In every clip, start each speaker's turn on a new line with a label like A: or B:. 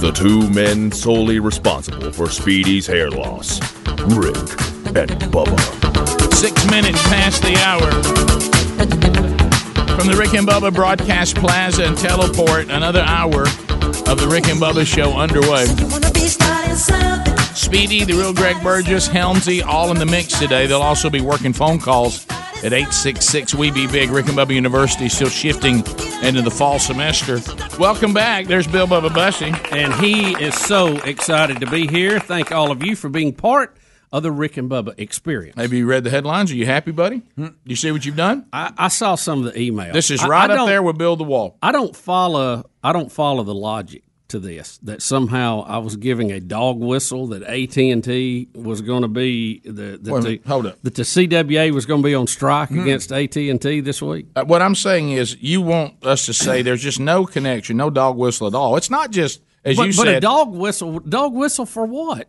A: The two men solely responsible for Speedy's hair loss Rick and Bubba.
B: Six minutes past the hour. From the Rick and Bubba Broadcast Plaza and Teleport, another hour of the Rick and Bubba Show underway. Speedy, the real Greg Burgess, Helmsy, all in the mix today. They'll also be working phone calls at 866 We Be Big. Rick and Bubba University still shifting into the fall semester. Welcome back. There's Bill Bubba Bussy.
C: And he is so excited to be here. Thank all of you for being part of the Rick and Bubba experience. Hmm.
B: Have you read the headlines? Are you happy, buddy? You see what you've done?
C: I, I saw some of the emails.
B: This is
C: I-
B: right
C: I
B: up
C: don't-
B: there with Build the Wall.
C: I don't follow. I don't follow the logic to this. That somehow I was giving a dog whistle that AT and T was going to be the, the
B: Wait a minute, hold up. Hmm.
C: that the CWA was going to be on strike against AT and T this week.
B: Uh, what I'm saying is, you want us to say there's just no connection, no dog whistle at all. It's not just as
C: But,
B: you
C: but
B: said,
C: a dog whistle, dog whistle for what?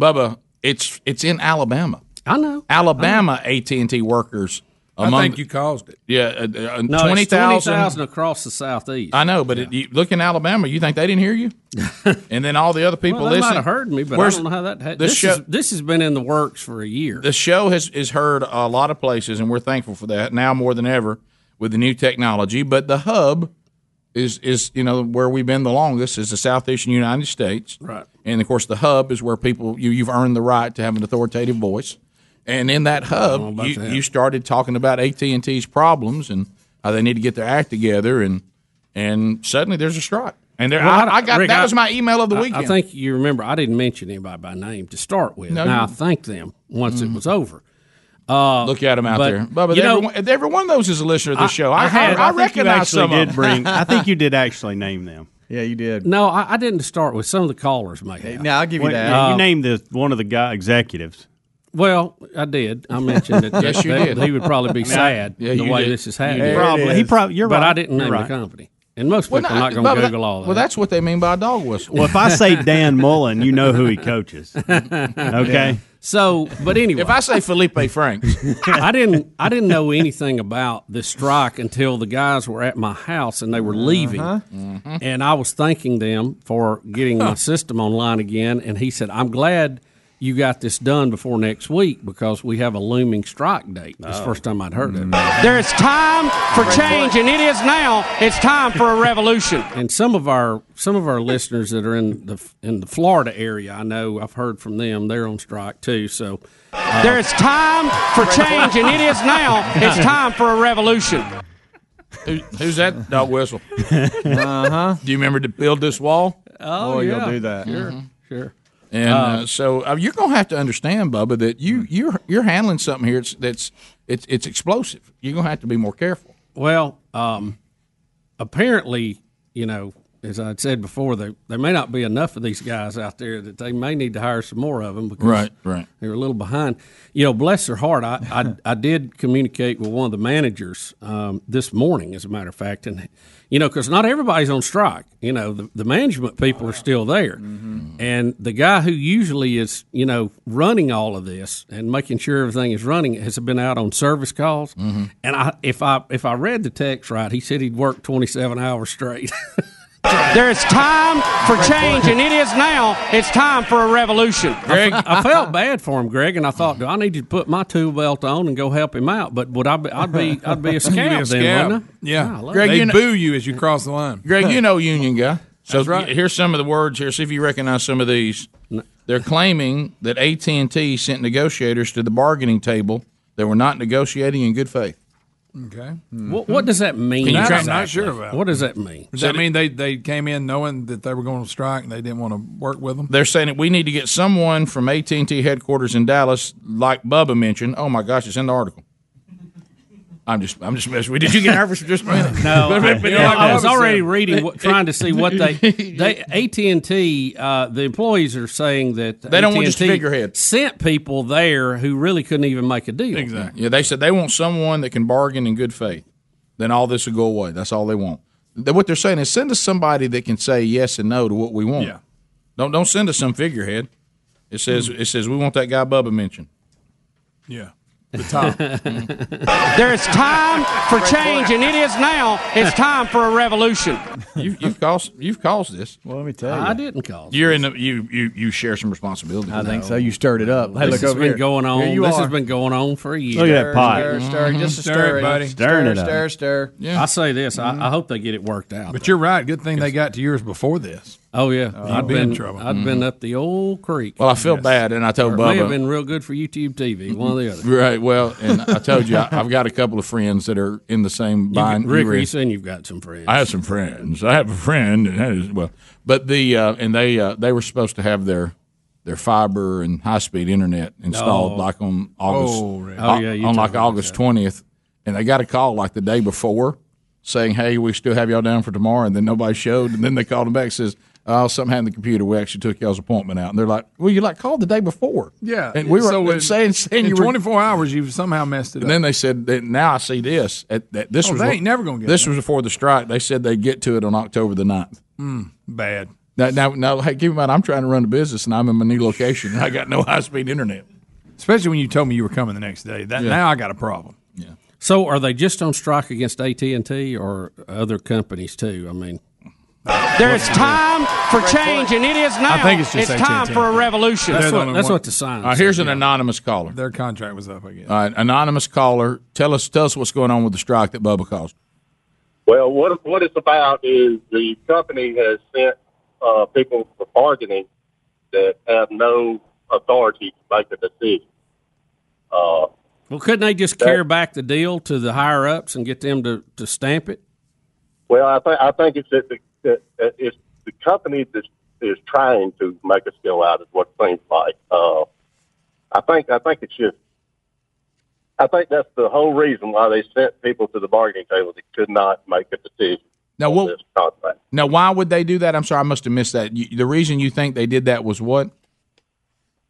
B: Bubba. It's it's in Alabama.
C: I know.
B: Alabama AT and T workers among
D: I think you caused it.
B: yeah uh, uh,
C: No,
B: twenty
C: it's twenty thousand
B: thousand.
C: across the southeast.
B: I know, but it, you, look in Alabama, you think they didn't hear you? and then all the other people
C: well, they
B: listening
C: might have heard me, but I
B: Where's-
C: don't know how that. Ha-
B: the
C: Uh, this,
B: show-
C: is, this has been in the works for a year.
B: the show has is heard a lot of places, and we're thankful for that now more than ever with the new technology. But the hub is is you know where we've been the longest is the southeastern United States,
C: Right.
B: And of course, the hub is where people you you've earned the right to have an authoritative voice, and in that hub,
C: about
B: you,
C: that.
B: you started talking about AT and T's problems and how they need to get their act together, and and suddenly there's a strike. And there,
C: Well,
B: I,
C: I-
B: I got
C: Rick,
B: that
C: I-
B: was my email of the
C: I-
B: weekend.
C: I think you remember I didn't mention anybody by name to start with.
B: No,
C: now
B: you-
C: I thanked them once it was over. Uh,
B: Look at them out
C: but,
B: there, Bubba.
C: you
B: every,
C: know-
B: one- every one of those is a listener of the show. I, I,
C: had-
B: I,
C: I
E: think you
B: recognize
E: actually
B: some of
E: did
B: them.
E: bring. I think you did actually name them. Yeah, you did.
C: No, I, I didn't start with. Some of the callers Uh, may have.
F: Now I'll give you
E: Wait,
F: that.
E: yeah, you named the one of the guy executives.
C: Well, I did. I mentioned that.
B: Yes, you
C: that-
B: did.
C: He would probably be sad
B: Yeah,
C: the
B: you
C: way
B: did.
C: this is
B: did.
C: happening.
E: Probably. He probably. You're
C: but
E: right.
C: I didn't
E: You're
C: name
E: right.
C: the company, and most people are not
B: Bubba,
C: going to
B: that-
C: Google all that.
B: Well, that's what they mean by a dog whistle.
E: Well, if I say Dan Mullen, you know who he coaches. Okay.
C: so. But anyway,
B: if I say Felipe Franks,
C: I didn't I didn't know anything about this strike until the guys were at my house and they
B: Uh-huh.
C: were leaving.
B: Mm-hmm.
C: And I was thanking them for getting my system online again and he said, "I'm glad you got this done before next week because we have a looming strike date." It's
E: Oh.
C: the first time I'd heard it. There's time for change and it is now. It's time for a revolution. and some of our some of our listeners that are in the in the Florida area, I know I've heard from them. They're on strike too, so uh, there's time for change, and it is now. It's time for a revolution.
B: who, who's that dog whistle? Uh-huh. Do you remember to build this wall?
C: Oh,
F: Boy,
C: yeah.
F: you'll do that.
C: Sure.
B: And uh, so uh, you're gonna have to understand, Bubba, that you you're you're handling something here. It's that's it's it's explosive. You're gonna have to be more careful.
C: Well, um, apparently, you know, as I had said before, there, there may not be enough of these guys out there that they may need to hire some more of them because
B: Right, right.
C: they're a little behind. You know, bless their heart, I, I, I did communicate with one of the managers um, this morning, as a matter of fact, and you know, because not everybody's on strike. You know, the, the management people are still there,
D: Mm. Mm-hmm.
C: and the guy who usually is you know running all of this and making sure everything is running has been out on service calls. And I, if I if I read the text right, he said he'd worked twenty seven hours straight. There's time for change, and it is now. It's time for a revolution. Greg, I felt bad for him, Greg, and I thought, do I need to put my tool belt on and go help him out? But would I be? I'd be. I'd be a scab, then, wouldn't I?
D: Yeah.
C: love
B: Greg,
D: they
B: you know-
D: boo you as you cross the line.
B: Greg, you know union guy. So
D: That's right.
B: here's some of the words here. See if you recognize some of these. They're claiming that AT&T sent negotiators to the bargaining table that were not negotiating in good faith.
D: Okay. Mm-hmm.
C: What, what does that mean?
B: Can you try- I'm
D: not
C: exactly?
D: sure about it.
C: What does that mean?
D: Does that mean they, they came in knowing that they were going to strike and they didn't want to work with them?
B: they're saying that we need to get someone from AT&T headquarters in Dallas, like Bubba mentioned. Oh my gosh, it's in the article. I'm just, I'm just messing. with you. Did you get nervous for just a minute?
C: No, I,
B: but-
C: yeah,
B: like
C: I was
B: Bubba
C: already reading, what, trying to see what they. they AT and T, uh, the employees are saying that
B: They don't want just a
C: AT&T
B: figurehead.
C: Sent people there who really couldn't even make a deal.
B: Yeah, they said they want someone that can bargain in good faith. Then all this will go away. That's all they want. They- What they're saying is send us somebody that can say yes and no to what we want.
D: Yeah. Hmm.
B: Don't don't send us some figurehead. It says it says we want that guy Bubba mentioned.
D: Yeah. the top.
F: There is time for change, and it is now. It's time for a revolution.
B: You, you've caused you've caused this.
E: Well, let me tell you.
C: I didn't call.
B: You're in the you you you share some responsibility.
E: I think so. You stirred it up. Hey,
C: This
E: look
C: has
E: over
C: been
E: here.
C: going on.
E: Here you
C: This
E: are.
C: has been going on for a year.
E: Look at that
G: Stir,
E: pot. Mm-hmm.
G: stir, just a
D: Stir it,
G: stir,
D: buddy.
E: Stirring
G: Stir,
E: it up.
H: Uh,
G: stir, stir.
C: I say this. I, I hope they get it worked out.
D: But you're right. Good thing they got to yours before this.
C: oh yeah, I'd
D: be
C: been
D: in trouble.
C: I'd been up the old creek.
B: Mm-hmm. Well, I feel bad, and I told
C: May have
B: Bubba.
C: been real good for YouTube TV. One or the other.
B: Right. Well, and I told you I, I've got a couple of friends that are in the same bind.
C: Rick,
B: you were in.
C: you saying you've got some friends?
B: I have some friends. I have a friend, and that is well. But the uh, and they uh, they were supposed to have their their fiber and high speed internet installed like on August
D: Oh, really?
C: Oh, yeah, you
B: on
C: told
B: like
C: me about
B: August twentieth, and they got a call like the day before saying, "Hey, we still have y'all down for tomorrow," and then nobody showed, and then they called them back and says. Oh, something happened to the computer. We actually took y'all's appointment out, and they're like, "Well, you like called the day before."
D: Yeah.
B: and we were
D: So in-
B: saying, saying
D: in
B: you were
D: 24 hours, you've somehow messed it
B: and
D: up.
B: then they said, that now I see this. At, that this
D: Oh,
B: was
D: they ain't never gonna get
B: This
D: that.
B: was before the strike. They said they'd get to it on October the 9th.
D: Mm. Bad.
B: Now, now, now, hey, keep in mind, I'm trying to run a business and I'm in my new location and I got no high speed internet.
D: Especially when you told me you were coming the next day. That Now I got a problem.
C: So are they just on strike against AT and T or other companies too? I mean,
F: There is time for change, and it is now.
E: I think it's just
F: time
E: AT&T.
F: for a revolution.
C: that's,
D: the
C: what,
D: only
C: that's
D: one.
C: what the sign.
B: Uh, here's an anonymous caller.
D: Their contract was up, I guess.
B: Uh, anonymous caller, tell us tell us what's going on with the strike that Bubba caused.
I: Well, what what it's about is the company has sent uh, people for bargaining that have no authority to make a decision. Uh,
C: well, couldn't they just carry back the deal to the higher ups and get them to, to stamp it?
I: well, I think I think it's that the that, uh, it's the company that is trying to make us go out is what it seems like. Uh, I think I think it's just. I think that's the whole reason why they sent people to the bargaining table that could not make a decision
B: Now,
I: on
B: what,
I: this contract.
B: now, why would they do that? I'm sorry, I must have missed that. You, the reason you think they did that was what?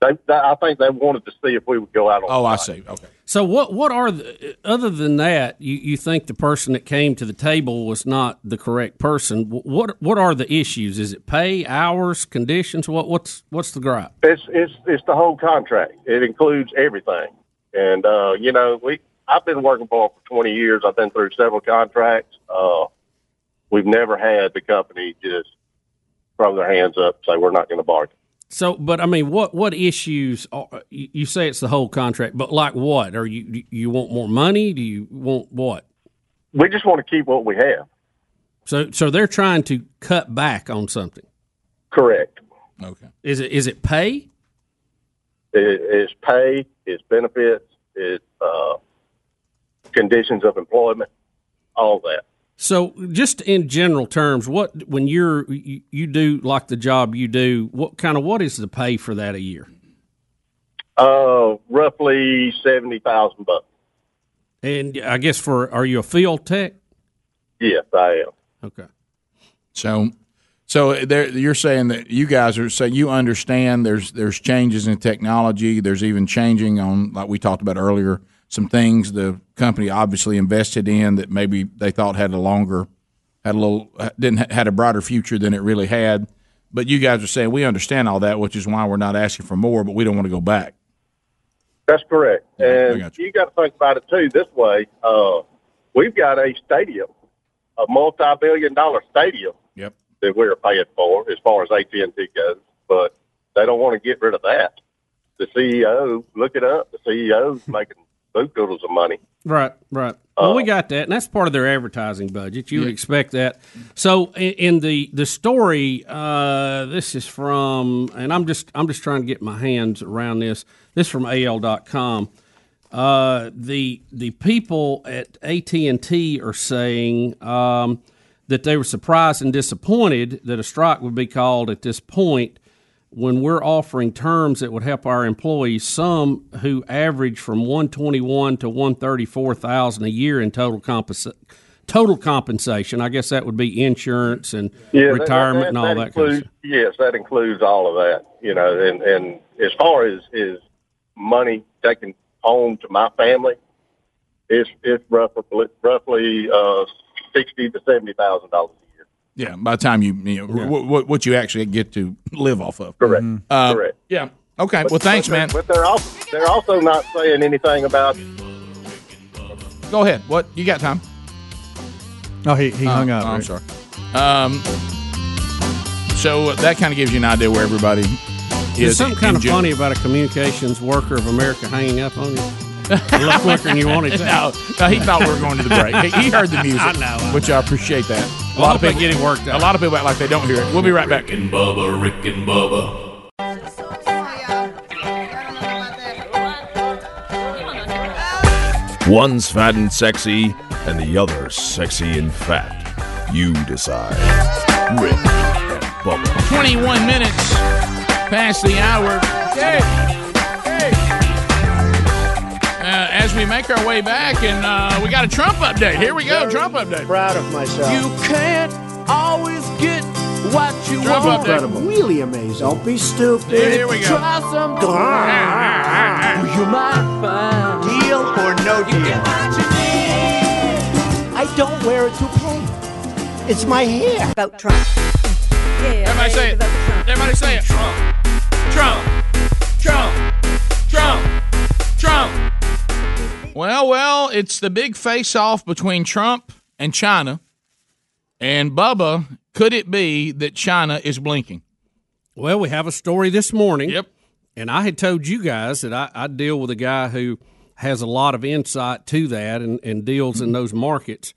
I: They, they, I think they wanted to see if we would go out on
B: Oh, I see. Okay.
C: So what what are the other than that? You, you think the person that came to the table was not the correct person? Wh- What what are the issues? Is it pay, hours, conditions? What what's what's the gripe?
I: It's it's it's the whole contract. It includes everything. And uh, you know, we I've been working for for twenty years. I've been through several contracts. Uh, we've never had the company just throw their hands up and say we're not going to bargain.
C: So, but I mean, what what issues? Are, you you say it's the whole contract, but like what? Are you do you want more money? Do you want what?
I: We just want to keep what we have.
C: So so they're trying to cut back on something.
I: Correct.
B: Okay.
C: Is it is it pay?
I: It, it's pay. It's benefits. It's uh, conditions of employment. All that.
C: So just in general terms, what when you're you, you do like the job you do, what kind of what is the pay for that a year?
I: Uh, roughly seventy thousand bucks.
C: And I guess for are you a field tech?
I: Yes, I am.
C: Okay.
B: So, so there, you're saying that you guys are saying you understand there's there's changes in technology. There's even changing on like we talked about earlier. Some things the company obviously invested in that maybe they thought had a longer, had a little, didn't had a brighter future than it really had. But you guys are saying we understand all that, which is why we're not asking for more, but we don't want to go back.
I: That's correct.
B: Yeah, I
I: and
B: got you.
I: you, got to think about it too this way. Uh, we've got a stadium, a multi-billion dollar stadium
B: Yep.
I: that we're paying for as far as AT&T goes, but they don't want to get rid of that. The CEO, look it up. The CEO's making boot doodles of money.
C: Right, right. Well, we got that, and that's part of their advertising budget. You would expect that. So, in, in the the story, uh, this is from, and I'm just I'm just trying to get my hands around this. This is from AL.com. Uh, the the people at AT and T are saying um, that they were surprised and disappointed that a strike would be called at this point when we're offering terms that would help our employees, some who average from one twenty one to one thirty four thousand a year in total compensa- total compensation. I guess that would be insurance and
I: that-
C: retirement and all that, kind of
I: includes,
C: stuff.
I: Yes, that includes all of that. You know, and and as far as is money taken home to my family, it's it's roughly roughly uh, sixty to seventy thousand dollars a year.
B: Yeah. By the time you, you know, what, what you actually get to live off of.
I: Correct.
B: Uh,
I: Correct.
B: Yeah. Okay. Well,
I: But-
B: thanks,
I: but they're-
B: man.
I: But they're also they're also not saying anything about
B: Go ahead. What you got, Tom?
E: Oh, he, he hung up.
B: Oh, I'm
E: right?
B: sorry. Um, so that kind of gives you an idea where everybody
C: There's
B: is.
C: something
B: in
C: kind of
B: general.
C: funny about a communications worker of America hanging up on you. A lot quicker than you wanted to.
B: No, no, he thought we were going to the break. He, he heard the music, I know, which I appreciate that. A lot of people getting worked out. A lot of people act like they don't hear it. We'll be right back.
A: and Bubba, Rick and Bubba. One's fat and sexy, and the other's sexy and fat. You decide. Rick and Bubba.
B: 21 minutes past the hour. Hey, hey. Uh, as we make our way back, and uh, we got a Trump update. Here we go, Trump update.
G: Proud of myself.
J: can't always get what you
B: Trump update.
G: really amazing. Don't be stupid.
B: Here, here we go.
J: some
G: You might find deal or no deal. I don't wear a toupee. It's my hair.
K: Vote Trump. Yeah,
B: Everybody say it. Everybody say it. Trump. Trump. Trump. Trump. Trump. Well, well, it's the big face off between Trump and China. And Bubba, could it be that China is blinking?
C: Well, we have a story this morning. And I had told you guys that I, I deal with a guy who has a lot of insight to that and, and deals
B: Mm-hmm.
C: in those markets.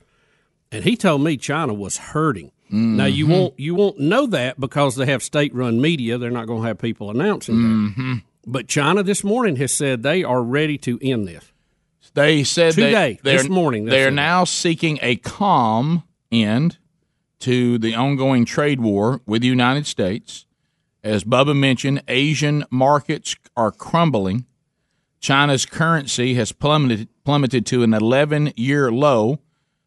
C: And he told me China was hurting.
E: Mm-hmm.
C: Now you
B: Mm-hmm.
C: won't you won't know that because they have state run media. They're not going to have people announcing
B: Mm.
E: Mm-hmm.
C: that. But China this morning has said they are ready to end this.
B: They said
C: Today,
B: they,
C: this morning, they
B: They are
C: said.
B: now seeking a calm end to the ongoing trade war with the United States. As Bubba mentioned, Asian markets are crumbling. China's currency has plummeted plummeted to an 11 year low.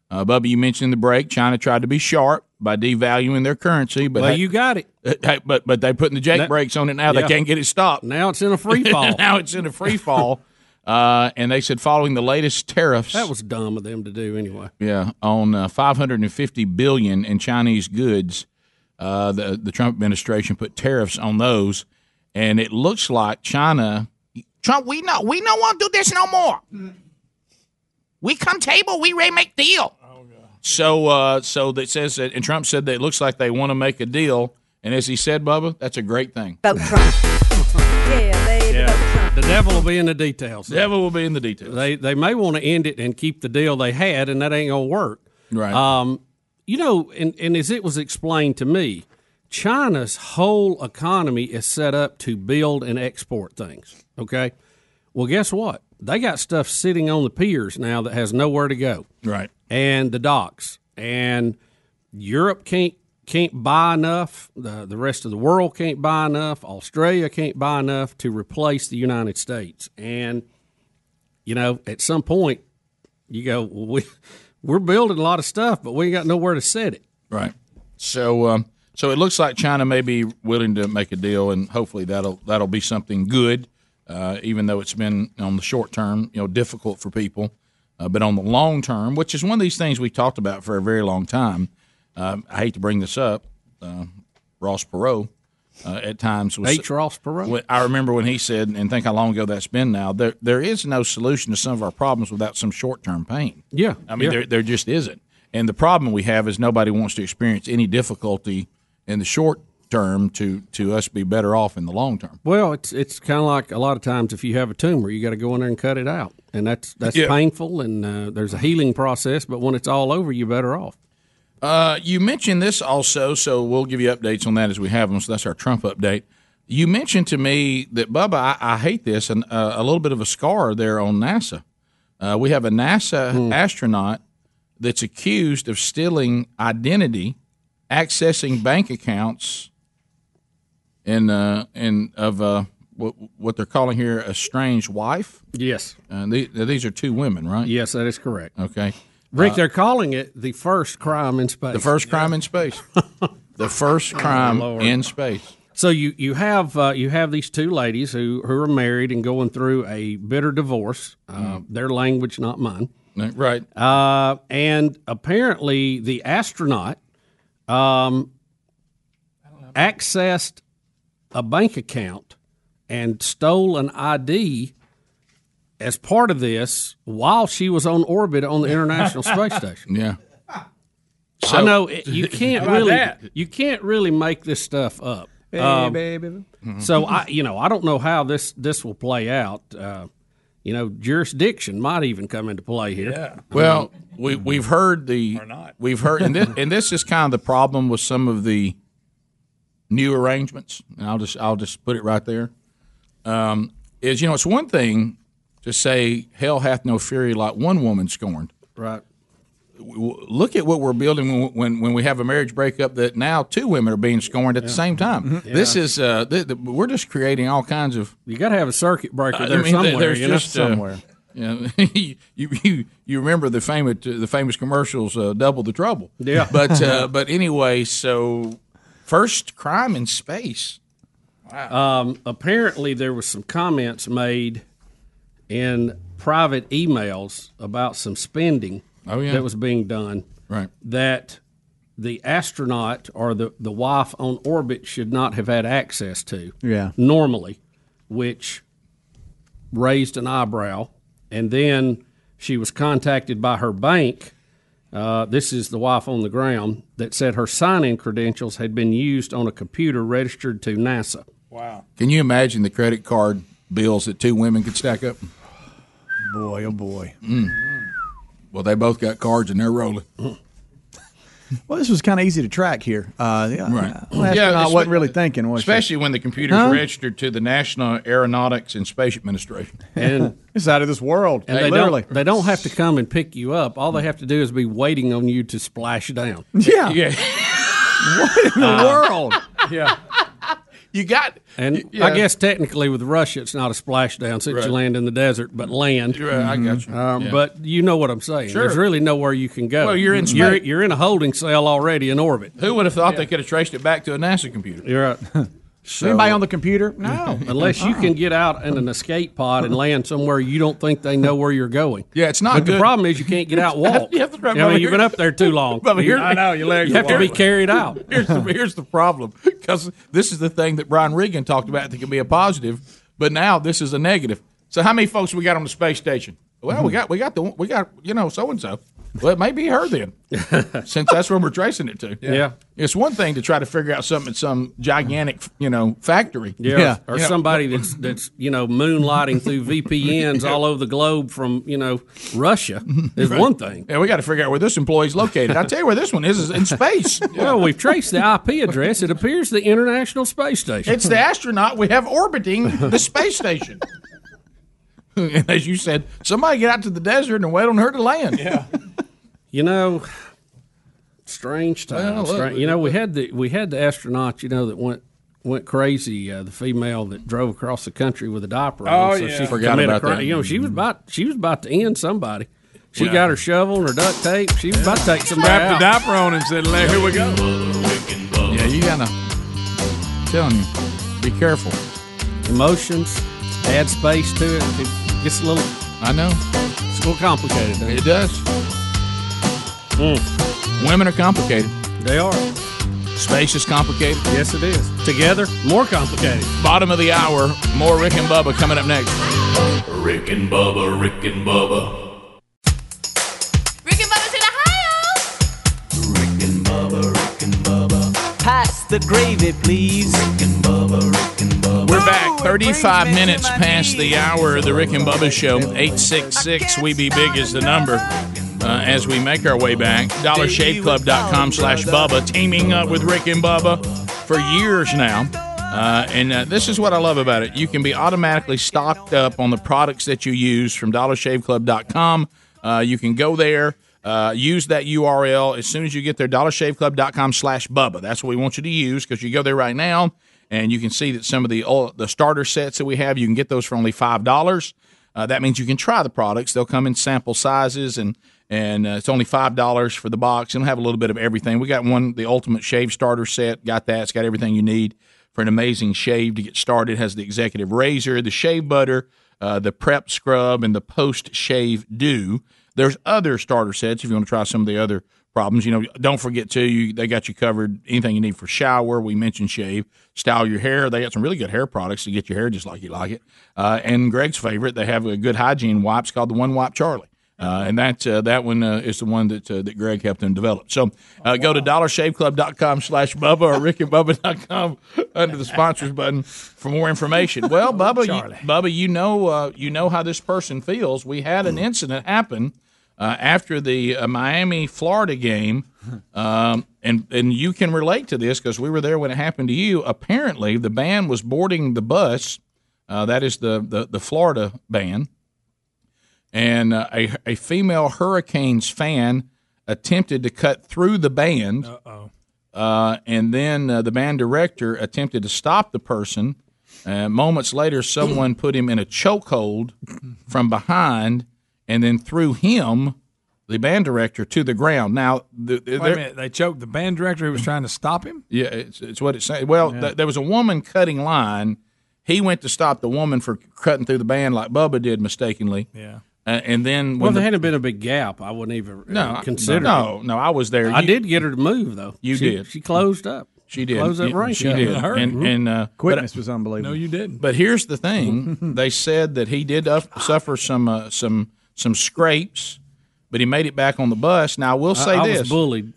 B: Uh, Bubba, you mentioned in the break. China tried to be sharp by devaluing their currency, but
C: Well,
B: hey-
C: you got it.
B: hey, but but they putting the jake
C: That-
B: brakes on it now.
C: Yeah.
B: They can't get it stopped.
C: Now it's in a free fall.
B: now it's in a free fall. Uh, and they said following the latest tariffs
C: that was dumb of them to do anyway.
B: yeah, on uh, 550 billion in Chinese goods. Uh, the the Trump administration put tariffs on those, and it looks like China. Trump, we know we don't want to do this no more. We come table, we ready make deal. So uh, so that says that, and Trump said that it looks like they want to make a deal. And as he said, Bubba, that's a great thing.
K: Vote Trump. yeah, they vote Trump.
C: The devil will be in the details.
B: Devil will be in the details.
C: They they may want to end it and keep the deal they had, and that ain't gonna work.
B: Right.
C: Um, you know, and, and as it was explained to me, China's whole economy is set up to build and export things. Okay. Well, guess what? They got stuff sitting on the piers now that has nowhere to go
B: right.
C: and the docks and Europe can't can't buy enough the the rest of the world can't buy enough Australia can't buy enough to replace the United States and you know at some point you go well, we we're building a lot of stuff but we ain't got nowhere to set it
B: Right. So um, so it looks like China may be willing to make a deal, and hopefully that'll that'll be something good. Uh, even though it's been on the short term, you know, difficult for people, uh, but on the long term, which is one of these things we talked about for a very long time. Um, I hate to bring this up, uh, Ross Perot. Uh, at times was
C: H Ross Perot
B: when- I remember when he said, and think how long ago that's been now. There, there is no solution to some of our problems without some short-term pain.
C: Yeah,
B: I mean,
C: yeah.
B: there, there just isn't. And the problem we have is nobody wants to experience any difficulty in the short term to to us be better off in the long term.
C: well it's it's kind of like a lot of times if you have a tumor you got to go in there and cut it out and that's that's
B: Yeah.
C: painful and uh, there's a healing process but when it's all over you're better off
B: Uh, you mentioned this also, so we'll give you updates on that as we have them. So that's our Trump update. You mentioned to me that Bubba, I, I hate this, and uh, a little bit of a scar there on NASA. Uh, we have a NASA
C: Hmm.
B: astronaut that's accused of stealing identity, accessing bank accounts, and uh, and of uh, what, what they're calling here a strange wife.
C: yes
B: Uh, the- these are two women, right?
C: yes that is correct
B: Okay.
C: Rick, they're calling it the first crime in space.
B: Uh, The first crime in space. the first crime in space.
C: So you you have uh, you have these two ladies who who are married and going through a bitter divorce. Uh, Their language, not mine.
B: Right.
C: Uh, and apparently, the astronaut um, accessed a bank account and stole an ID as part of this while she was on orbit on the International Space Station.
B: Yeah.
C: I know it- you can't
B: How about
C: really
B: that?
C: you can't really make this stuff up. Um, Mm-hmm.
B: Hey, baby.
C: So I you know I don't know how this this will play out. Uh, you know, jurisdiction might even come into play here. Um,
B: Yeah. Well, we we've heard the we've heard and this and this is kind of the problem with some of the new arrangements. And I'll just I'll just put it right there. Um, is you know it's one thing to say hell hath no fury like one woman scorned.
C: Right.
B: W- Look at what we're building when, when when we have a marriage breakup that now two women are being scorned at the same time.
C: Mhm.
B: This
C: Yeah.
B: is uh, th- th- we're just creating all kinds of
C: you got to have a circuit breaker there somewhere, you know? Somewhere.
B: uh, yeah, you, you you remember the famous uh, the famous commercials, uh, double the trouble.
C: Yeah.
B: but uh, but anyway, so first crime in space.
C: Um, apparently, there was some comments made in private emails about some spending
B: Oh, yeah.
C: that was being done.
B: Right.
C: That the astronaut or the, the wife on orbit should not have had access to
E: Yeah.
C: normally, which raised an eyebrow. And then she was contacted by her bank. Uh, this is the wife on the ground that said her sign in credentials had been used on a computer registered to NASA.
B: Wow! Can you imagine the credit card bills that two women could stack up?
E: Boy, oh boy.
B: Mm. Well, they both got cards and they're rolling.
E: Well, this was kind of easy to track here. Uh, yeah,
B: Right.
E: well,
B: Yeah,
E: I
B: it's-
E: wasn't really thinking, was she?
B: Especially when the computer's
E: Huh?
B: registered to the National Aeronautics and Space Administration.
C: And-
E: it's out of this world.
C: And they don't, they don't have to come and pick you up. All they have to do is be waiting on you to splash down.
E: Yeah.
B: Yeah.
E: what in
C: Uh,
E: the world?
B: Yeah. You got
C: And
B: yeah.
C: I guess technically with Russia, it's not a splashdown since
B: Right. Mm-hmm.
C: you land in the desert, but land.
B: Right, I got you.
C: Um,
B: Yeah.
C: But you know what I'm saying.
B: Sure.
C: There's really nowhere you can go.
B: Well, you're in
C: You're,
B: space.
C: you're in a holding cell already in orbit.
B: Who would have thought they could have traced it back to a NASA computer?
C: You're right.
E: Anybody on the computer? No.
C: Unless you can get out in an escape pod and land somewhere you don't think they know where you're going.
B: Yeah, it's not
C: But the
B: good.
C: problem is you can't get out and walk.
B: Yeah, that's right,
C: I
B: brother.
C: mean, you've been up there too long.
B: Brother, here-
C: I know, your legs You have
B: are
C: to be
B: wide.
C: carried out.
B: here's the, here's the problem because this is the thing that Brian Regan talked about that can be a positive, but now this is a negative. So how many folks we got on the space station? Well,
C: Hmm.
B: we got we got the one- we got you know so and so. Well, it may be her then, since that's where we're tracing it to.
C: Yeah. Yeah.
B: it's one thing to try to figure out something at some gigantic you know factory.
C: Yeah, or
B: You know,
C: somebody that's that's you know moonlighting through VPNs all over the globe from you know Russia is
B: Mm-hmm. Right.
C: one thing.
B: Yeah, we got to figure out where this employee's located. I tell you where this one is is in space.
C: Well, we've traced the IP address. It appears the International Space Station.
B: It's the astronaut we have orbiting the space station. And as you said, somebody get out to the desert and wait on her to land. Yeah.
C: you know strange times.
B: look,
C: right? you know we had the we had the astronaut you know that went went crazy. Uh, the female that drove across the country with a diaper. on,
B: Oh,
C: so
B: yeah.
C: she
B: Forgot
C: committed
B: about
C: a crime.
B: that.
C: You know she was
D: Mm-hmm.
C: about she was about to end somebody. She
B: Yeah.
C: got her shovel and her duct tape. She was about to take somebody
D: Wrapped the
C: out.
D: diaper on and said, "Let- "Here we go."
B: Yeah, you gotta. I'm telling you, be careful.
C: Emotions, add space to it. It gets a little.
B: I know.
C: It's a little complicated. doesn't
B: It does. Mm. Women are complicated.
C: They are.
B: Space is complicated.
C: Yes, it is. Together, more complicated.
B: Bottom of the hour. More Rick and Bubba coming up next.
L: Rick and Bubba, Rick and Bubba.
M: Rick and Bubba's in Ohio.
J: Pass the gravy, please.
B: We're back. 35 minutes past the hour of the Rick and Bubba Show. 866 We Be Big is the number. Uh, as we make our way back, dollarshaveclub.com slash Bubba, teaming up with Rick and Bubba for years now. Uh, and uh, this is what I love about it. You can be automatically stocked up on the products that you use from dollarshaveclub.com. Uh, you can go there. Uh, use that URL as soon as you get there, dollarshaveclub.com slash Bubba. That's what we want you to use because you go there right now and you can see that some of the ol- the starter sets that we have, you can get those for only $5. Uh, that means you can try the products. They'll come in sample sizes and and uh, it's only five dollars for the box. It'll have a little bit of everything. We got one, the ultimate shave starter set. Got that. It's got everything you need for an amazing shave to get started. It has the executive razor, the shave butter, uh, the prep scrub, and the post shave dew. There's other starter sets if you want to try some of the other problems. You know, don't forget too, you, they got you covered anything you need for shower. We mentioned shave, style your hair. They got some really good hair products to get your hair just like you like it. Uh, and Greg's favorite, they have a good hygiene wipes called the One Wipe Charlie. Uh, and that uh, that one uh, is the one that uh, that Greg helped them develop. So uh, go to dollarshaveclub.com slash Bubba or rickandbubba.com under the sponsors button for more information. Well, Bubba, you, Bubba, you know uh, you know how this person feels. We had an incident happen uh, after the uh, Miami Florida game, um, and and you can relate to this because we were there when it happened to you. Apparently, the band was boarding the bus. Uh, that is the the, the Florida band and uh, a, a female Hurricanes fan attempted to cut through the band. Uh-oh. and then uh, the band director attempted to stop the person. Uh, moments later, someone put him in a chokehold from behind and then threw him, the band director, to the ground. Now, the,
D: Wait
B: there-
D: a minute, they choked the band director who was trying to stop him.
B: yeah, it's, it's what it's saying. Well, th- there was a woman cutting line. He went to stop the woman for cutting through the band like Bubba did mistakenly.
D: Yeah.
B: Uh, and then when
C: Well, if there
B: the-
C: hadn't been a big gap, I wouldn't even
B: no,
C: no, consider.
B: No, no, I was there.
C: I did get her to move though.
B: You
C: She-
B: did.
C: She closed up.
B: She did.
C: Close that
B: Yeah,
C: range.
B: She did.
C: Mm-hmm.
B: And, and uh, but,
D: was unbelievable. No, you didn't.
B: but here's the thing: they said that he did up, suffer some uh, some some scrapes, but he made it back on the bus. Now I will say
C: I, I
B: this:
C: was bullied.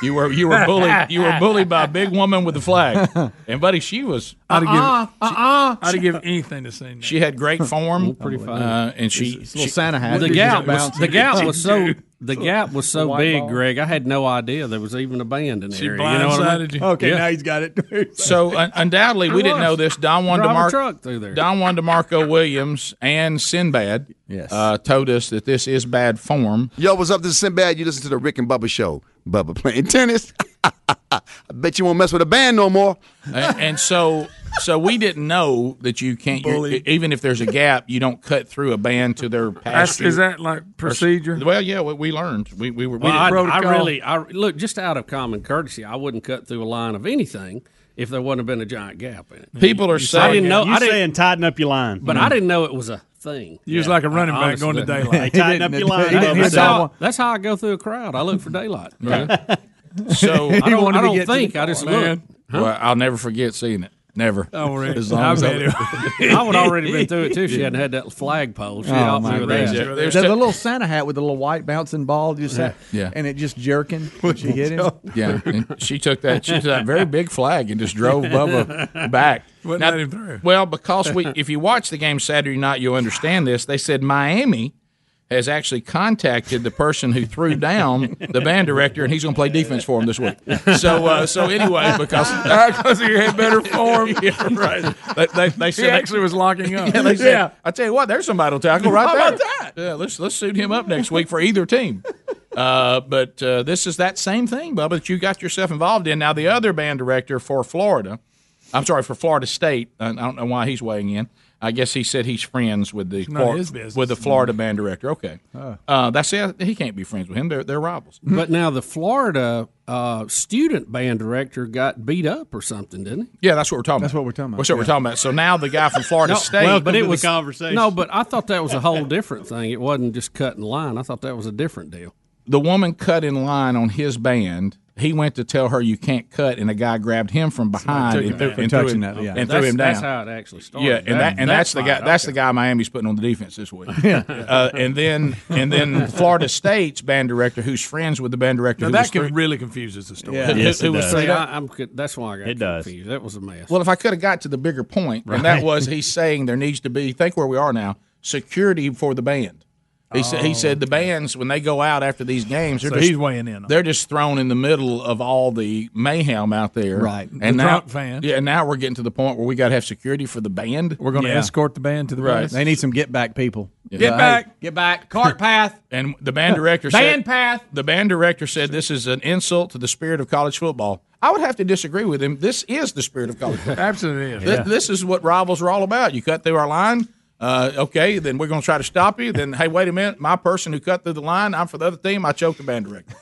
B: you were you were bullied you were bullied by a big woman with a flag, and buddy, she was.
D: I'd have
B: Uh-uh.
D: given, uh-uh. I'd have given anything to see.
B: She had great form, pretty
C: fine.
B: uh, and she
E: little
B: she-
E: Santa hat.
C: the
E: Just
C: gap was,
E: bouncing.
C: the gap was so
E: Dude.
C: the gap was so
E: White
C: big,
E: ball.
C: Greg. I had no idea there was even a band in the
E: She
C: area. You know what I mean?
E: blindsided you. Okay,
C: Yeah.
E: now he's got
B: Oh,
E: it.
B: So un- undoubtedly, we
C: There
B: didn't
C: was.
B: know this. Don Juan
C: Drive a
B: DeMarco,
C: truck through there.
B: Don Juan DeMarco Williams and Sinbad uh, told us that this is bad form.
N: Yo, what's up? This is Sinbad. You listen to the Rick and Bubba Show. Bubba playing tennis. I bet you won't mess with a band no more.
B: and, and so so we didn't know that you can't you- e,
N: Bully.
B: even if there's a gap you don't cut through a band to their
D: That's,
B: pasture
D: is that like procedure?
B: well yeah we, we learned we, we were we
C: Well, I,
B: didn't-
C: I really, I look just out of common courtesy. I wouldn't cut through a line of anything if there wouldn't have been a giant gap in it.
B: People are
C: I
B: saying-
C: didn't know.
E: You
C: I didn't,
E: saying tighten up your line, Mm-hmm.
C: but I didn't know it was a thing.
D: You was like a running back going to
C: honestly.
D: daylight. He
E: tighten up
D: didn't-
E: your line.
D: he didn't
C: I-
D: hit
C: that's, how,
D: that
C: that's how I go through a crowd. I look for daylight.
B: Right.
C: so
B: So-
C: I
B: He
C: don't,
B: wanted
C: I
B: to
C: don't
B: get to
C: think.
B: the
C: I just
B: car.
C: look.
B: Man. well i'll never forget seeing it never
D: Oh, really?
B: as long
D: I
B: as
D: bet
B: I,
C: I would already been through it too. if She hadn't had that flagpole. She
B: Oh,
C: oh,
B: my
C: me with
B: goodness.
C: that.
B: There's
H: the,
B: te-
H: the little Santa hat with the little white bouncing ball, just
B: Yeah.
H: that-
B: Yeah.
H: and it just jerking. Did she hit him?
B: yeah and she took that she took that very big flag and just drove bubba back
D: Wouldn't
B: Now,
D: let him through.
B: Well, because we, if you watch the game Saturday night, you'll understand this. They said Miami has actually contacted the person who threw down the band director, and he's going to play defense for him this week. So, uh, so anyway, because
D: because he had better form.
B: yeah, right. They, they, they said
D: He actually was locking up.
B: Yeah, they said,
D: Yeah.
B: I tell you what, there's somebody to tackle right
D: How
B: there.
D: about
B: Yeah, let's let's suit him up next week for either team. Uh, but uh, this is that same thing, Bubba, that you got yourself involved in. Now, the other band director for Florida, I'm sorry, for Florida State, and I don't know why he's weighing in. I guess he said he's friends with the
D: It's none of
B: Flor-
D: his business. Mm-hmm.
B: with the Florida band director. Okay, uh, that's it. He can't be friends with him. They're they're rivals.
C: But now the Florida uh, student band director got beat up or something, didn't he?
B: Yeah, that's what we're talking. That's about.
H: what we're talking
B: That's what we're talking about. So now the guy from Florida State,
C: No, but I thought that was a whole different thing. It wasn't just cutting line. I thought that was a different deal.
B: the woman cut in line on his band. He went to tell her you can't cut, and a guy grabbed him from behind
C: took
B: and,
C: him
B: threw,
C: down.
B: and
C: For
B: threw him,
C: touching that, yeah.
B: and
C: That's-
B: threw him down.
C: that's how it actually started.
B: Yeah, and that, and
C: That-
B: that's,
C: that's
B: the guy.
C: right,
B: That's the guy Miami's putting on the defense this week. uh, and then and then Florida State's band director, who's friends with the band director,
D: Now
B: who was
D: that can
B: through-
D: really confuses the story.
B: Yeah. Yes, it does.
C: See,
B: Yeah.
C: I, I'm, co- that's why I got
B: It does.
C: confused. That was a mess.
B: Well, if I could have got to the bigger point, and that
C: Right.
B: was he's saying there needs to be think where we are now security for the band. He said
C: Oh,
B: he said the bands when they go out after these games, they're
D: So
B: just,
D: he's weighing in on
B: They're just thrown in the middle of all the mayhem out there,
D: Right.
B: And
D: The
B: now,
D: drunk fans.
B: yeah, and now we're getting to the point where we got to have security for the band.
D: We're going to escort the band to the
B: Right.
D: bus.
B: They
H: need some get back people.
B: Get back.
H: get back. Cart path.
B: And the band director said,
H: Band path.
B: The band director said this is an insult to the spirit of college football. I would have to disagree with him. This is the spirit of college football.
D: Absolutely. is.
B: Th- This is what rivals are all about. You cut through our line. Uh, okay, then we're going to try to stop you. Then, hey, wait a minute. My person who cut through the line, I'm for the other team. I choke the band director.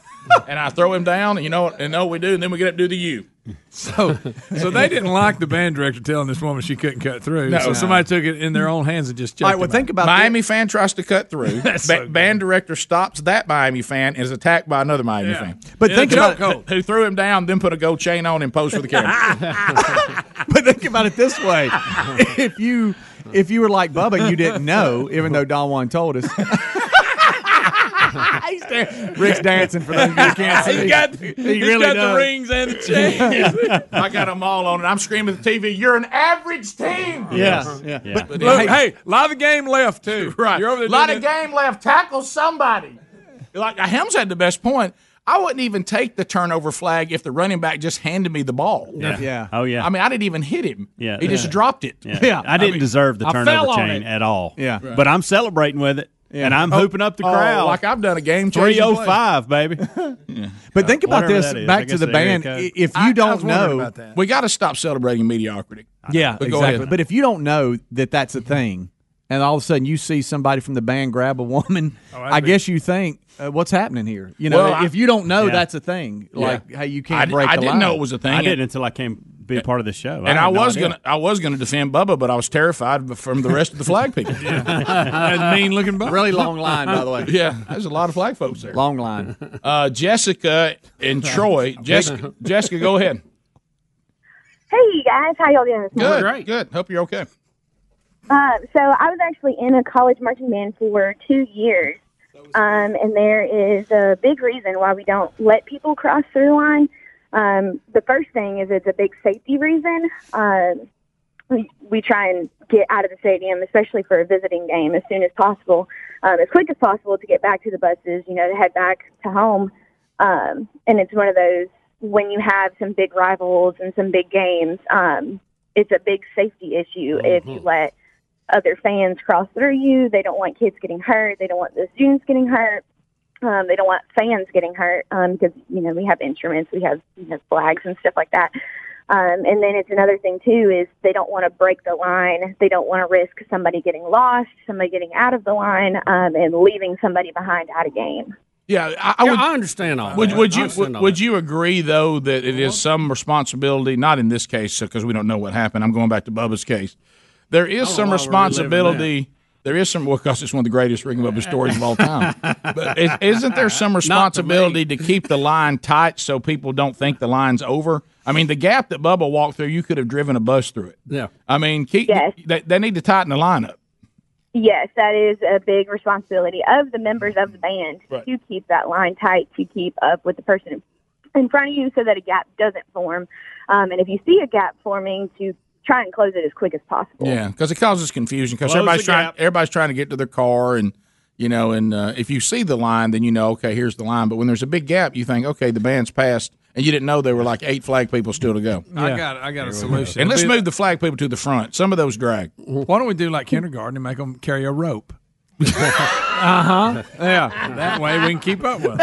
B: and I throw him down, and you know what? And no, we do. And then we get up to do the U. Oh.
D: So, so they didn't like the band director telling this woman she couldn't cut through.
B: No.
D: so somebody took it in their own hands and just.
B: All right,
D: chucked
B: well,
D: them
B: think
D: out.
B: about Miami fan tries to cut through. Ba- band director stops that Miami fan and is attacked by another Miami fan.
D: But
B: In a
D: think about
B: chokehold, who threw him down, then put a gold chain on and posed for the camera.
H: but think about it this way: if you if you were like Bubba, and you didn't know, even though Don Juan told us. Rick's dancing for those who can't see.
B: He's got, he
H: He
B: got the
H: does.
B: rings and the chains. I got them all on, and I'm screaming at the TV, You're an average team.
D: Yes.
B: Yeah.
D: But look, hey, a lot of game left too.
B: Right.
D: You're over there
B: lot
D: doing
B: of
D: that-
B: game left. Tackle somebody. Like Helms had the best point. I wouldn't even take the turnover flag if the running back just handed me the ball.
E: Yeah. Yeah. Oh, yeah.
B: I mean, I didn't even hit him.
E: Yeah.
B: He just
E: Yeah.
B: dropped it.
E: Yeah. I didn't
B: mean,
E: deserve the
B: I fell
E: turnover
B: on
E: chain
B: it.
E: at all.
B: Yeah. Right.
E: But I'm celebrating with it. And I'm
B: Oh,
E: hooping up the
B: oh,
E: crowd.
B: like I've done a game changing play.
E: 305, baby.
H: But think about
E: Whatever
H: this.
E: that is, I
H: Back to
E: guess
H: the
E: the area
H: band.
E: code.
H: I- If you
E: I- I
H: don't
E: was wondering
H: know,
E: about that.
B: We got to stop celebrating mediocrity.
H: yeah,
B: But go
H: exactly.
B: ahead.
H: But Mm-hmm. if you don't know that that's a thing, and all of a sudden you see somebody from the band grab a woman,
B: that'd
H: I
B: be-
H: guess you think, uh, "What's happening here?" You know,
B: Well,
H: if you don't know
B: Yeah.
H: that's a thing,
B: Yeah.
H: like how you can't
B: I di-
H: break.
B: I
H: the
B: didn't
H: line.
B: know it was a thing.
E: I didn't until I came be a part of the
H: Oh,
E: show.
B: and
E: had
B: I,
E: no
B: was
E: idea.
B: gonna, I was gonna defend Bubba, but I was terrified from the rest of the flag people. That mean looking Bubba.
H: Really long line, by the way.
B: Yeah, there's a lot of flag folks there.
H: Long line.
B: Uh, Jessica and Troy. Jessica, Jessica, go ahead.
M: Hey guys, how y'all doing? This
B: Good,
M: morning?
B: great, good. Hope you're okay.
M: Uh, so I was actually in a college marching band for two years, um, and there is a big reason why we don't let people cross through the line. Um, the first thing is it's a big safety reason. Um, we, we try and get out of the stadium, especially for a visiting game, as soon as possible, um, as quick as possible to get back to the buses, you know, to head back to home. Um, and it's one of those when you have some big rivals and some big games, um, it's a big safety issue if you let other fans cross through you. They don't want kids getting hurt. They don't want the students getting hurt. Um, they don't want fans getting hurt um, because you know we have instruments, we have you know flags and stuff like that. Um, and then it's another thing too is they don't want to break the line. They don't want to risk somebody getting lost, somebody getting out of the line, um, and leaving somebody behind at a game.
B: Yeah, I, I, would,
C: I understand all
B: Would,
C: that.
B: would
C: I
B: you
C: understand
B: would,
C: all
B: would you agree though that it is some responsibility? Not in this case because we don't know what happened. I'm going back to Bubba's case. There is
C: don't
B: some
C: know why we're reliving
B: responsibility. There is some. Well, because it's one of the greatest Ring Bubba stories of all time. but is, isn't there some responsibility to keep the line tight so people don't think the line's over? I mean, the gap that Bubba walked through, you could have driven a bus through it.
C: Yeah.
B: I mean, keep they, they need to tighten the line up.
M: Yes, that is a big responsibility of the members of the band
B: Right.
M: to keep that line tight, to keep up with the person in front of you so that a gap doesn't form. Um, and if you see a gap forming, to try and close it as quick as possible.
B: Yeah, because it causes confusion. Because
M: Close
B: everybody's
M: the
B: trying,
M: gap.
B: everybody's trying to get to their car, and you know, and uh, if you see the line, then you know, okay, here's the line. But when there's a big gap, you think, okay, the band's passed, and you didn't know there were like eight flag people still to go.
D: I got I got a solution.
B: And let's
D: It'd be-
B: move the flag people to the front. Some of those drag.
D: Why don't we do like kindergarten and make them carry a rope? Uh-huh.
B: Uh huh.
D: Yeah, that way we can keep up with.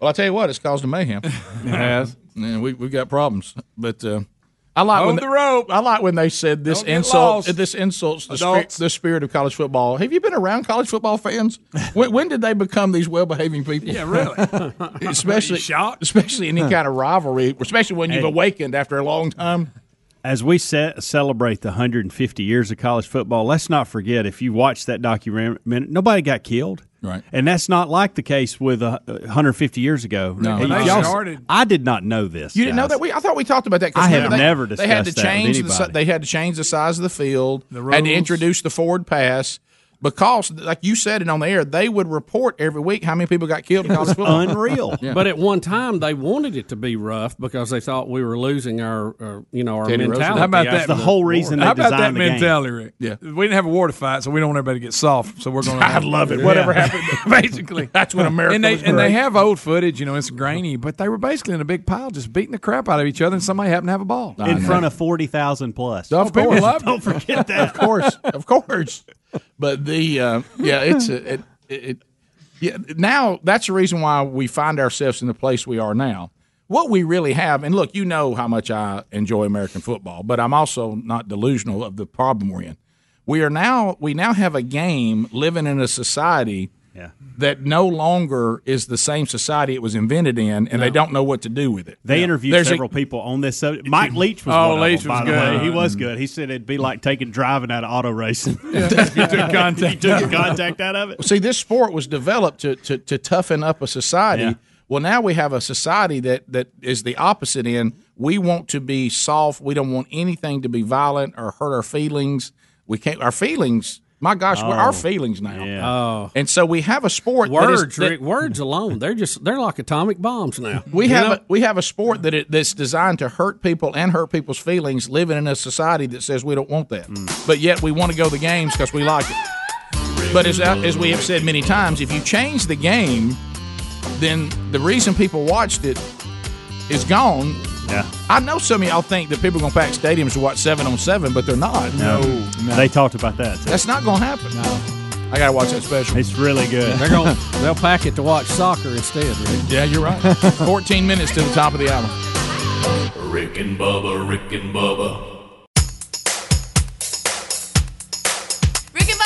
B: Well, I tell you what, it's caused a mayhem. Yes, yeah, we we've got problems. But uh, I like when
D: Hold the rope.
B: I like when they said this
D: Don't get
B: insult.
D: lost.
B: This insults the, spirit,
D: Adults.
B: the spirit of college football. Have you been around college football fans? when, when did they become these well-behaving people? Yeah,
D: really.
B: especially especially any kind of rivalry, especially when you've
E: Hey.
B: awakened after a long time.
E: As we se- celebrate the 150 years of college football, let's not forget if you watch that documentary, nobody got killed.
B: Right.
E: And that's not like the case with uh, 150 years ago.
B: No.
E: Hey,
B: When they
E: y'all-
B: started-
E: I did not know this.
B: You didn't know
E: guys.
B: that? We I thought we talked about that. 'cause
E: I
B: remember
E: have
B: they-
E: never
B: They had to
E: discussed that with
B: change. The, si-
E: anybody.
B: they had to change the size of the field. had to
D: rules.
B: introduce the forward pass because, like you said it on the air, they would report every week how many people got killed in college football. Yeah.
C: But at one time, they wanted it to be rough because they thought we were losing our, our you know, our
B: Teddy Roosevelt.
C: mentality.
B: How about
C: after
B: that? The whole reason
C: war.
D: How about that mentality, Rick?
B: Yeah.
D: we didn't have a war to fight, so we don't want everybody to get soft. So we're going. to
B: I love it. Whatever happened,
D: basically,
B: that's when America
D: And they
B: was
D: and they
B: great.
D: have old footage. You know, it's grainy, but they were basically in a big pile, just beating the crap out of each other, and somebody happened to have a ball
E: In front of 40,000 plus.
D: Of course.
E: Don't forget that.
B: of course, of course. But the uh, yeah, it's a, it, it, it yeah. Now that's the reason why we find ourselves in the place we are now. What we really have, and look, you know how much I enjoy American football, but I'm also not delusional of the problem we're in. We are now we now have a game living in a society
E: Yeah.
B: that no longer is the same society it was invented in, and they don't know what to do with it.
E: They
B: Yeah.
E: interviewed
B: There's a-
E: several people on this subject. Mike Leach was
B: Oh,
E: one of
B: Leach
E: them,
B: was
E: by the
B: good.
E: way. He was good. He said it'd be like taking driving out of auto racing.
B: took
E: contact. You took contact out of it.
B: See, this sport was developed to to, to toughen up a society. Well, now we have a society that that is the opposite end. We want to be soft. We don't want anything to be violent or hurt our feelings. We can't. Our feelings. My gosh, we're
C: Oh.
B: our feelings now. Uh,
C: Oh.
B: And so we have a sport. that is-
C: Words,
B: that-
C: Rick, words alone, they're just they're like atomic bombs now.
B: We
C: You
B: have
C: know?
B: a, we have a sport that it, that's designed to hurt people and hurt people's feelings. Living in a society that says we don't want that,
C: Mm.
B: but yet we want to go to the games because we like it. But as uh, as we have said many times, if you change the game, then the reason people watched it is gone.
E: Yeah.
B: I know some of y'all think that people are going to pack stadiums to watch seven on seven, but they're not.
E: They talked about that. too.
B: that's not going to happen. No, I got to watch that special.
E: It's really good.
C: They're going they'll pack it to watch soccer instead. Rick.
B: Yeah, you're right. Fourteen minutes to the top of the hour.
L: Rick and Bubba, Rick and Bubba,
M: Rick and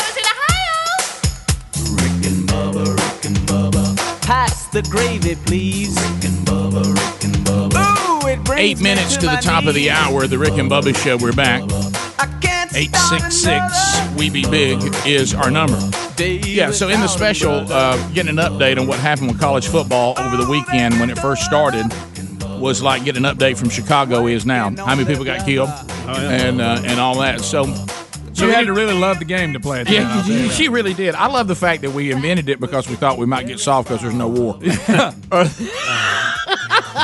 M: Bubba's in Ohio.
J: Pass the gravy, please. Ooh, it brings
B: Eight minutes to the top of the hour. The Rick and Bubba Show. We're back. 866 We Be Big is our number. Yeah, so in the special, uh, getting an update on what happened with college football over the weekend when it first started was like getting an update from Chicago is now. How many people got killed
C: Oh,
B: and uh, and all that. So, so
D: you had to really love the game to play it.
B: yeah, she- she really did. I love the fact that we invented it because we thought we might get soft because there's no war.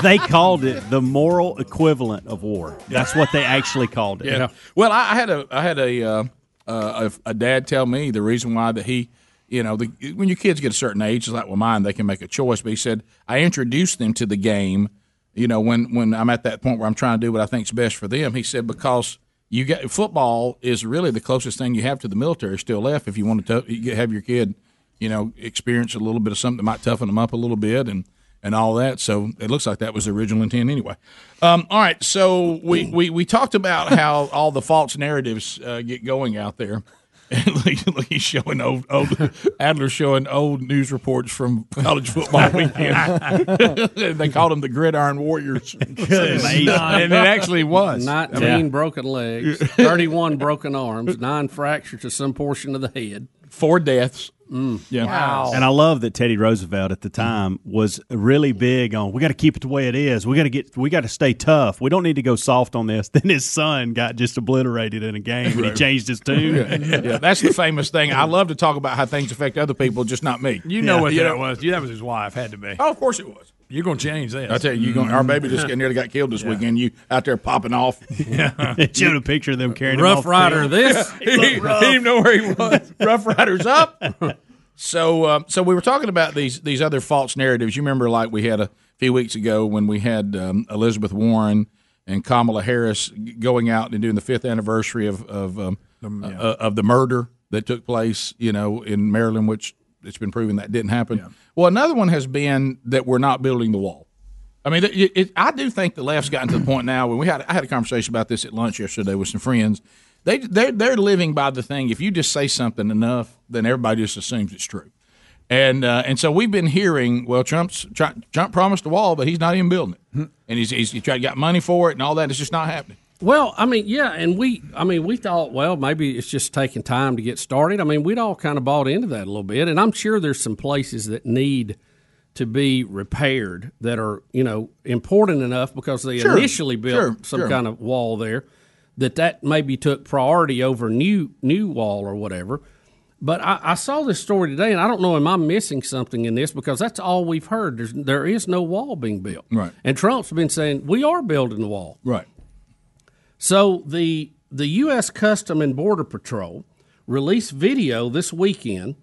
E: they called it the moral equivalent of war. That's what they actually called it.
B: Yeah. Well, I, I had a I had a, uh, uh, a a dad tell me the reason why that he you know the, when your kids get a certain age, it's like well mine they can make a choice, but he said I introduced them to the game. You know when when I'm at that point where I'm trying to do what I think's best for them, he said because. You get football is really the closest thing you have to the military still left. If you want to tou- you get- have your kid, you know, experience a little bit of something that might toughen them up a little bit and and all that. So it looks like that was the original intent anyway. Um, all right, so we, we, we talked about how all the false narratives uh, get going out there. And look, look, he's showing old, old Adler's showing old news reports from college football weekend. they called them the Gridiron Warriors, and it actually was.
C: 19 broken legs, 31 broken arms, nine fractures to some portion of the head.
B: Four deaths. Yeah.
C: Wow.
E: Mm. And I love that Teddy Roosevelt at the time was really big on we got to keep it the way it is. We got to get we got to stay tough. We don't need to go soft on this. Then his son got just obliterated in a game and he
B: Right.
E: changed his tune.
B: Yeah. Yeah, that's the famous thing. I love to talk about how things affect other people, just not me.
D: You know what
B: You
D: that
B: know-
D: was. You, that was his wife. Had to be.
B: Oh, of course it was.
D: You're gonna change this.
B: I tell you, you going our baby just nearly got killed this weekend. You out there popping off.
E: Yeah. It showed a picture of them carrying him
B: Rough
E: off the
B: Rider
E: field.
B: this.
E: He looked rough.
B: He didn't know where he was. Rough Riders up. So, um, so we were talking about these these other false narratives. You remember, like we had a few weeks ago when we had um, Elizabeth Warren and Kamala Harris g- going out and doing the fifth anniversary of of um, uh, of the murder that took place, you know, in Maryland, which it's been proven that didn't happen. Well, another one has been that we're not building the wall. I mean, it, it, I do think the left's gotten to the point now when we had I had a conversation about this at lunch yesterday with some friends. They they're, they're living by the thing. If you just say something enough, then everybody just assumes it's true. And uh, and so we've been hearing, well, Trump's Trump, Trump promised a wall, but he's not even building it, and he's he's he tried to get money for it and all that. It's just not happening.
C: Well, I mean, yeah, and we, I mean, we thought, well, maybe it's just taking time to get started. I mean, we'd all kind of bought into that a little bit, and I'm sure there's some places that need to be repaired that are, you know, important enough because they
B: Sure,
C: initially built
B: sure,
C: some
B: sure.
C: kind of wall there that that maybe took priority over new new wall or whatever. But I, I saw this story today, and I don't know am I missing something in this because that's all we've heard. There's there is no wall being built,
B: Right.
C: And Trump's been saying we are building the wall,
B: Right.
C: so the the U.S. Custom and Border Patrol released video this weekend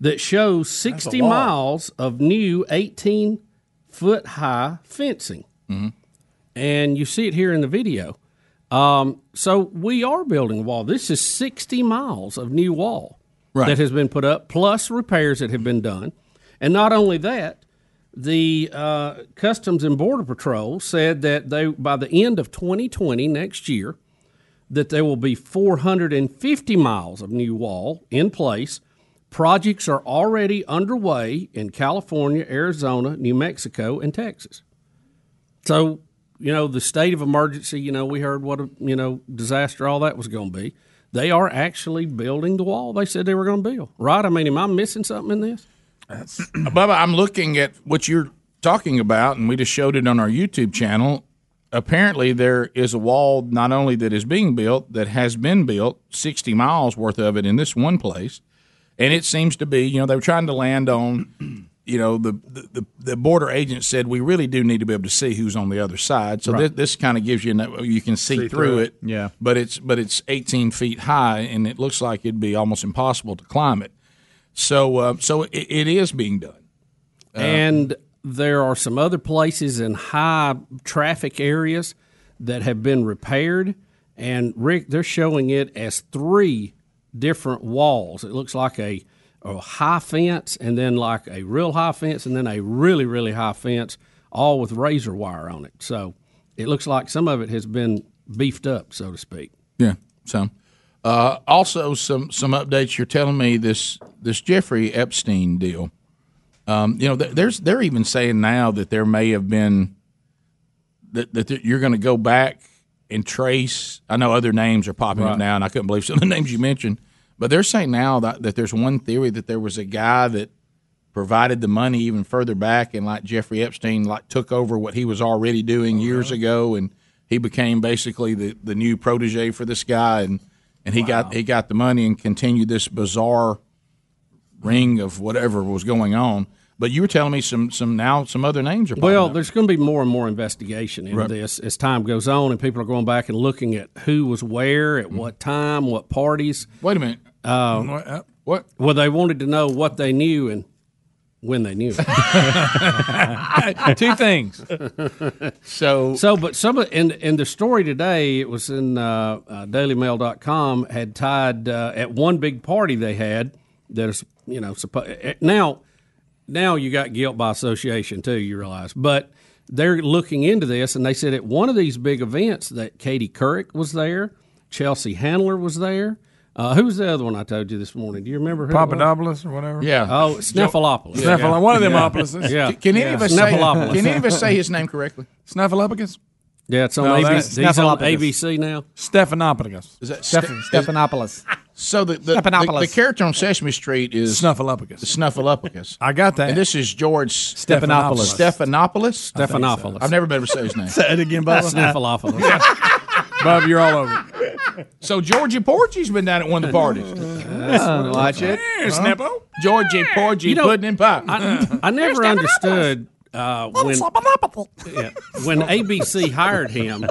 C: that shows 60
O: wall.
C: miles of new 18 foot high fencing,
B: Mm-hmm.
C: and you see it here in the video. Um, so we are building a wall. This is 60 miles of new wall
B: Right.
C: that has been put up, plus repairs that have been done, and not only that the uh, Customs and Border Patrol said that they by the end of 2020 next year that there will be 450 miles of new wall in place, Projects are already underway in California, Arizona, New Mexico, and Texas. So, you know, the state of emergency, you know, we heard what a, you know, disaster all that was going to be. They are actually building the wall they said they were going to build. Right? I mean, am I missing something in this?
B: Bubba, I'm looking at what you're talking about, and we just showed it on our YouTube channel. Apparently, there is a wall not only that is being built, that has been built, 60 miles worth of it in this one place. And it seems to be, you know, they were trying to land on, you know, the, the, the, the border agent said, we really do need to be able to see who's on the other side. So
D: Right.
B: thi- this, kind of gives you, an- you can see, through, it
D: Yeah.
B: but it's but it's 18 feet high, and it looks like it'd be almost impossible to climb it. So uh, so it, it is being done. Uh,
C: and there are some other places in high traffic areas that have been repaired. And Rick, they're showing it as three different walls. It looks like a, a high fence, and then like a real high fence, and then a really, really high fence, all with razor wire on it. So it looks like some of it has been beefed up, so to speak.
B: yeah. So uh, also some some updates. You're telling me this this Jeffrey Epstein deal. Um, you know, th- there's they're even saying now that there may have been that that th- you're going to go back and trace. I know other names are popping up
D: Right.
B: now, and I couldn't believe some of the names you mentioned. But they're saying now that, that there's one theory that there was a guy that provided the money even further back, and like Jeffrey Epstein, like took over what he was already doing years ago, and he became basically the, the new protege for this guy, and and he got he got the money and continued this bizarre ring of whatever was going on. But you were telling me some some now some other names are popping
C: Well,
B: up.
C: there's going to be more and more investigation into
B: Right.
C: this as time goes on, and people are going back and looking at who was where, at
B: Mm-hmm.
C: what time, what parties.
B: Wait a minute.
C: Uh,
B: What- uh, what?
C: Well, they wanted to know what they knew and when they knew.
B: Two things. so,
C: so, but some of in in the story today, it was in uh, uh, DailyMail.com had tied uh, at one big party they had. There's you know suppo- eh, now now you got guilt by association too. You realize, but they're looking into this, and they said at one of these big events that Katie Couric was there, Chelsea Handler was there. Uh, who was the other one I told you this morning? Do you remember? Who it was?
D: Papadopoulos or whatever.
C: Oh, Snuffleupagus.
D: Yeah. Snuffleupagus. One of them opposites.
C: Yeah.
B: Can any of us say,
C: Snuffleupagus.
B: can any of us say his name correctly?
D: Snuffleupagus?
C: Yeah, it's on ABC.
D: that's
C: He's on
D: Stephanopoulos.
C: ABC now.
D: Stephanopoulos.
B: Is that
D: Steph-
B: Ste- is-
D: Stephanopoulos?
B: So the the, the,
D: Stephanopoulos.
B: the character on Sesame Street is
D: Snuffleupagus.
B: Snuffleupagus. I
D: got that.
B: And this is George
D: Stephanopoulos.
B: Stephanopoulos.
D: I think so.
B: I've never been able to say his name.
D: Say it again, Bubba.
C: Snuffleupagus.
D: Bob, you're all over.
B: So Georgie Porgy's been down at one of the parties.
D: Uh, watch it.
B: Yeah, Snappo. Georgie Porgy pudding and pie.
D: Mm-hmm.
C: I, I never understood uh, when yeah, when ABC hired him,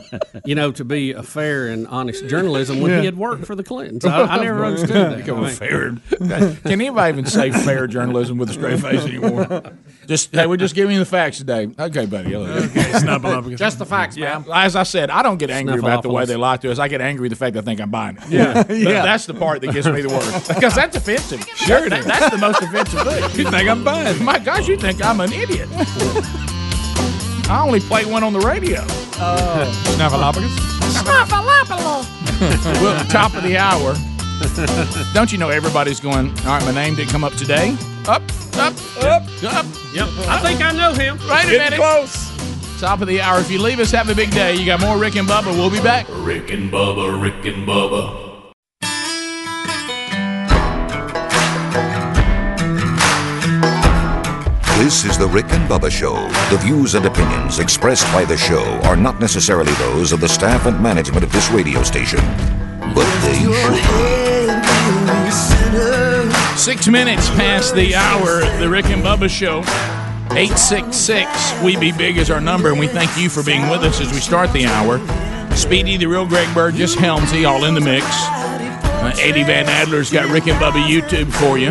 C: you know, to be a fair and honest journalism when
B: Yeah.
C: he had worked for the Clintons. I, I never understood that.
B: Become
C: I
B: a
C: mean-
B: fair- Can anybody even say fair journalism with a straight face anymore? Just hey, we're just giving you the facts today. Okay, buddy. Okay,
D: Snuffleupagus.
B: Just the facts, man. As I said, I don't get angry about the way
D: Snuffleupagus.
B: they lie to us. I get angry at the fact they think I'm buying it.
D: Yeah.
B: Th-
D: Yeah.
B: that's the part that gets me the worst because that's offensive.
D: Sure it
B: That-
D: is.
B: That's the most offensive thing.
D: You think I'm buying it.
B: My gosh, you think I'm an idiot? I only play one on the radio.
D: Oh. Snuffleupagus.
B: well, top of the hour. Don't you know everybody's going? All right, my name didn't come up today. Up, up, up, up. Yep.
C: I think I know him.
B: Right a
L: Getting
B: minute. Close. Top of the hour. If you leave us, have a big day. You got more Rick and Bubba. We'll be back.
L: Rick and Bubba, Rick and Bubba,
O: This is the Rick and Bubba Show. The views and opinions expressed by the show are not necessarily those of the staff and management of this radio station, but they
B: Six minutes past the hour, the Rick and Bubba Show. 866 We Be Big is our number, and we thank you for being with us as we start the hour. Speedy, the real Greg Bird, just Helmsy, all in the mix. Uh, Eddie Van Adler's got Rick and Bubba YouTube for you.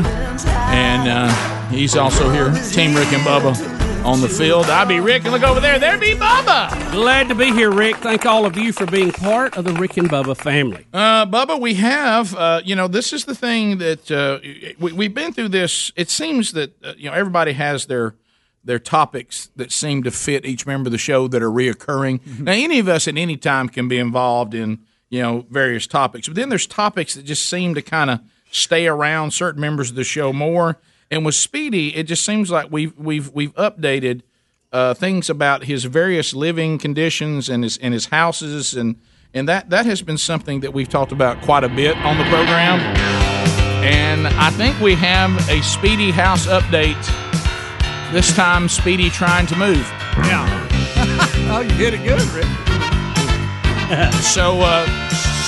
B: And uh, he's also here, Team Rick and Bubba on the field. I'll be Rick, and look over there. There be Bubba.
C: Glad to be here, Rick. Thank all of you for being part of the Rick and Bubba family.
B: Uh, Bubba, we have, uh, you know, this is the thing that uh, we, we've been through this. It seems that, uh, you know, everybody has their their topics that seem to fit each member of the show that are reoccurring. Now, any of us at any time can be involved in, you know, various topics, but then there's topics that just seem to kind of stay around certain members of the show more. And with Speedy, it just seems like we've we've we've updated uh, things about his various living conditions and his and his houses and and that that has been something that we've talked about quite a bit on the program. And I think we have a Speedy house update. This time, Speedy trying to move.
D: Yeah. oh, you hit it good, Rick.
B: so uh,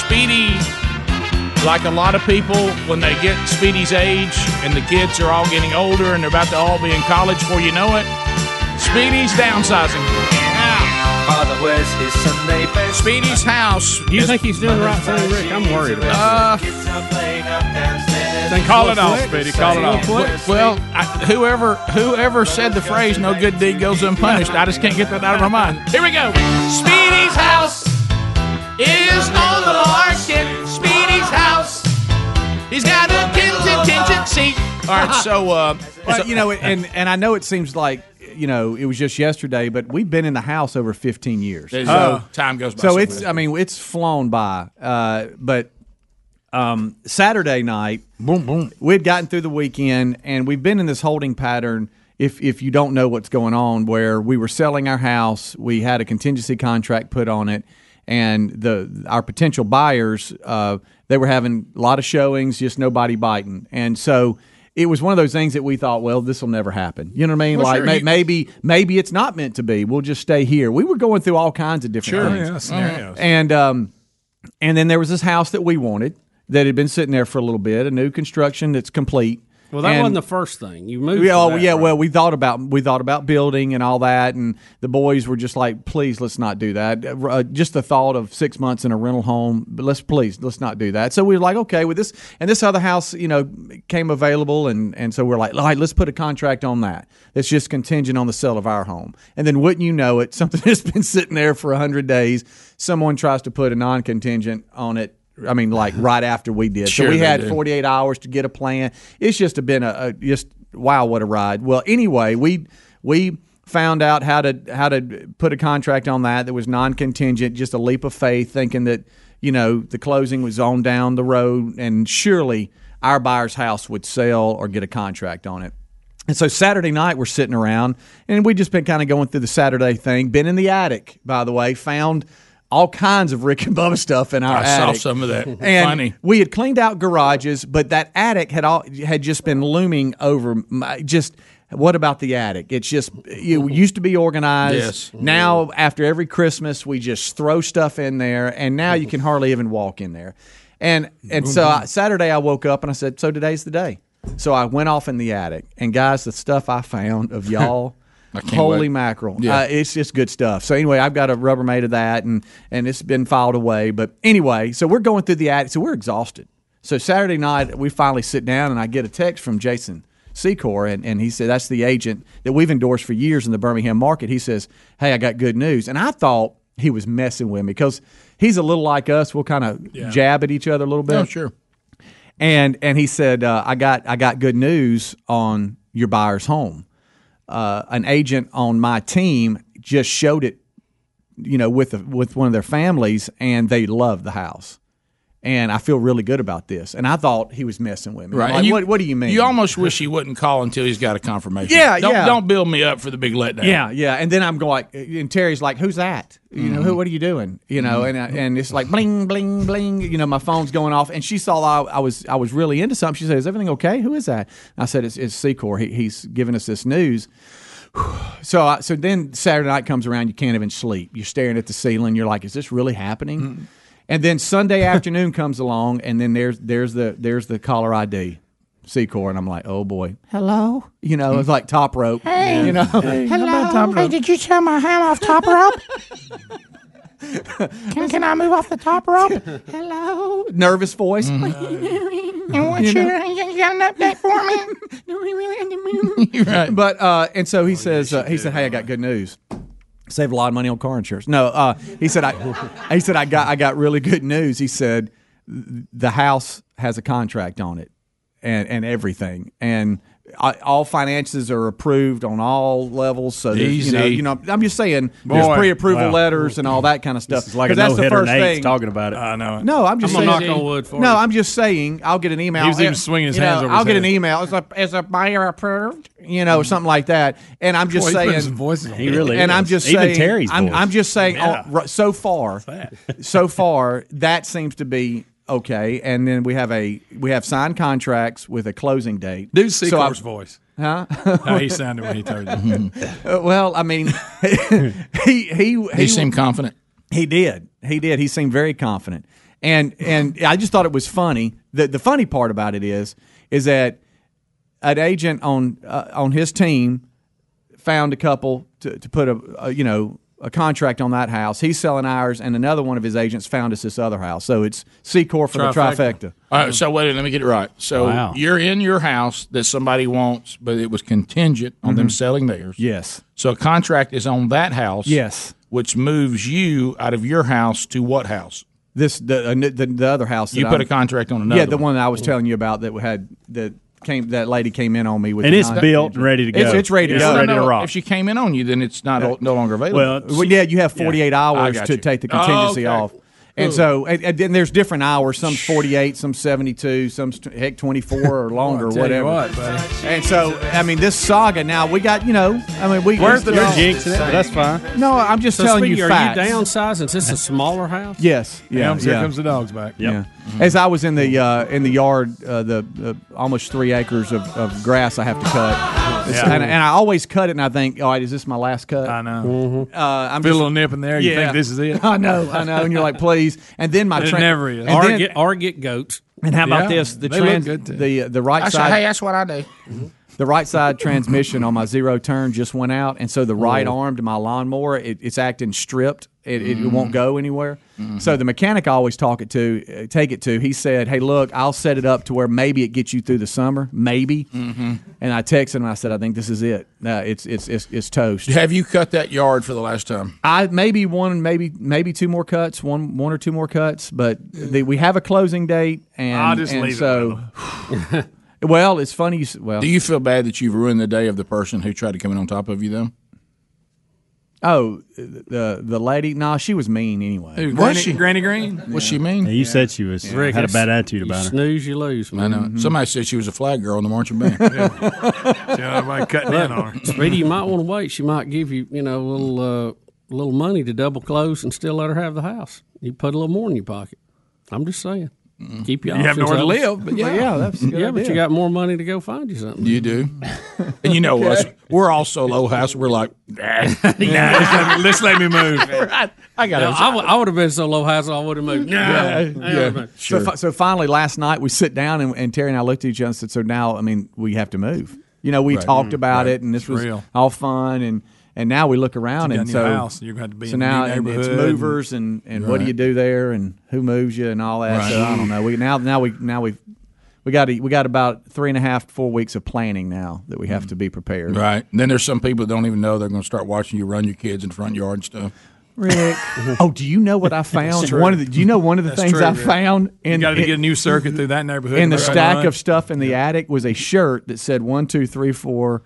B: Speedy, like a lot of people, when they get Speedy's age and the kids are all getting older and they're about to all be in college before you know it, Speedy's downsizing.
G: Father, where's his Sunday best?
B: Speedy's house.
C: You think he's doing the right thing, Rick? I'm worried
B: Uh,
C: about
B: Then call it off, Speedy. Call it off. Well, I, whoever whoever said the phrase "no good deed goes unpunished," I just can't get that out of my mind. Here we go. Speedy's house is on the market. Speedy's house. He's got a contingency. All right, so uh,
H: Well, you know, and and I know it seems like you know it was just yesterday, but we've been in the house over 15 years.
B: There you go. Time goes by
H: So
B: so
H: it's,
B: quick.
H: I mean, it's flown by. Uh, but um, Saturday night, boom, boom, we'd gotten through the weekend, and we've been in this holding pattern. If if you don't know what's going on, where we were selling our house, we had a contingency contract put on it. And the our potential buyers, uh, they were having a lot of showings, just nobody biting, and so it was one of those things that we thought, well, this will never happen. You know what I mean?
D: Well,
H: like
D: sure,
H: may-
D: you-
H: maybe maybe it's not meant to be. We'll just stay here. We were going through all kinds of different
D: Sure,
H: things.
D: yeah, scenarios.
H: And um, and then there was this house that we wanted that had been sitting there for a little bit, a new construction that's complete.
C: Well, that
H: And-
C: wasn't the first thing. You moved.
H: yeah,
C: from
H: oh,
C: that,
H: yeah.
C: right?
H: Well, we thought about we thought about building and all that, and the boys were just like, "Please, let's not do that." Uh, just the thought of six months in a rental home, but let's please let's not do that. So we were like, "Okay, with this and this other house, you know, came available, and and so we're like, all right, let's put a contract on that. That's just contingent on the sale of our home." And then, wouldn't you know it, something that's been sitting there for hundred days, someone tries to put a non-contingent on it. I mean, like right after we did.
D: Sure
H: so we
D: they
H: had
D: do.
H: 48 hours to get a plan. It's just been a, a just wow, what a ride. Well, anyway, we we found out how to how to put a contract on that that was non-contingent, just a leap of faith, thinking that you know the closing was on down the road, and surely our buyer's house would sell or get a contract on it. And so Saturday night we're sitting around and we just been kind of going through the Saturday thing. Been in the attic, by the way, found all kinds of Rick and Bubba stuff in our
B: I saw
H: attic.
B: some of that.
H: And
B: Funny.
H: we had cleaned out garages, but that attic had all had just been looming over. My, just what about the attic? It's just it used to be organized.
B: Yes.
H: Now after every Christmas, we just throw stuff in there, and now you can hardly even walk in there. And and so I, Saturday I woke up and I said, so today's the day. So I went off in the attic, and guys, the stuff I found of y'all.
D: can't
H: Holy
D: wait.
H: mackerel!
D: Yeah.
H: Uh, it's just good stuff. So anyway, I've got a Rubbermaid of that, and and it's been filed away. But anyway, so we're going through the attic, so we're exhausted. So Saturday night, we finally sit down, and I get a text from Jason Secor, and and he said that's the agent that we've endorsed for years in the Birmingham market. He says, "Hey, I got good news," and I thought he was messing with me because he's a little like us. We'll kind of jab at each other a little bit.
B: Oh, sure.
H: And and he said, uh, I got I got good news on your buyer's home. Uh, an agent on my team just showed it, you know, with the, with one of their families, and they love the house. And I feel really good about this. And I thought he was messing with me.
B: Right.
H: Like,
B: And you-
H: what, what do you mean?
B: You almost wish he wouldn't call until he's got a confirmation.
H: Yeah,
B: don't,
H: yeah.
B: Don't build me up for the big letdown.
H: Yeah, yeah. And then I'm going, and Terry's like, "Who's that? You know, who? What are you doing? You know?" And I, and it's like bling, bling, bling. You know, my phone's going off, and she saw I, I was I was really into something. She said, "Is everything okay? Who is that?" And I said, "It's it's Secor. He, he's giving us this news." So I, so then Saturday night comes around, you can't even sleep. You're staring at the ceiling. You're like, "Is this really happening?" And then Sunday afternoon comes along, and then there's there's the there's the caller ID, Secor, and I'm like, "Oh boy."
P: Hello.
H: You know, it's like top rope.
P: Hey.
H: you know,
P: Hello. Hey, did you tell my hand off top rope? can, can I move off the top rope? Hello.
H: nervous voice.
E: Mm-hmm.
P: And what's
H: You know.
P: your? You got an update for me? Do we really?
H: But uh, and
E: Oh,
H: so he says, uh, he said, "Hey, I got good news. Saved a lot of money on car insurance." No, uh, he said, "I," he said, "I got, I got really good news." He said, "The house has a contract on it, and and everything, and I- all finances are approved on all levels. So there's, you know,
E: Easy.
H: you know, I'm just saying there's
E: Boy,
H: pre-approval
E: wow.
H: letters and all that kind of stuff.
E: This is like
H: 'Cause
E: a
H: that's the
E: no-hitter
H: first
E: Nate's
H: thing.
E: talking about it.
D: I know.
H: No, I'm just
E: I'm
H: saying.
E: gonna knock on wood for
H: no,
E: him.
H: I'm just saying. I'll get an email.
D: He was even swinging his
H: you
D: hands
H: know,
D: over
H: I'll
D: his
H: get an
D: head.
H: email. Is a is a buyer approved? You know, something like that. And I'm just
D: Boy, he put
H: saying.
D: some voices on
H: and
D: it. He
H: And
D: really
H: I'm
D: is.
H: just
D: Even
H: saying.
D: Terry's
H: I'm,
D: voice.
H: I'm just saying.
D: Yeah.
H: oh, right, so far, so far, that seems to be. Okay, and then we have a we have signed contracts with a closing date.
D: Do
H: see
D: Seacor's voice.
H: huh?
D: How he sounded when he told you.
H: Uh, well, I mean, he he he,
B: seemed confident.
H: He did. He did. He seemed very confident. And and I just thought it was funny. The the funny part about it is is that an agent on uh, on his team found a couple to, to put a, a you know a contract on that house. He's selling ours, and another one of his agents found us this other house. So it's C corp
D: Mm-hmm.
H: for the trifecta.
B: All right, so wait, let me get it right. So
H: Wow.
B: you're in your house that somebody wants, but it was contingent on them
H: Mhm.
B: selling theirs.
H: Yes.
B: So a contract is on that house.
H: Yes.
B: Which moves you out of your house to what house?
H: This the uh, the, the other house.
B: You
H: that
B: put
H: I'm-
B: a contract on another.
H: Yeah, the one that I was telling you about that had that came that lady came in on me with,
B: And
H: the
B: it's
H: non-
B: built and ready to
H: It's,
B: go.
H: it's ready
B: It's
H: to go.
B: ready to rock. If she came in on you, then it's not no longer available.
H: Well, yeah, you have 48
B: Yeah. I
H: hours
B: got
H: to
B: you.
H: take the
B: Oh,
H: contingency
B: okay.
H: off. And
B: Ooh.
H: so, and, and then there's different hours. Some 48, some 72, some st- heck 24 or longer,
D: I'll tell you
H: whatever.
D: what, buddy.
H: and so, I mean, this saga. Now we got, you know, I mean, we
C: Worth it
H: You're
C: all.
H: jinxing it, but that's
C: fine.
H: No, I'm just
C: So
H: telling
C: speaking
H: you
C: of-
H: facts.
C: Are you downsizing? Is this a smaller house?
H: Yes. Yeah.
D: Here
H: yeah.
D: comes the dogs back.
H: Yeah. As I was in the uh, in the yard, uh, the uh, almost three acres of, of grass I have to cut, It's-
D: Yeah.
H: and, and I always cut it, and I think, all right, is this my last cut? I
D: know.
H: Uh, I'm
D: Feel a
H: just-
D: little nip in there. You think this is it?
H: I know, I know, and you're like, please. And then my
D: It
H: tra-
D: never is.
H: And
D: Or
H: then-
D: get-
C: or get goats.
H: And how about
C: Yeah,
H: this? The
C: they look
H: trans,
C: good, too.
H: the uh, the right
B: I
H: side.
B: say, hey, that's what I do.
H: The right side transmission on my zero turn just went out, and so the right
B: Oh.
H: arm to my lawnmower, it, it's acting stripped. It, it,
B: Mm-hmm.
H: won't go anywhere. So the mechanic I always talk it to, uh, take it to. He said, "Hey, look, I'll set it up to where maybe it gets you through the summer, maybe." And I texted him. I said, "I think this is it. Uh, it's, it's it's it's toast."
B: Have you cut that yard for the last time?
H: I maybe one, maybe maybe two more cuts, one one or two more cuts, but the, we have a closing date, and
B: I'll just
H: and
B: leave it
H: so. well, it's funny. You, s- well,
B: Do you feel bad that you've ruined the day of the person who tried to come in on top of you, though?
H: Oh, the the lady. Nah, she was mean anyway.
D: Who, Granny- Granny Green?
B: What's she mean?
E: you said she was had a bad attitude about her.
C: Snooze, you lose.
B: I know.
H: Mm-hmm.
B: Somebody said she was a flag girl in the marching band.
D: everybody cutting in on her.
C: Speedy, you might want to wait. She might give you, you know, a little uh, little money to double close and still let her have the house. You put a little more in your pocket. I'm just saying.
B: Mm-hmm.
C: Keep your
D: You have
C: options
D: nowhere to live,
C: open.
D: but yeah.
H: that's
C: yeah, but you got more money to go find you something.
B: You do. And you know us. We're all so low house. We're like,
D: Nah, just let me move.
B: I got
C: No, I, w- I would have been so low housed, I would have moved. Nah, I would've moved.
H: So, fi- so finally, last night we sit down and, and Terry and I looked at each other and said, "So now, I mean, we have to move." You know, we
D: Right.
H: talked
D: Mm,
H: about
D: right.
H: it, and this
D: It's
H: was
D: real.
H: all fun, and and now we look around
D: You got
H: and
D: a new
H: so
D: house, you're gonna have to be
H: so
D: in a
H: now
D: new
H: and it's
D: neighborhood and-
H: movers and and what do
D: Right.
H: you do there and who moves you and all that.
D: Right.
H: So I don't know. We now now we now we've. We got a, we got about three and a half four weeks of planning now that we have
D: Mm.
H: to be prepared.
B: Right. And then there's some people that don't even know they're going to start watching you run your kids in the front yard and stuff.
H: Rick. oh, do you know what I found?
B: Mm-hmm. true.
H: One of the, do you know one of the
B: That's
H: things
B: true,
H: I
B: Rick.
H: found in
D: you got to
H: in-
D: get a new circuit through that neighborhood.
H: in the
D: Right.
H: stack of stuff in the attic was a shirt that said one, two, three, four.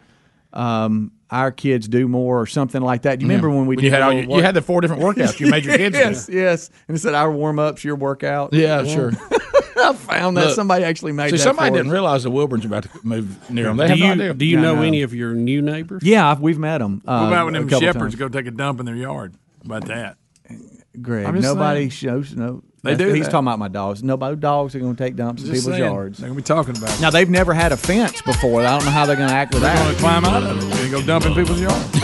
H: Um, our kids do more or something like that. Do you
B: Yeah.
H: remember when we
B: When
H: did
B: you had
H: our
B: all your-
H: work-
B: you had the four different workouts you made your kids do.
H: yes, yes, and it said our warm ups, your workout.
B: Yeah, sure.
H: I found that
B: Look.
H: somebody actually made.
B: See,
H: that
B: somebody
H: for
B: didn't
H: us.
B: realize the Wilburns about to move near them. They
H: Do
B: have
H: you-
B: no idea.
H: do you know any
C: of your new neighbors?
H: Yeah, I've, we've met them.
D: What about when
H: Um, a
D: them
H: couple
D: shepherds
H: times.
D: go take a dump in their yard? How About that.
H: Greg,
D: I'm just saying.
H: nobody shows no.
D: They
H: that's-
D: do
H: He's
D: that.
H: talking about my dogs. Nobody dogs are going to take dumps in
D: Just
H: people's
D: saying.
H: yards.
D: They're gonna be talking about.
H: Now they've never had a fence before. I don't know how they're going to act with
D: They're
H: that.
D: going to climb out of it and go dump in people's yards.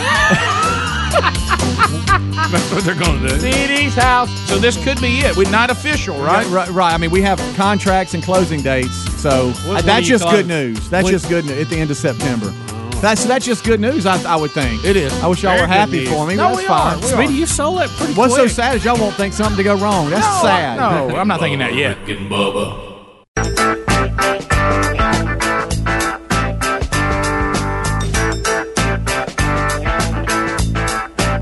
D: That's what they're going to do.
B: CD's house. So this could be it. We're not official, right?
H: Yeah, right, right. I mean, we have contracts and closing dates, so uh,
B: What- what
H: that's
B: do you
H: just good
B: close?
H: news. That's
B: What-
H: just good news at the end of September. That's that's just good news. I, I would think
B: it is.
H: I wish y'all
B: Very
H: were
B: good
H: happy
B: news.
H: for me.
B: No,
H: that's
B: we are,
H: fine.
B: we are. Sweetie,
C: you sold that pretty
H: What's
B: quick.
H: so sad is y'all won't think something to go wrong. That's
B: No,
H: sad.
B: no, I'm not thinking that yet.
L: Rick and Bubba.
B: Uh,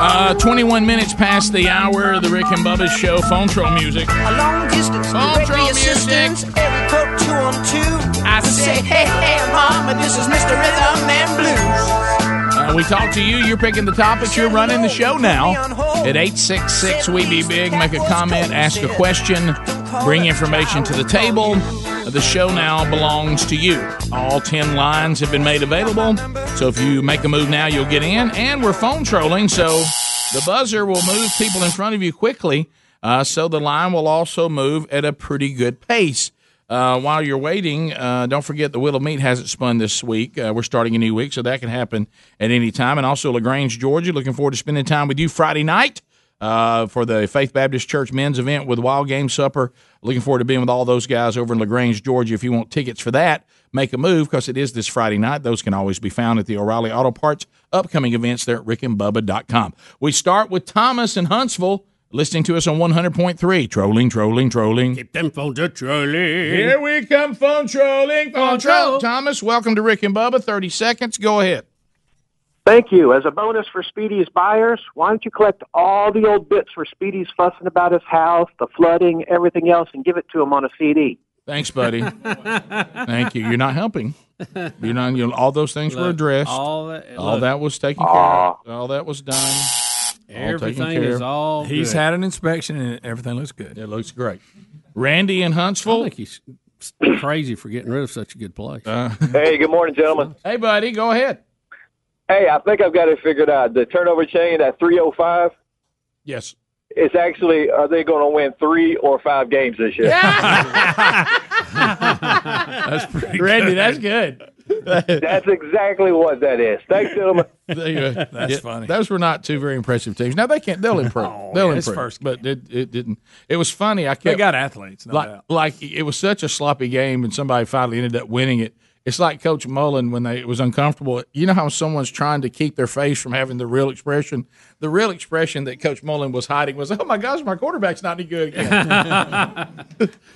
B: uh, 21 minutes past the hour of the Rick and Bubba Show. Phone troll music.
G: A long distance
B: Phone
G: directory
B: troll
G: assistance. Eric Cook two on two. I say, hey, hey, mama, this is Mr. Rhythm and Blues.
B: Uh, we talk to you. You're picking the topics. You're running the show now at 866 We Be Big. Make a comment, ask a question, bring information to the table. The show now belongs to you. All 10 lines have been made available. So if you make a move now, you'll get in. And we're phone trolling. So the buzzer will move people in front of you quickly. Uh, so the line will also move at a pretty good pace. Uh, while you're waiting, uh, don't forget the Wheel of Meat hasn't spun this week. Uh, we're starting a new week, so that can happen at any time. And also LaGrange, Georgia, looking forward to spending time with you Friday night uh, for the Faith Baptist Church men's event with Wild Game Supper. Looking forward to being with all those guys over in LaGrange, Georgia. If you want tickets for that, make a move because it is this Friday night. Those can always be found at the O'Reilly Auto Parts upcoming events there at rickandbubba.com. We start with Thomas in Huntsville listening to us on 100.3. Trolling, trolling, trolling.
C: Them phones are trolling.
B: Here we come, phone trolling, phone troll. Thomas, welcome to Rick and Bubba. Thirty seconds. Go ahead.
Q: Thank you. As a bonus for Speedy's buyers, why don't you collect all the old bits where Speedy's fussing about his house, the flooding, everything else, and give it to him on a CD?
B: Thanks, buddy. Thank you. You're not helping. You're not. You all those things were
Q: Look,
B: addressed.
Q: all that-
B: All
Q: look.
B: that was taken care of. All that was done. All taken care of.
D: He's had an inspection and everything looks good.
B: It looks great. Randy in Huntsville.
C: I think he's crazy for getting rid of such a good place.
B: Uh,
R: Hey, good morning, gentlemen.
B: Hey, buddy, go ahead.
R: Hey, I think I've got it figured out. The turnover chain at 305
B: Yes.
R: is actually, are they going to win three or five games this year?
B: that's pretty Randy, that's good.
R: That's exactly what that is. Thanks, gentlemen.
B: Yeah, Those were not two very impressive teams. Now they can't. They'll improve. they'll
D: Oh, yeah, it's
B: improve.
D: first
B: but it, it didn't. It was funny. I kept,
D: They got athletes, no
B: like
D: doubt.
B: like it was such a sloppy game, and somebody finally ended up winning it. It's like Coach Mullen when they it was uncomfortable. You know how someone's trying to keep their face from having the real expression. The real expression that Coach Mullen was hiding was, "Oh my gosh, my quarterback's not any good again." I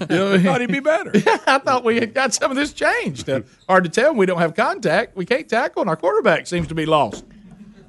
B: thought he'd be better. I thought we had got some of this changed. Uh, hard to tell. We don't have contact. We can't tackle, and our quarterback seems to be lost.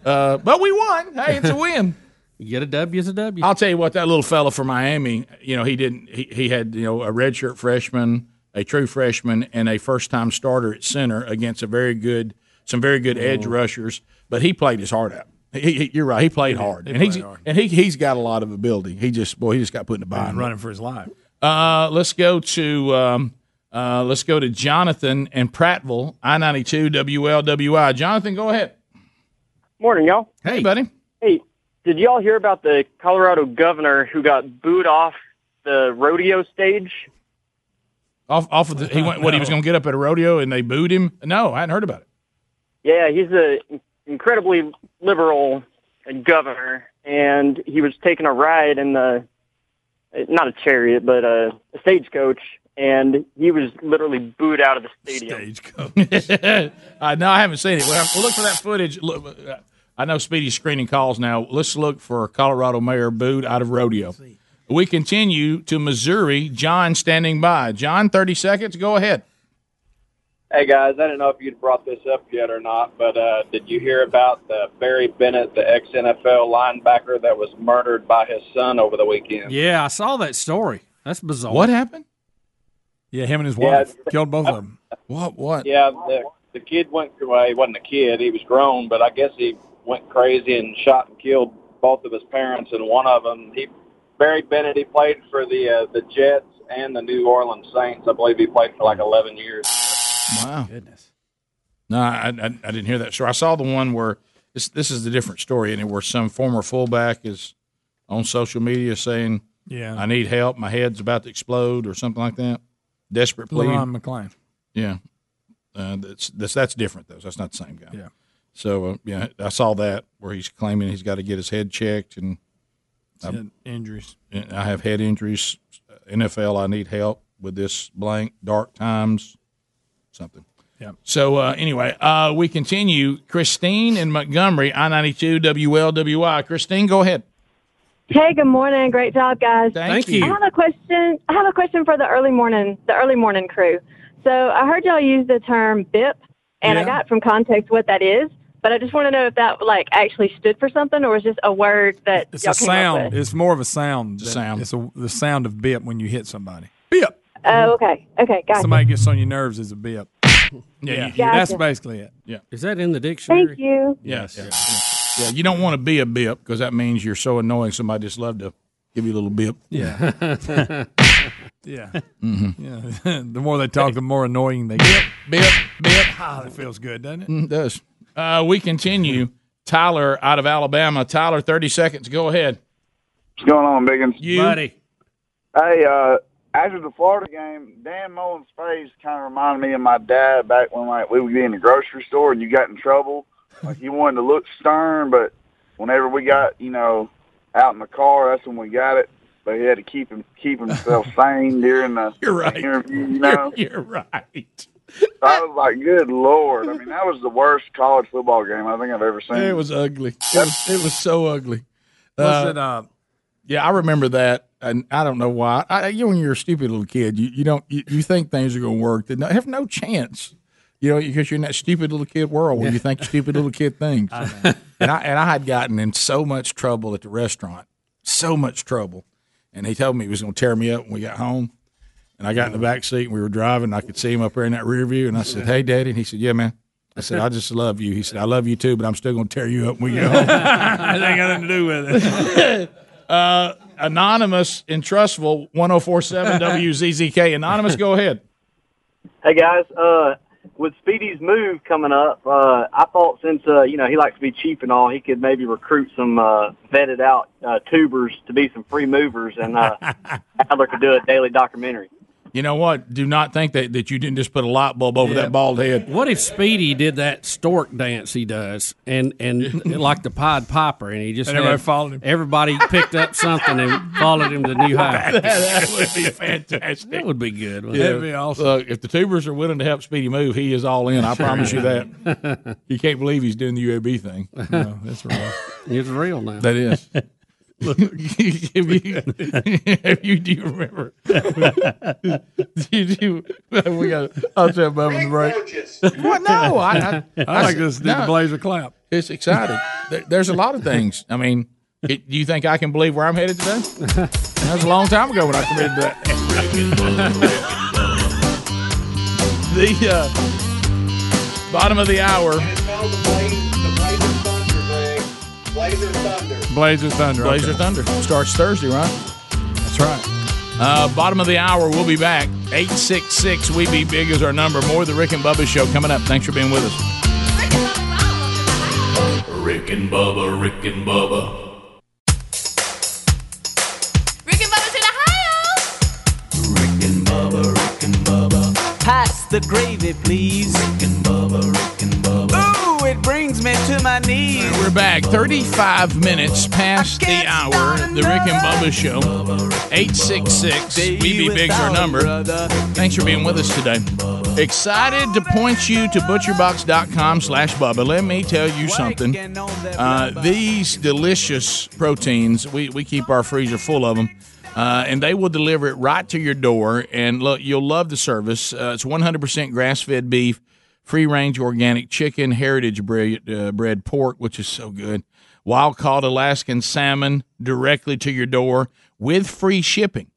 B: Uh, but we won. Hey, it's a win.
C: You get a W, it's a W.
B: I'll tell you what. That little fella from Miami, you know, he didn't. He, he had you know a redshirt freshman, a true freshman, and a first-time starter at center against a very good, some very good edge rushers. But he played his heart out. He, he- you're right. He played
D: He did.
B: hard,
D: He
B: and he's
D: played hard.
B: and he he's got a lot of ability. He just boy, he just got put in a bind.
D: running for his life.
B: Uh, let's go to um, uh, let's go to Jonathan and Prattville, I ninety two WLWI. Jonathan, go ahead.
S: Morning, y'all.
B: Hey, buddy.
S: Hey, did y'all hear about the Colorado governor who got booed off the rodeo stage?
B: Off off of the, he went what he was going to get up at a rodeo and they booed him. No, I hadn't heard about it.
S: Yeah, he's a incredibly liberal governor, and he was taking a ride in the not a chariot, but a, a stagecoach, and he was literally booed out of the stadium.
B: uh, no, I haven't seen it. Well, we'll look for that footage. Look, uh, I know Speedy's screening calls now. Let's look for Colorado Mayor booed out of rodeo. We continue to Missouri. John standing by. John, thirty seconds. Go ahead.
T: Hey guys, I don't know if you'd brought this up yet or not, but uh, did you hear about the Barry Bennett, the ex NFL linebacker that was murdered by his son over the weekend?
C: Yeah, I saw that story. That's bizarre.
D: What happened? Yeah, him and his wife killed both of them.
B: What? What?
T: Yeah, the, the kid went well, he wasn't a kid; he was grown, but I guess he went crazy and shot and killed both of his parents. And one of them, he Barry Bennett, he played for the uh, the Jets and the New Orleans Saints. I believe he played for like eleven years.
B: Wow. Goodness. No, I, I, I didn't hear that. Sure, I saw the one where this this is a different story, and it where some former fullback is on social media saying,
D: Yeah.
B: I need help. My head's about to explode," or something like that. Desperate plea.
D: LeRon McClain.
B: Yeah, uh, that's, that's that's different though. That's not the same guy.
D: Yeah.
B: So uh, yeah, I saw that where he's claiming he's got to get his head checked, and I,
D: Said Injuries.
B: I have head injuries. NFL, I need help with this blank dark times, something.
D: Yeah.
B: So uh, anyway, uh, we continue. Christine in Montgomery, I ninety two WLWI. Christine, go ahead.
U: Hey, good morning. Great job, guys.
B: Thank you.
U: I have a question. I have a question for the early morning, the early morning crew. So I heard y'all use the term BIP, and I
V: Yeah.
U: got from context what that is, but But I just want to know if that like actually stood for something or was just a word that
D: It's
U: y'all
D: a
U: came up
D: sound.
U: with.
D: It's more of a sound. Sound. It's a, the sound of bip when you hit somebody.
U: Oh, okay, okay, gotcha.
D: Somebody gets on your nerves is a bip. Yeah, that's
U: Gotcha.
D: basically it.
B: Yeah.
C: Is that in the dictionary?
U: Thank you.
B: Yes. Yeah. Yeah, You don't want to be a bip because that means you're so annoying. Somebody just love to give you a little bip.
D: Yeah. yeah.
B: Mhm.
D: Yeah. the more they talk, the more annoying they get.
B: Bip, bip.
D: Ah, that feels good, doesn't it?
B: Mm, it does. Uh, we continue. Tyler out of Alabama. Tyler, 30 seconds. Go ahead.
F: What's going on, Biggins?
B: You.
C: Buddy.
F: Hey, uh, after the Florida game, Dan Mullen's face kind of reminded me of my dad back when like we would be in the grocery store and you got in trouble. Like he wanted to look stern, but whenever we got you know out in the car, that's when we got it. But he had to keep him keep himself sane during the
B: You're right.
F: interview. You know,
B: you're, right.
F: I was like, "Good lord!" I mean, that was the worst college football game I think I've ever seen.
B: It was ugly. It was, it was so ugly.
D: Was
B: Uh,
D: it? Uh,
B: Yeah, I remember that, and I don't know why. I, you know, when you're a stupid little kid, you, you don't you, you think things are going to work that no- have no chance. You know, because you're in that stupid little kid world where you think stupid little kid things. and I and I had gotten in so much trouble at the restaurant, so much trouble, and he told me he was going to tear me up when we got home. And I got in the back seat and we were driving. And I could see him up there in that rear view, and I said, "Hey, Daddy," and he said, "Yeah, man." I said, "I just love you." He said, "I love you too, but I'm still going to tear you up when we get home."
D: I ain't got nothing to do with it.
B: uh, Anonymous oh in Trustville, 1047 WZZK. Anonymous, go ahead.
I: Hey guys, uh, with Speedy's move coming up, uh, I thought since uh, you know he likes to be cheap and all, he could maybe recruit some uh, vetted out uh, tubers to be some free movers, and uh, Adler could do a daily documentary.
B: You know what? Do not think that, that you didn't just put a light bulb over
C: Yeah.
B: that bald head.
C: What if Speedy did that stork dance he does, and and like the Pied Piper, and he just
D: And everybody
C: had-
D: followed him.
C: Everybody picked up something and followed him to New High.
B: That- that would be fantastic.
C: That would be good. wouldn't
B: Yeah.
C: it?
B: Look, if the tubers are willing to help Speedy move, he is all in. I promise you that. You can't believe he's doing the UAB thing.
D: No, that's real.
C: It's real now.
B: That is. Look, if you, if you do you remember, did you? We got. I'll tell Bubba the break. What? No, I. I,
D: I like this dude, Blazer clap.
B: It's exciting. There, there's a lot of things. I mean, it, do you think I can believe where I'm headed today? That was a long time ago when I committed to that. the uh, bottom of the hour.
D: Blazer Thunder.
B: Blazer
D: okay.
B: Thunder starts Thursday, right?
D: That's right.
B: Uh, bottom of the hour, we'll be back. 866 We Be Big is our number. More of the Rick and Bubba Show coming up. Thanks for being with us.
L: Rick and Bubba, Rick and Bubba,
M: Rick and Bubba's in Ohio.
J: Pass the gravy, please. Rick and Bubba, Rick and Bubba. Ooh, it brings me to my knees.
B: We're back 35 minutes past the hour. The Rick and Bubba Show. 866 We Be Big's our number. Thanks for being with us today. Excited to point you to butcherbox.com slash Bubba. Let me tell you something. Uh, these delicious proteins, we, we keep our freezer full of them, uh, and they will deliver it right to your door. And look, you'll love the service. Uh, it's 100% grass fed beef, free range organic chicken, heritage bread, uh, bred pork, which is so good, wild caught Alaskan salmon directly to your door with free shipping.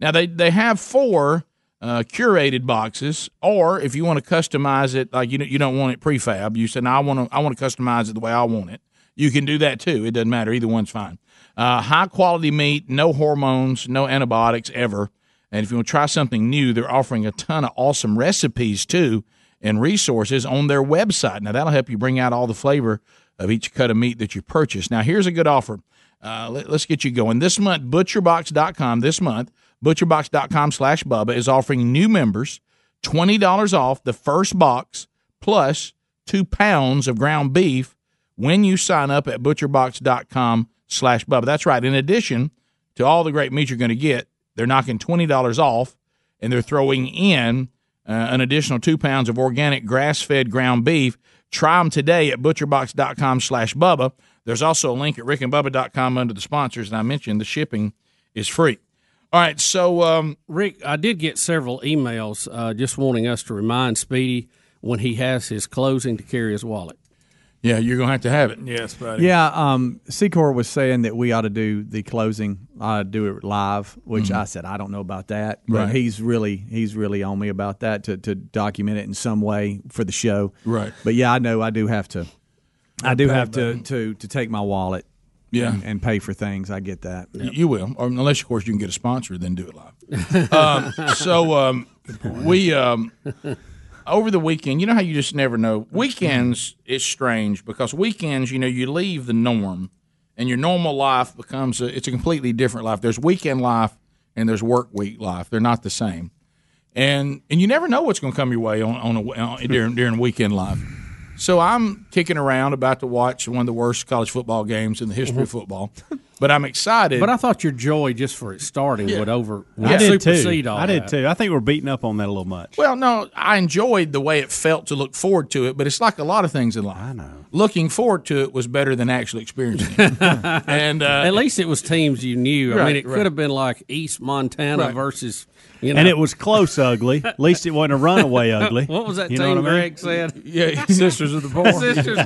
B: Now they they have four uh, curated boxes, or if you want to customize it, like you don't- you don't want it prefab, you say, no, I want to I want to customize it the way I want it. You can do that too. It doesn't matter. Either one's fine. Uh, high quality meat, no hormones, no antibiotics ever. And if you want to try something new, they're offering a ton of awesome recipes too and resources on their website. Now that'll help you bring out all the flavor of each cut of meat that you purchase. Now here's a good offer. Uh, let, us get you going. This month, butcherbox.com, this month, butcherbox.com slash Bubba is offering new members $20 off the first box plus two pounds of ground beef when you sign up at butcherbox.com slash Bubba. That's right. In addition to all the great meat you're going to get, they're knocking $20 off and they're throwing in uh, an additional two pounds of organic grass-fed ground beef. Try them today at butcherbox.com slash Bubba. There's also a link at rickandbubba.com under the sponsors, and I mentioned the shipping is free. All right, so um,
C: Rick, I did get several emails uh, just wanting us to remind Speedy when he has his closing to carry his wallet.
B: Yeah, you're gonna have to have it.
D: Yes, buddy.
H: Yeah, um, Secor was saying that we ought to do the closing. I do it live, which
B: Mhm.
H: I said I don't know about that, but
B: Right.
H: he's really he's really on me about that to, to document it in some way for the show.
B: Right.
H: But yeah, I know I do have to. I do
B: Pay
H: have to, to to take my wallet.
B: Yeah.
H: And, and pay for things. I get that.
B: You will, or unless of course you can get a sponsor, then do it live. um, so um, we um, over the weekend, you know how you just never know. Weekends is strange because weekends, you know, you leave the norm, and your normal life becomes a, it's a completely different life. There's weekend life and there's work week life. They're not the same, and and you never know what's going to come your way on on, a, on during during weekend life. So I'm kicking around about to watch one of the worst college football games in the history of football, but I'm excited.
C: Mm-hmm. But I thought your joy just for it starting
B: Yeah.
C: would over would
E: I did
C: supersede
E: too.
C: all
E: I did
C: that.
E: too. I think we're beating up on that a little much.
B: Well, no, I enjoyed the way it felt to look forward to it, but it's like a lot of things in life. I know. Looking forward to it was better than actually experiencing it. and uh,
C: at least it was teams you knew. I
B: Right,
C: mean, it
B: right.
C: could have been like East Montana
B: Right.
C: versus you know.
E: And it was close, ugly. At least it wasn't a runaway, ugly.
C: What was that
E: You know
C: team
E: what I mean?
C: Greg said?
B: Yeah, Sisters of the Poor. Sisters.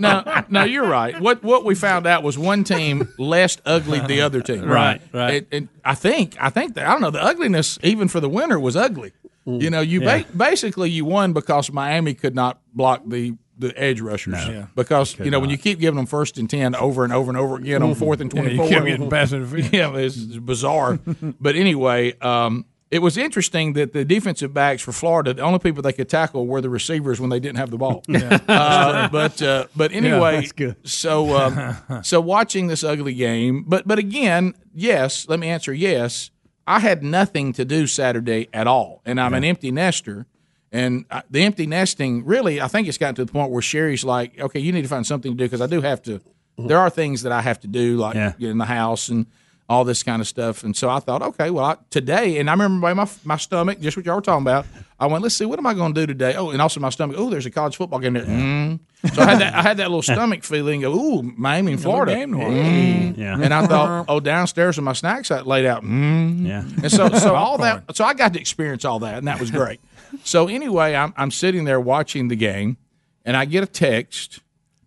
B: no, no, you're right. What what we found out was one team less ugly than the other team.
C: Right, right.
B: It- it- I think I think that I don't know the ugliness even for the winner was ugly. You know, you
C: Yeah.
B: ba- basically you won because Miami could not block the the edge rushers.
D: No. Yeah.
B: Because
D: Could
B: you know when you keep giving them first and ten over and over and over again on
D: Mhm.
B: fourth and
D: Yeah, you
B: twenty four,
D: kept getting pass interference.
B: Yeah, it's bizarre. but anyway, um, it was interesting that the defensive backs for Florida, the only people they could tackle were the receivers when they didn't have the ball. Uh, but uh, but
D: Yeah,
B: anyway,
D: that's good.
B: So um, so watching this ugly game, but but again, yes. Let me answer yes. I had nothing to do Saturday at all, and I'm an empty nester. And I, the empty nesting, really, I think it's gotten to the point where Sherry's like, okay, you need to find something to do because I do have to. Mm-hmm. There are things that I have to do, like get in the house and all this kind of stuff. And so I thought, okay, well, I, today, and I remember my, my stomach, just what y'all were talking about, I went, let's see, what am I going to do today? Oh, and also my stomach, oh, there's a college football game there. Mm. So I had, that, I had that little stomach feeling of, ooh, Miami and Florida.
D: game tomorrow.
B: Mm.
D: Yeah.
B: And I thought, oh, downstairs with my snacks I laid out. Mm. Yeah. And so, so all that, so I got to experience all that, and that was great. so anyway, I'm, I'm sitting there watching the game, and I get a text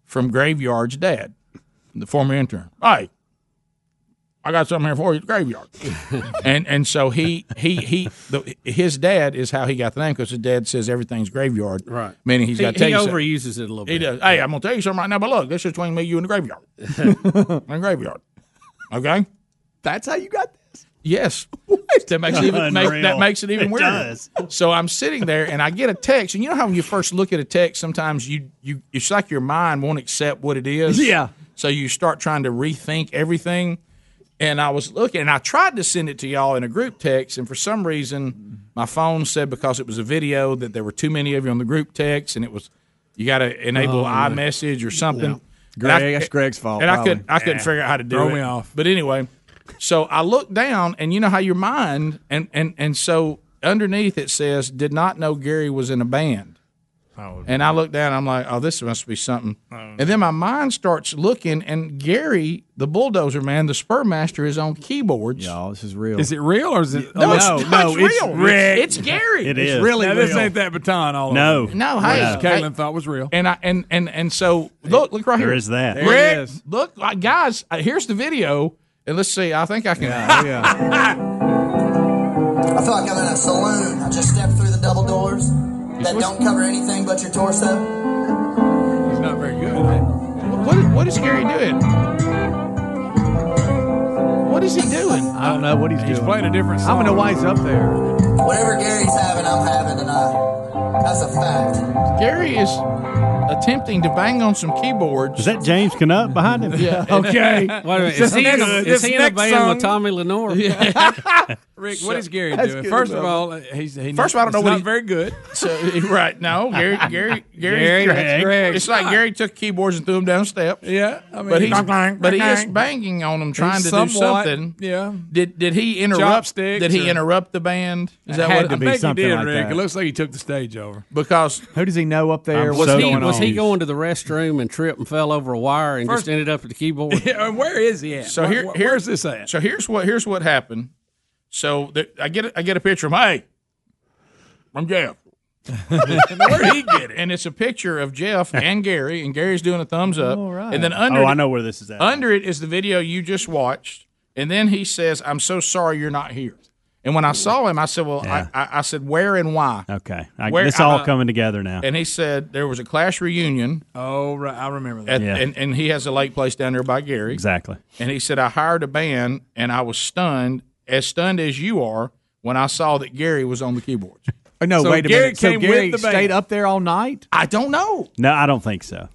B: from Graveyard's dad, the former intern. Hey, I got something here for you, at the Graveyard. and and so he he he the, his dad is how he got the name because his dad says everything's Graveyard,
C: Right.
B: Meaning he's
C: He-
B: got to tell
C: he
B: you something.
C: overuses it a little bit.
B: He does. Hey, I'm gonna tell you something right now, but look, this is between me, you, and the Graveyard. in the Graveyard. Okay.
H: That's how you got
B: this. Yes. That makes it even make, that
D: Unreal.
B: makes it even
D: It
B: weirder.
D: does.
B: So I'm sitting there and I get a text, and you know how when you first look at a text, sometimes you you it's like your mind won't accept what it is. Yeah. So you start trying to rethink everything. And I was looking, and I tried to send it to y'all in a group text, and for some reason, my phone said because it was a video that there were too many of you on the group text, and it was you got to enable
D: Oh, man.
B: iMessage or something.
D: Yeah.
B: And I-
D: Greg, that's Greg's fault,
B: And I
D: probably.
B: could I couldn't
D: Yeah.
B: figure out how to do
D: Throw
B: it.
D: me off.
B: But anyway, so I looked down, and you know how your mind and and and so underneath it says, "Did not know Gary was in a band." And I look down, I'm like, "Oh, this must be something." And then my mind starts looking, and Gary, the bulldozer man, the spur master, is on keyboards.
H: Y'all, this is real.
D: Is it real or is it?
B: No, it's,
D: Oh,
B: no, it's real.
D: Rick.
B: It's Gary.
D: It's really
B: Now,
D: This ain't that baton all
B: No.
D: over.
B: No, hey,
D: Which
B: hey.
D: Caitlin thought was real.
B: And I and and and so look, look right
D: There
B: here.
D: is that. There it
B: Rick,
D: is.
B: look, uh, guys, uh, here's the video, and let's see. I think I can.
A: I feel like I'm in a saloon. I just stepped through the double doors that don't cover anything but your torso.
B: He's not very good. What what is Gary doing? What is he doing?
H: I don't know what he's, doing.
D: playing a different
H: I don't know why he's up there.
A: Whatever Gary's having, I'm having tonight. That's a fact.
B: Gary is attempting to bang on some keyboards.
E: Is that James Canup behind him?
B: Yeah.
C: Wait a minute. Is he, in a, is he in a band with Tommy Lenore?
D: Rick, what is Gary
C: That's
D: doing?
C: good
D: First of
C: enough.
D: all, he's he
B: First of all, I don't know
D: it's
B: what
D: not
B: he-
D: very good.
B: So right now, Gary, Gary, Gary,
D: Greg.
B: It's like Gary took keyboards and threw them down steps.
D: Yeah, I mean,
B: but he's
D: clang,
B: but he
D: clang,
B: is
D: clang.
B: banging on them, trying
D: He's
B: to do
D: somewhat-
B: something.
D: Yeah.
B: Did did he interrupt?
D: Chopsticks
B: Did he
D: or-
B: interrupt the band? Is
D: It
B: that
D: had
B: what
D: to
B: I
D: be
B: think he
D: something
B: did,
D: like
B: Rick.
D: that.
B: It
D: looks like he took the stage over.
B: Because
H: who does he know up there?
D: I'm
H: What's
D: so
H: going on?
D: confused.
C: Was he going to the restroom and tripped and fell over a wire and
D: First-
C: just ended up at the keyboard?
D: Yeah, and where is he at?
B: So
D: Where-
B: here,
D: where-
B: here's this at. So here's what here's what happened. So there, I get a, I get a picture of him. Hey, I'm Jeff. Where'd he get it? And it's a picture of Jeff and Gary, and Gary's doing a thumbs up. And then under
E: oh,
B: it-
E: I know where this is at.
B: Under it is the video you just watched, and then he says, "I'm so sorry you're not here." And when I saw him, I said, "Well, I, I, I said where and why?"
E: okay, I,
B: Where-
E: it's all
B: I-
E: coming together now.
B: And he said there was a class reunion.
D: Oh, right, I remember
B: at-
E: Yeah.
B: and, and he has a lake place down there by Gary.
E: Exactly.
B: And he said, I hired a band and I was stunned, as stunned as you are, when I saw that Gary was on the keyboards.
H: Oh, no,
B: So
H: wait a
B: Gary
H: minute. So
B: came
H: Gary
B: with the
H: stayed
B: band.
H: up there all night.
B: I don't know.
E: No, I don't think so.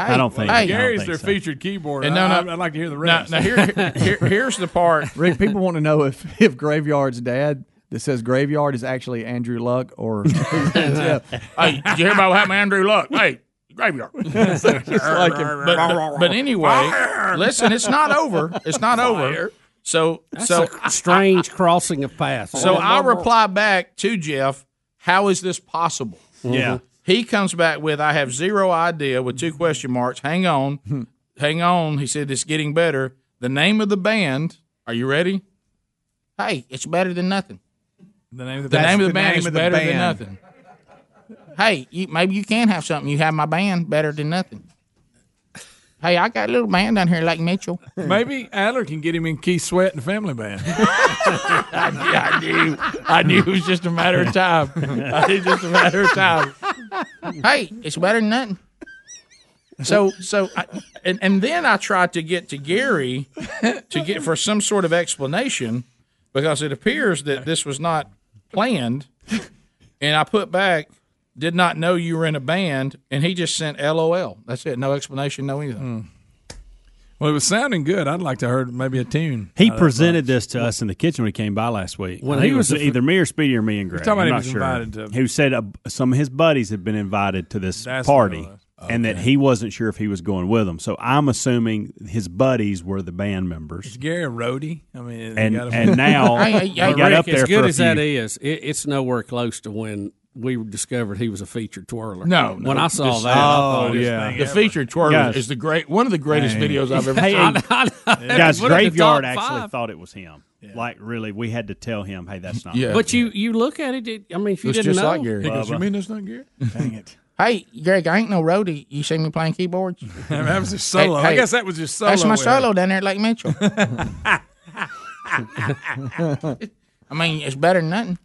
E: I don't think. I don't
D: Gary's
E: think
D: their
E: so.
D: featured keyboard.
B: And no,
D: I-
B: no.
D: I'd like to hear the
B: Now,
D: rest.
B: now here, here, here's the part.
H: Rick, people want to know if if Graveyard's dad that says Graveyard is actually Andrew Luck or
B: hey, did you hear about what happened to Andrew Luck? Hey, graveyard.
H: It's like him.
B: but, but anyway, listen, it's not over. It's not over. So, so
C: a strange crossing of paths.
B: So I reply back to Jeff, how is this possible? Mm-hmm.
C: Yeah.
B: He comes back with, I have zero idea with two question marks. Hang on. Hang on. He said, it's getting better. The name of the band, are you ready? Hey, it's better than nothing.
D: The name of the,
B: The
D: band.
B: name of the band is better than nothing. Hey, you, maybe you can have something. You have my band better than nothing. Hey, I got a little band down here like Mitchell.
D: Maybe Adler can get him in Keith Sweat and the Family Band.
B: I knew, I knew it was just a matter of time. I knew it was just a matter of time. Hey, it's better than nothing. So, so, I, and and then I tried to get to Gary to get for some sort of explanation because it appears that this was not planned. And I put back, did not know you were in a band, and he just sent LOL. That's it. No explanation, no anything.
D: Mm. Well, it was sounding good. I'd like to hear maybe a tune.
E: He
D: out of that
E: presented this to us in the kitchen when he came by last week.
D: When
E: I think
D: he
E: it
D: was
E: was,
D: the fir-
E: either me or Speedy or me and Greg.
D: talking about
E: I'm
D: he
E: not
D: was
E: sure.
D: invited to-
E: He said uh, some of his buddies had been invited to this
D: That's what it
E: party,
D: was.
E: and that he wasn't sure if he was going with them. So I'm assuming his buddies were the band members.
D: Is Gary a roadie? I mean,
E: And-
D: you gotta-
E: and now- Hey, hey, hey, got
C: Rick,
E: up there
C: as good
E: for a
C: as that
E: few.
C: is, it, it's nowhere close to when we discovered he was a featured twirler.
B: No, no.
C: when I saw
B: This-
C: that, I thought,
B: the featured twirler
C: Guys.
B: is the great one of the greatest
E: Hey.
B: videos I've ever
E: Hey,
B: seen.
E: Guys,
C: One of the
E: Graveyard
C: top
E: actually
C: five.
E: thought it was him. Like, really, we had to tell him, hey, that's not
B: Yeah.
C: But you you look at it. it I mean, if you
E: Looks
C: didn't
E: just
C: know,
E: like Gary.
D: He goes, you
E: Bubba.
D: mean that's not Gary? Dang it.
B: Hey, Greg, I ain't no roadie. You see me playing keyboards?
D: that was his solo. I guess that was his solo
B: That's my
D: era.
B: solo down there, like Mitchell. I mean, it's better than nothing.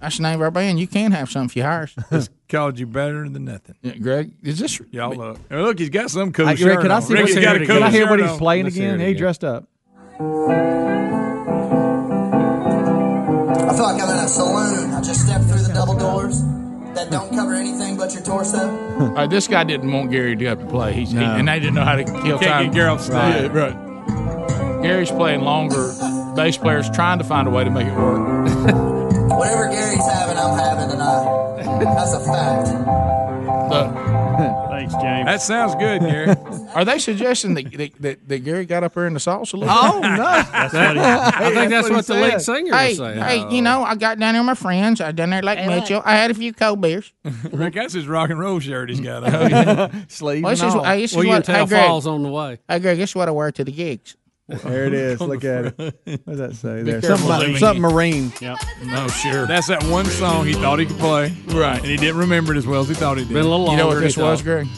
B: That's the name of our band. You can have something if you hire us.
D: Called you better than nothing.
B: Greg, is this
D: y'all look? Oh, Look, he's got some cool
H: Hey,
D: shirt.
H: Greg, could I
D: on.
H: see
D: Rick,
H: what's
D: he's got
H: here
D: a
H: again?
D: cool
H: Can I hear
D: shirt
H: what he's
D: on.
H: playing
D: Let's hear
H: again?
D: it
H: He dressed up.
A: I feel like I'm in a saloon. I just stepped through the double doors that don't cover anything but your torso.
B: All right, this guy didn't want Gary to have to play. He's, he, and they didn't know how to kill
D: Can't get
B: time.
D: Gary off stage.
B: Yeah, right. Gary's playing longer. Bass player's trying to find a way to make it work.
A: Whatever Gary's having, I'm having tonight. That's a fact.
E: Thanks, James.
D: That sounds good, Gary.
B: Are they suggesting that, that, that, that Gary got up there in the sauce a little?
H: Oh
B: bit?
H: no!
C: I think that's what the lead singer
B: Hey,
C: was saying.
B: hey, you know, I got down there with my friends. I down there like Mitchell. I had a few cold beers.
D: Rick, that's his rock and roll shirt he's got on.
H: Sleeve
B: Well, this
H: and
B: is-
H: all.
B: hey, this is
C: William
B: what- hey,
C: Tell
B: Greg.
C: falls on the way.
B: Hey, Greg, guess what I wear to the gigs?
H: There it is. Look at it. What does that say
B: Be
H: there?
B: careful,
H: Something, about,
B: Zoomy.
H: something marine.
E: Yep.
B: No, sure.
D: That's that one song he thought he could play,
B: Right.
D: and he didn't remember it as well as he thought he did.
B: You know what this was, Greg?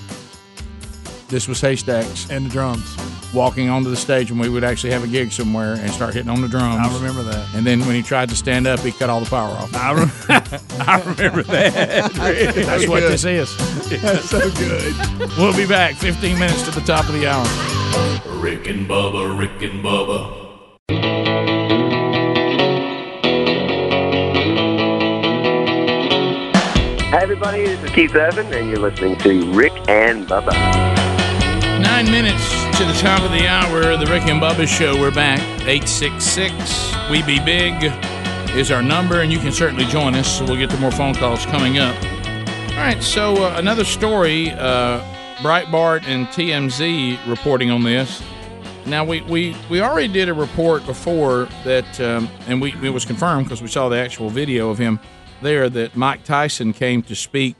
B: This was Haystacks
D: and the drums.
B: walking onto the stage when we would actually have a gig somewhere and start hitting on the drums.
D: I remember that.
B: And then when he tried to stand up, he cut all the power off.
D: I, re- I remember that.
B: That's what this is.
D: That's so good.
B: We'll be back 15 minutes to the top of the hour.
L: Rick and Bubba, Rick and Bubba,
K: Hey everybody, this is Keith Evan, and you're listening to Rick and Bubba.
B: Nine minutes to the top of the hour. The Rick and Bubba Show. We're back. 866 We Be Big is our number, and you can certainly join us. We'll get to more phone calls coming up. All right, so uh, another story uh, Breitbart and TMZ reporting on this. Now, we, we, we already did a report before that, um, and we, it was confirmed because we saw the actual video of him there that Mike Tyson came to speak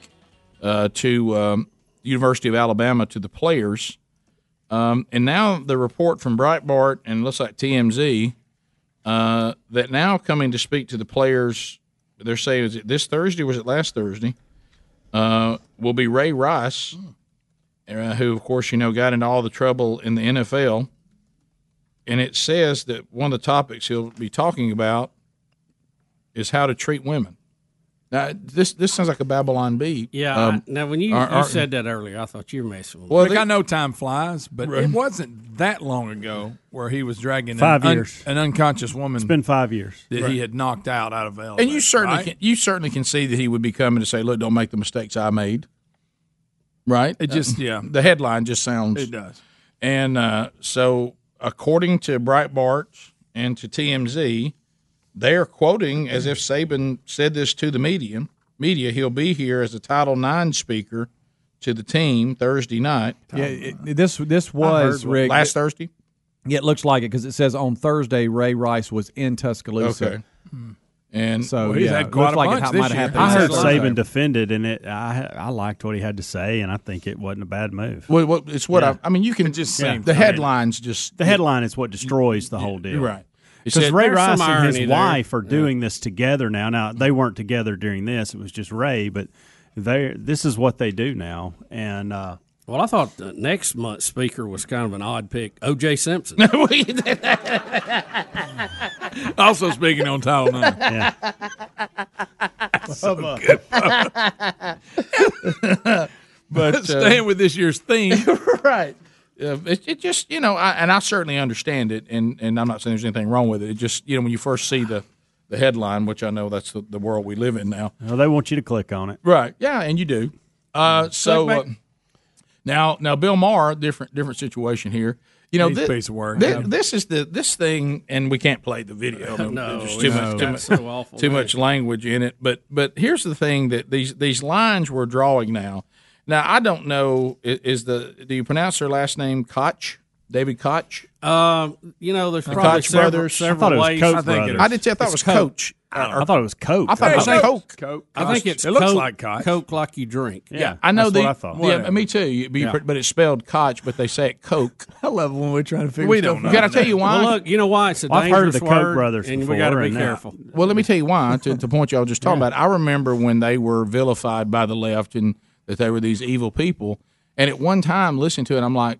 B: uh, to um, University of Alabama to the players. Um, and now the report from Breitbart and it looks like TMZ uh, that now coming to speak to the players they're saying is it this Thursday or was it last Thursday? Uh, will be Ray Rice, uh, who of course you know got into all the trouble in the NFL, and it says that one of the topics he'll be talking about is how to treat women. Now this this sounds like a Babylon B. Um,
C: Yeah. I- now, when you, you said that earlier, I thought you were messing with
D: Well,
C: me.
D: Rick, I know time flies, but
C: Right.
D: it wasn't that long ago where he was dragging
E: Five
D: an, un-
E: years.
D: an unconscious woman
E: It's been five years.
D: that he had knocked out out of L.
B: And you certainly
D: right?
B: can, you certainly can see that he would be coming to say, "Look, don't make the mistakes I made." Right?
D: It just- yeah.
B: The headline just sounds
D: It does.
B: And uh, so, according to Breitbart and to TMZ, they are quoting as if Saban said this to the media. Media, he'll be here as a Title IX speaker to the team Thursday night.
H: Yeah, it- this this was
B: heard-
H: Rick
B: last Thursday.
H: Yeah, it looks like it because it says on Thursday Ray Rice was in Tuscaloosa.
B: Okay. Hmm. And
H: so yeah, it looks like it ha- might have happened.
E: I heard
H: Thursday.
E: Saban defended, and it. I I liked what he had to say, and I think it wasn't a bad move.
B: Well, well, it's what
E: Yeah.
B: I, I mean. You can
E: just
B: yeah,
E: seems-
B: the
E: I mean,
B: headlines just
E: The headline is what destroys the whole deal,
B: you're right. It
E: Because
B: said-
E: Ray
B: There's
E: Rice
B: some
E: and his
B: irony there.
E: wife are doing this together now. Now they weren't together during this; it was just Ray. But they this is what they do now, and uh,
C: well, I thought the next month's speaker was kind of an odd pick, O.J. Simpson.
D: also speaking on Title IX.
C: Yeah.
D: So good.
B: But,
D: staying
B: uh,
D: with this year's theme,
B: right? Uh, it, it just you know, I, and I certainly understand it, and and I'm not saying there's anything wrong with it. It just you know when you first see the the headline, which I know that's the, the world we live in now.
E: well, they want you to click on it.
B: Right. Yeah, and you do. Uh, so uh,
E: Clickbait.
B: now, now Bill Maher, different different situation here. You know,
D: He's
B: thi-
D: a piece of work,
B: thi-
D: yeah.
B: This, is the this thing, and we can't play the video.
D: No,
B: there's too
D: it's
B: much, too,
D: got
B: much,
D: so awful,
B: too
D: man.
B: much language in it. But but here's the thing that these these lines we're drawing now. Now I don't know i- is the do you pronounce their last name Koch? David Koch?
C: Um, you know, there's
B: The
C: probably
B: Koch
C: several,
B: brothers?
C: several
B: I thought it was
C: ways.
B: Koch I think it brothers. is. I did too. I thought it was Coach.
E: I thought it was Coke.
B: I thought it was Coke. Coke.
C: I think it's
B: It looks
C: Coke,
B: like Koch.
C: Coke like you drink. Yeah,
B: I know
C: the.
B: the Yeah, me too. You- But, you
C: Yeah.
B: pr- but it's spelled Koch, but they say it Coke.
H: I love when we're trying to
B: figure We don't stuff out. know. Can I tell you why?
C: Well, look, you know why it's a
B: Well, I've
C: dangerous
B: heard of the Koch
C: word,
B: brothers
C: and we
B: before,
C: got to be
B: and now-
C: careful.
B: Well, let me tell you why. To the point y'all just talking
C: Yeah.
B: about, I remember when they were vilified by the left and that they were these evil people. And at one time, listening to it, I'm like,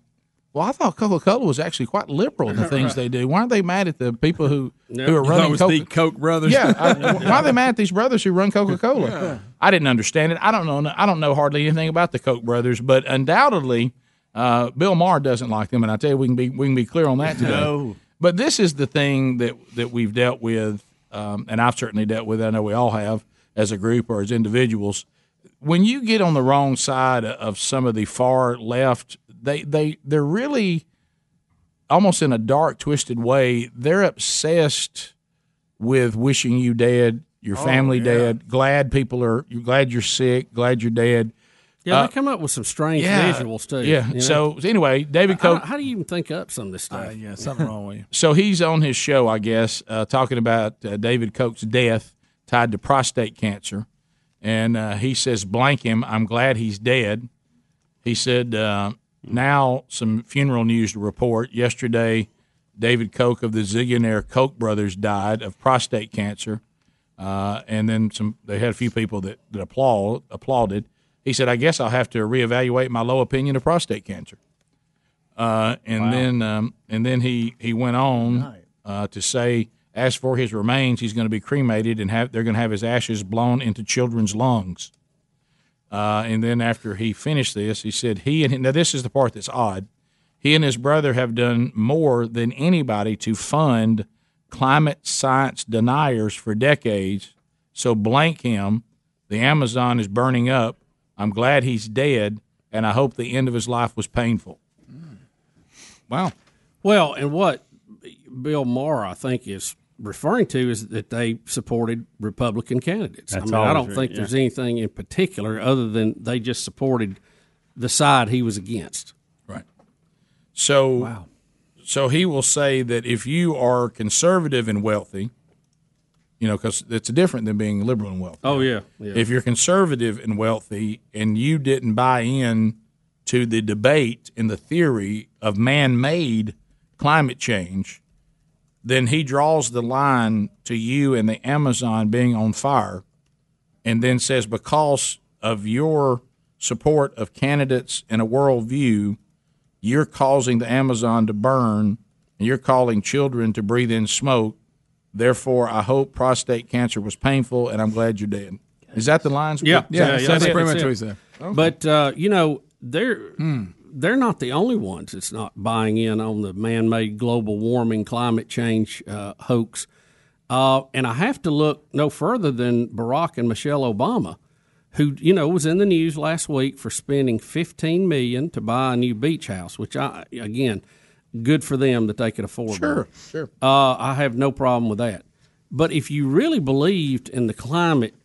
B: well, I thought Coca Cola was actually quite liberal in the things they do. Why are they mad at the people who who are
D: You thought
B: running
D: it was
B: Coca-
D: the Koch brothers?
B: Yeah, I- why are they mad at these brothers who run Coca Cola?
D: Yeah.
B: I didn't understand it. I don't know. I don't know hardly anything about the Koch brothers, but undoubtedly, uh, Bill Maher doesn't like them, and I tell you, we can be we can be clear on that today.
E: No.
B: But this is the thing that that we've dealt with, um, and I've certainly dealt with. it. I know we all have as a group or as individuals. When you get on the wrong side of some of the far left, they they they're really almost in a dark, twisted way. They're obsessed with wishing you dead, your
C: Oh,
B: family
C: yeah.
B: dead, glad people are you glad you're sick, glad you're dead.
C: Yeah,
B: Uh,
C: they come up with some strange
B: yeah,
C: visuals too.
B: Yeah.
C: you know?
B: So anyway, David
C: I- I don't-
B: Koch. Uh,
C: how do you even think up some of this stuff?
D: yeah, something wrong with you.
B: So he's on his show, I guess, uh, talking about uh, David Koch's death tied to prostate cancer. And uh, he says, blank him, I'm glad he's dead. He said, uh, now some funeral news to report. Yesterday, David Koch of the Zillionaire Koch brothers died of prostate cancer. Uh, and then some, they had a few people that, that applaud, applauded. He said, I guess I'll have to reevaluate my low opinion of prostate cancer. Uh, and then um, and then he he went on uh, to say, as for his remains, he's going to be cremated and have they're going to have his ashes blown into children's lungs. Uh, and then after he finished this, he said he and now this is the part that's odd. He and his brother have done more than anybody to fund climate science deniers for decades. So blank him. The Amazon is burning up. I'm glad he's dead, and I hope the end of his life was painful. Wow.
C: Well, and what Bill Maher, I think, is referring to is that they supported Republican candidates.
E: That's
C: I mean, I
E: always
C: don't
E: right,
C: think
E: yeah.
C: there's anything in particular other than they just supported the side he was against.
B: So, so he will say that if you are conservative and wealthy, you know, because it's different than being liberal and wealthy.
C: Oh yeah, yeah.
B: If you're conservative and wealthy, and you didn't buy in to the debate and the theory of man-made climate change, then he draws the line to you and the Amazon being on fire and then says because of your support of candidates and a worldview, you're causing the Amazon to burn, and you're calling children to breathe in smoke. Therefore, I hope prostate cancer was painful, and I'm glad you're dead. Is that the lines?
C: Yeah,
B: yeah,
C: it,
B: it.
C: it. But uh, you know, they're they're not the only ones that's not buying in on the man-made global warming, climate change uh, hoax. Uh, and I have to look no further than Barack and Michelle Obama, who you know was in the news last week for spending 15 million to buy a new beach house, which I again, good for them that they could afford.
B: Sure,
C: one.
B: sure.
C: Uh, I have no problem with that. But if you really believed in the climate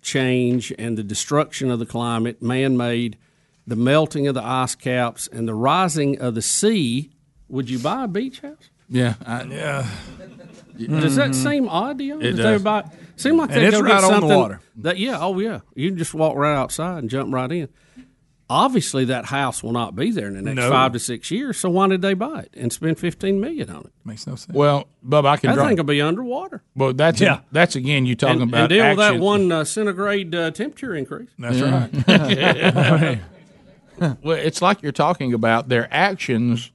C: change and the destruction of the climate, man made, the melting of the ice caps, and the rising of the sea, would you buy a beach house?
B: Yeah, I, yeah.
C: Does that seem odd to you?
B: It
C: Does
B: does.
C: everybody seem like
B: And
C: they
B: it's
C: go
B: right
C: get
B: on the
C: something
B: water.
C: That yeah, oh yeah, you can just walk right outside and jump right in. Obviously, that house will not be there in the next
B: No.
C: five to six years. So why did they buy it and spend fifteen million on it?
D: Makes no sense.
B: Well, Bub, I can
C: That
B: draw.
C: thing will be underwater.
B: well, that's
C: Yeah.
B: that's again you talking
C: and, and
B: about
C: deal with that
B: action.
C: one uh, centigrade uh, temperature increase.
B: Yeah. well, it's like you're talking about their actions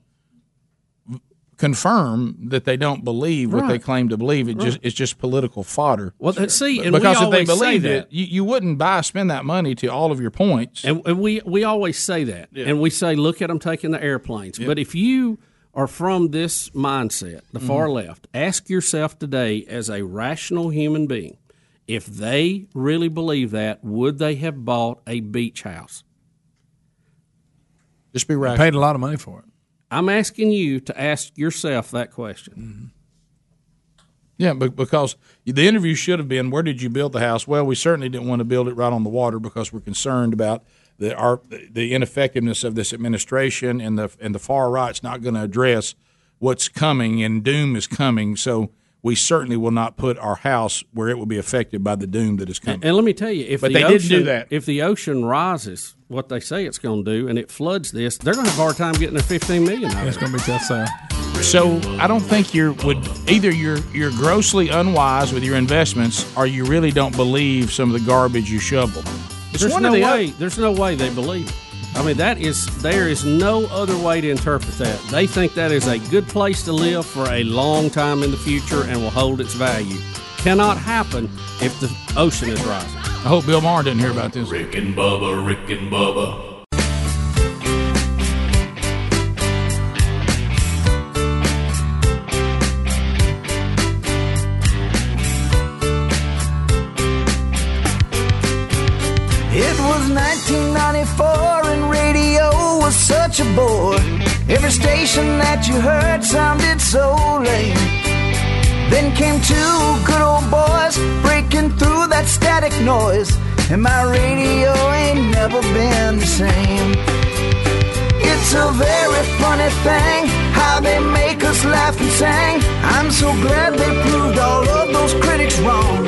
B: confirm that they don't believe what they
C: Right.
B: claim to believe. It just
C: Right.
B: it's just political fodder.
C: Well, that- see, and we
B: because if they
C: always say
B: believed
C: that.
B: it, you, you wouldn't buy spend that money to all of your points.
C: And, and we we always say that,
B: Yeah.
C: and we say, look at them taking the airplanes.
B: Yeah.
C: But if you are from this mindset, the far
B: Mhm.
C: left, ask yourself today, as a rational human being, if they really believe that, would they have bought a beach house?
B: Just be right.
D: Paid a lot of money for it.
C: I'm asking you to ask yourself that question.
B: Mm-hmm. Yeah, but because the interview should have been, where did you build the house? Well, we certainly didn't want to build it right on the water because we're concerned about the our, the ineffectiveness of this administration and the and the far right's not going to address what's coming and doom is coming. So we certainly will not put our house where it will be affected by the doom that is coming.
C: And, and let me tell you, if
B: But
C: the
B: they
C: ocean,
B: didn't do that.
C: if the ocean rises, what they say it's going to do, and it floods this, they're going to have a hard time getting their fifteen million. It's
D: going to be tough sale.
B: So I don't think you're would either you're you're grossly unwise with your investments or you really don't believe some of the garbage you shovel. It's
C: there's
B: one or
C: no
B: the other.
C: way. There's no way they believe. It. I mean, that is there is no other way to interpret that. They think that is a good place to live for a long time in the future and will hold its value. Cannot happen if the ocean is rising.
B: I hope Bill Maher didn't hear about this.
L: Rick and Bubba, Rick and Bubba.
G: It was 1994 and radio was such a bore. Every station that you heard sounded so lame. Then came two good old boys breaking through that static noise, and my radio ain't never been the same. It's a very funny thing how they make us laugh and sing. I'm so glad they proved all of those critics wrong.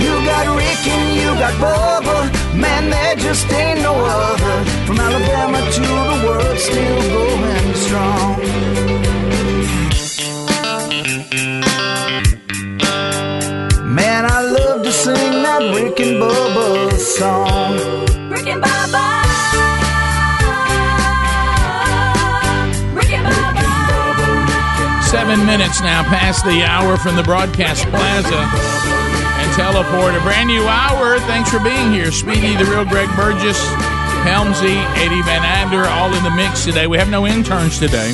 G: You got Rick and you got Bubba. Man, there just ain't no other. From Alabama to the world, still going strong. Man, I love to sing that Rick and Bubba song.
M: Rick and Bubba. Rick and Bubba.
B: Seven minutes now past the hour from the broadcast plaza and teleport. A brand new hour. Thanks for being here. Speedy, the real Greg Burgess, Helmsy, Eddie Van Ander, all in the mix today. We have no interns today.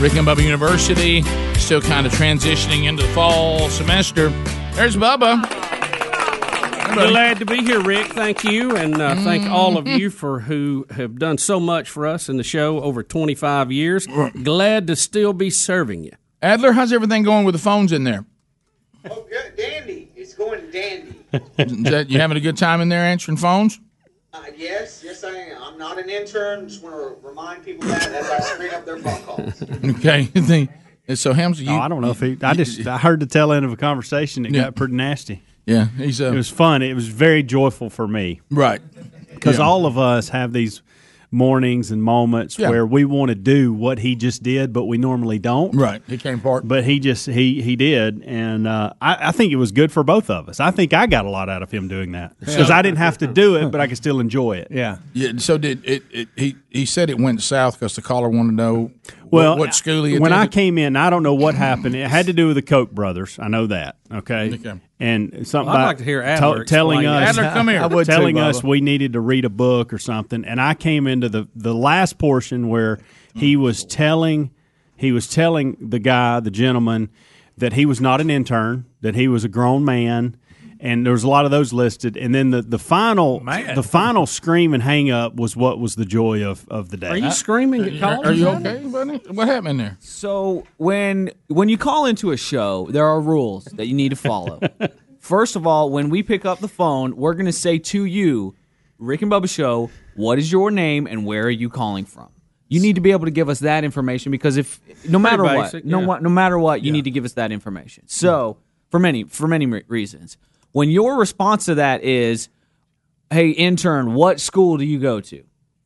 B: Rick and Bubba University still kind of transitioning into the fall semester. There's Bubba.
C: Glad to be here, Rick. Thank you, and uh, thank all of you for who have done so much for us in the show over 25 years. Glad to still be serving you.
B: Adler, how's everything going with the phones in there?
N: Oh, Dandy. It's going dandy.
B: Is that, you having a good time in there answering phones?
N: Uh, yes, yes, I am. I'm not an intern. Just want to remind people that as I screen up their phone calls.
B: Okay. And so Helmsy, you,
E: oh, I don't know if he. I just I heard the tail end of a conversation. It
B: Yeah.
E: got pretty nasty.
B: Yeah, he's, uh,
E: it was fun. It was very joyful for me.
B: Right.
E: Because
B: Yeah.
E: all of us have these mornings and moments
B: Yeah.
E: where we want to do what he just did, but we normally don't.
B: Right. He came apart.
E: But he just he he did, and uh, I, I think it was good for both of us. I think I got a lot out of him doing that because
B: Yeah.
E: I didn't have to do it, but I could still enjoy it.
H: Yeah.
B: Yeah. So did it? it he he said it went south because the caller wanted to know wh-
E: Well,
B: what, school he
E: when I
B: attended.
E: came in, I don't know what happened. It had to do with the Koch brothers. I know that. Okay.
B: Okay.
E: And something
B: Well, I'd
E: about
B: like to hear Adler
E: tell- telling
B: explain it.
E: us
B: Adler, come here. I would too,
E: telling
B: Bubba.
E: us we needed to read a book or something. And I came into the the last portion where he was telling he was telling the guy, the gentleman, that he was not an intern, that he was a grown man. And there was a lot of those listed, and then the, the final
C: Man.
E: the final scream and hang up was what was the joy of, of the day.
C: Are you screaming at
B: Are,
C: callers?
B: are you
C: Adam?
B: okay, buddy? What happened there?
W: So when when you call into a show, there are rules that you need to follow. First of all, when we pick up the phone, we're going to say to you, Rick and Bubba Show, what is your name and where are you calling from? You need to be able to give us that information because if no matter
J: basic,
W: what, no
J: yeah.
W: what, no matter what, you need to give us that information. So for many for many re- reasons, when your response to that is, "Hey intern, what school do you go to?"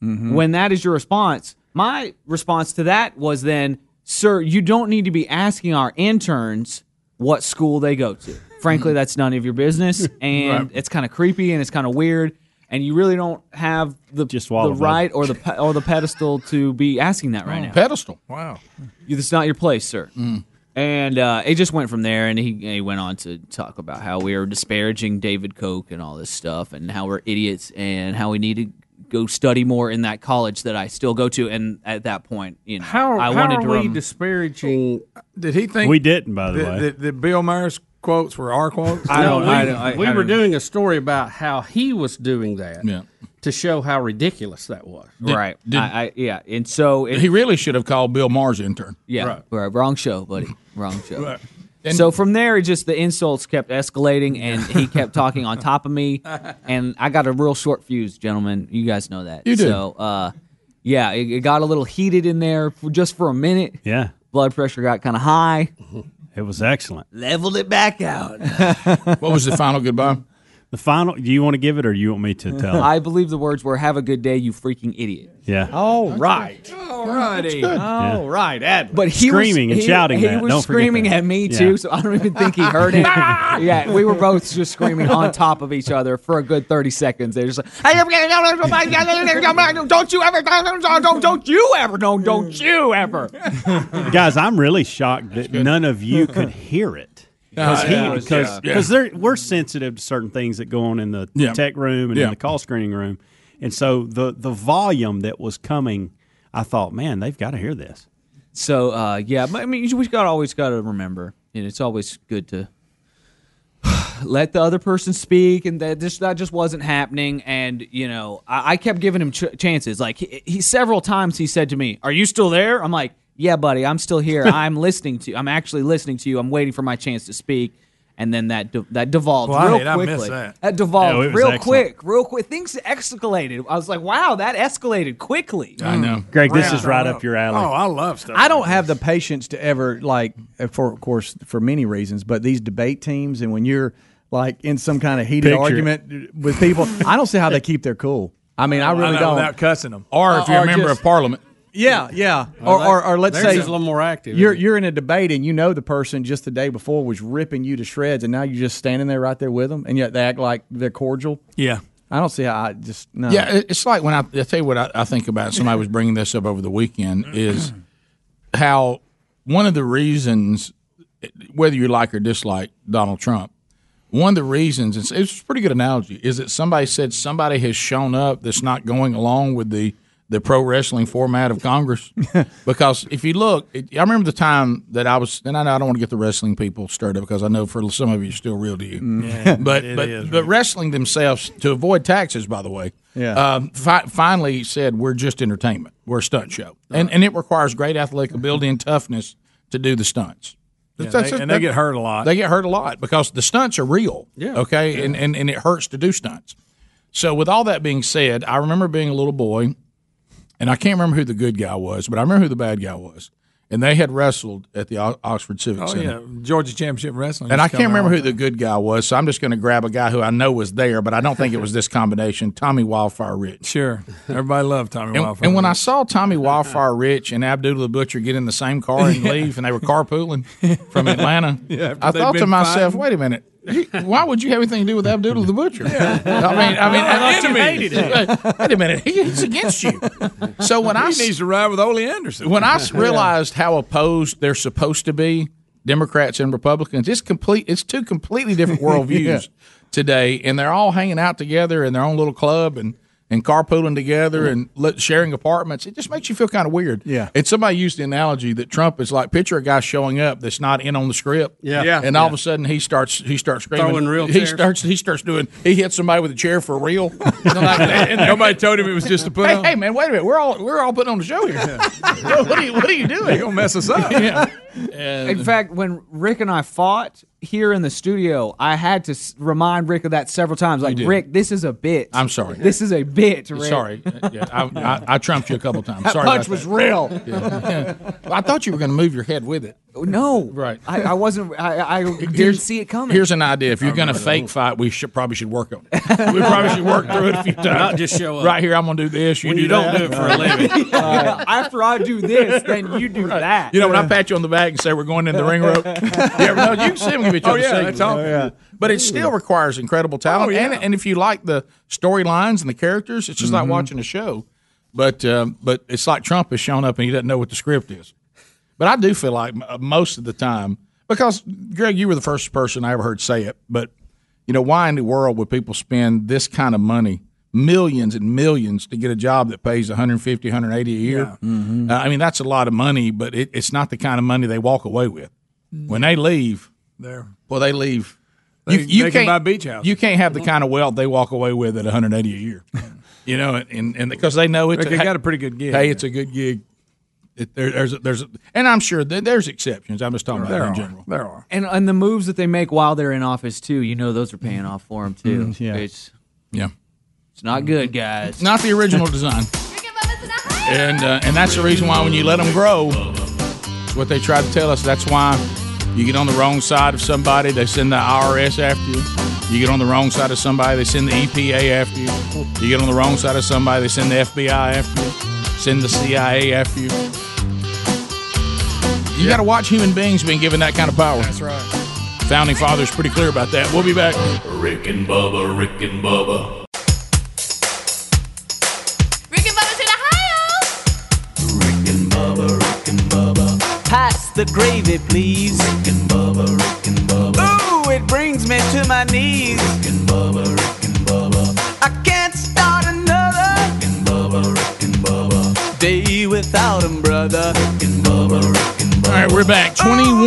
D: Mm-hmm.
W: When that is your response, my response to that was then, sir, you don't need to be asking our interns what school they go to. Frankly, that's none of your business, and
J: Right.
W: it's kind of creepy and it's kind of weird, and you really don't have the the
J: bud.
W: right or the pe- or the pedestal to be asking that right now.
B: Oh. Pedestal. Wow.
W: You- This is not your place, sir.
B: Mm.
W: And uh, it just went from there, and he, he went on to talk about how we are disparaging David Koch and all this stuff, and how we're idiots, and how we need to go study more in that college that I still go to. And at that point, you know,
C: How,
W: I
C: Oh, how
W: wanted
C: are
W: to.
C: we
W: rem-
C: disparaging? uh,
D: Did he think
E: We didn't, by the
D: that-
E: way.
D: that- that Bill Maher's quotes were our quotes?
C: no, we, we were doing a story about how he was doing that
B: Yeah.
C: to show how ridiculous that was.
W: right? I, I, yeah, and so it,
B: he really should have called Bill Maher's intern.
W: Yeah, right. wrong show, buddy. Wrong show.
B: Right.
W: so from there, it just the insults kept escalating, and he kept talking on top of me, and I got a real short fuse, gentlemen. You guys know that.
J: You do.
W: So, uh, yeah, it, it got a little heated in there for just for a minute.
E: Yeah.
W: Blood pressure got kind of high.
B: Mm-hmm.
E: It was excellent.
W: Leveled it back out.
B: What was the final goodbye?
E: The final. Do you want to give it, or you want me to tell?
W: I believe the words were "Have a good day, you freaking idiot."
E: Yeah.
W: All right.
H: All
W: righty.
H: All right, Adler.
W: But he
E: Screaming
W: was,
E: and
W: he-
E: shouting
W: He
E: that.
W: was
E: Don't forget
W: screaming
E: that.
W: at me
E: Yeah.
W: too, so I don't even think he heard it. yeah, we were both just screaming on top of each other for a good thirty seconds. They're just like, "Hey, don't you ever, don't, don't, don't you ever, don't, don't you ever."
E: Guys, I'm really shocked that none of you could hear it.
W: No,
E: Because
W: yeah, it was-
E: because
W: yeah.
E: we're sensitive to certain things that go on in the
B: Yeah.
E: tech room and
B: Yeah.
E: in the call screening room, and so the the volume that was coming, I thought, man, they've got to hear this.
W: So uh, yeah, but, I mean, we got always got to remember, and it's always good to let the other person speak, and that just that just wasn't happening. And you know, I, I kept giving him ch- chances. Like he, he several times, he said to me, "Are you still there?" I'm like, "Yeah, buddy, I'm still here. I'm listening to. I'm actually listening to you. I'm waiting for my chance to speak." And then that de- that devolved
J: Well, I
W: real
J: did. I missed
W: quickly.
J: that.
W: devolved
J: Yeah, it was
W: real
J: excellent.
W: quick, real quick. Things escalated. I was like, "Wow, that escalated quickly."
E: Greg. This
H: Round
E: is right
H: up.
E: up your alley.
H: Oh, I
D: love stuff.
H: I don't have the patience to ever like, uh, for of course, for many reasons, but these debate teams and when you're like in some kind of heated
D: Picture it.
H: argument with people, I don't see how they keep their cool. I mean, I really
D: know,
H: don't.
D: Without cussing them.
B: Or if
H: Or- Uh,
B: you're
H: or
B: a member
H: just-
B: of parliament.
H: Yeah, yeah.
B: Well,
H: Or, or, or let's
B: theirs
H: say
B: is a little
C: more active,
H: You're
C: isn't
H: you're in a debate and you know the person just the day before was ripping you to shreds, and now you're just standing there right there with them, and yet they act like they're cordial.
D: Yeah.
H: I don't see how I just no.
B: Yeah, it- it's like when I, I tell you what I, I think about. Somebody was bringing this up over the weekend is how one of the reasons, whether you like or dislike Donald Trump, one of the reasons it's, it's a pretty good analogy is that somebody said somebody has shown up that's not going along with the the pro wrestling format of Congress because if you look, it, I remember the time that I was, and I know I don't want to get the wrestling people stirred up because I know for some of you it's still real to you,
D: Yeah,
B: but
D: it
B: but,
D: is.
B: but wrestling themselves to avoid taxes, by the way,
D: Yeah.
B: um, fi- finally said we're just entertainment, we're a stunt show, and and it requires great athletic ability and toughness to do the stunts.
D: Yeah,
B: That's-
D: they-
B: that's-
D: and they get hurt a lot.
B: They get hurt a lot because the stunts are real.
D: Yeah.
B: Okay. And, and and it hurts to do stunts. So with all that being said, I remember being a little boy, and I can't remember who the good guy was, but I remember who the bad guy was. and they had wrestled at the O- Oxford Civic
D: Oh
B: Center.
D: yeah, Georgia Championship Wrestling.
B: And I
D: used to
B: can't
D: come
B: remember
D: out.
B: who the good guy was, so I'm just going to grab a guy who I know was there, but I don't think it was this combination. Tommy Wildfire Rich.
D: Sure, everybody loved Tommy
B: And,
D: Wildfire.
B: and when I saw Tommy Wildfire Rich and Abdullah the Butcher get in the same car and leave, and they were carpooling from Atlanta,
D: Yeah, after
B: I
D: they'd
B: thought to
D: been
B: myself,
D: fighting.
B: "Wait a minute, you- why would you have anything to do with Abdullah the Butcher?" I mean, I mean, uh,
D: I
B: and-
D: hated it.
B: Wait a minute, he- he's against you. So when
D: he
B: I s-
D: needs to ride with Ole Anderson.
B: When I s- realized how opposed they're supposed to be, Democrats and Republicans, it's complete. It's two completely different worldviews
D: Yeah.
B: today, and they're all hanging out together in their own little club and and carpooling together and li- sharing apartments. It just makes you feel kind of weird. Yeah. And somebody used the analogy that Trump is like picture a guy showing up that's not in on the script.
C: Yeah. Yeah.
B: And all of a sudden he starts he starts screaming.
C: Throwing real
B: he
C: chairs.
B: starts he starts doing he hits somebody with a chair for real.
D: And nobody told him it was just a put
B: hey,
D: on.
B: hey, man, wait a minute. We're all we're all putting on the show here. what, what are you what are you doing?
D: You're gonna mess us up.
B: Yeah.
W: in fact, when Rick and I fought here in the studio, I had to s- remind Rick of that several times. Like,
B: did.
W: Rick, this is a bit.
B: I'm sorry.
W: This is a bit. Rick.
B: Sorry, yeah, I, I, I trumped you a couple times.
W: That
B: Sorry
W: punch
B: about
W: was
B: that.
W: real.
B: Yeah. Well, I thought you were going to move your head with it.
W: No,
B: right.
W: I, I wasn't. I, I didn't
B: Here's-
W: see it coming.
B: Here's an idea: if
W: I
B: you're going to
W: remember
B: fake fight, we should probably should work on. it. We probably should work through it a few times.
C: Not just show up.
B: Right here, I'm going to do this. You
C: When
B: do
C: you don't
B: that.
C: do it for a living.
W: Uh, Yeah, After I do this, then you do that.
B: You know, when I pat you on the back and say we're going in the ring rope, you ever know? You can see them give each
D: Oh,
B: other
D: yeah,
B: signals.
D: that's all.
B: But it still requires incredible talent.
O: Oh,
B: and, and if you like the storylines and the characters, it's just
O: Mm-hmm.
B: like watching a show. But um, but it's like Trump has shown up and he doesn't know what the script is. But I do feel like m- uh, most of the time, because Greg, you were the first person I ever heard say it. But you know, why in the world would people spend this kind of money, millions and millions, to get a job that pays 150, 180 a year? Uh, I mean, that's a lot of money, but it, it's not the kind of money they walk away with. When they leave,
D: There.
B: well, they leave.
D: They- they can buy beach houses.
B: You can't have the kind of wealth they walk away with at 180 a year. you know, and and because they know it's
D: Rick, they got a pretty good gig.
B: Hey, it's a good gig. It, there, there's a, there's a, and I'm sure that there's exceptions. I'm just talking
W: There
B: about
W: are.
B: in general.
D: There are.
W: and and the moves that they make while they're in office too. You know, those are paying off for them too.
B: Mm, Mm-hmm. yeah.
W: It's
B: yeah.
W: It's not good, guys.
B: Not the original design. And uh, and that's the reason why when you let them grow, it's what they try to tell us. That's why you get on the wrong side of somebody, they send the IRS after you. You get on the wrong side of somebody, they send the EPA after you. You get on the wrong side of somebody, they send the FBI after you. Send the CIA after you. You got to watch human beings being given that kind of power. That's
D: right.
B: Founding fathers pretty clear about that. We'll be back.
L: Rick and Bubba, Rick and Bubba,
M: Rick and Bubba's in Ohio.
J: Pass the gravy, please. Rick and Bubba, Rick and Bubba.
G: Ooh, it brings me to my knees.
J: Rick and Bubba, Rick and Bubba.
G: I can't start another.
J: Rick and Bubba, Rick and Bubba. Day without him, brother. Rick and Bubba, Rick and
B: All right, we're back. 21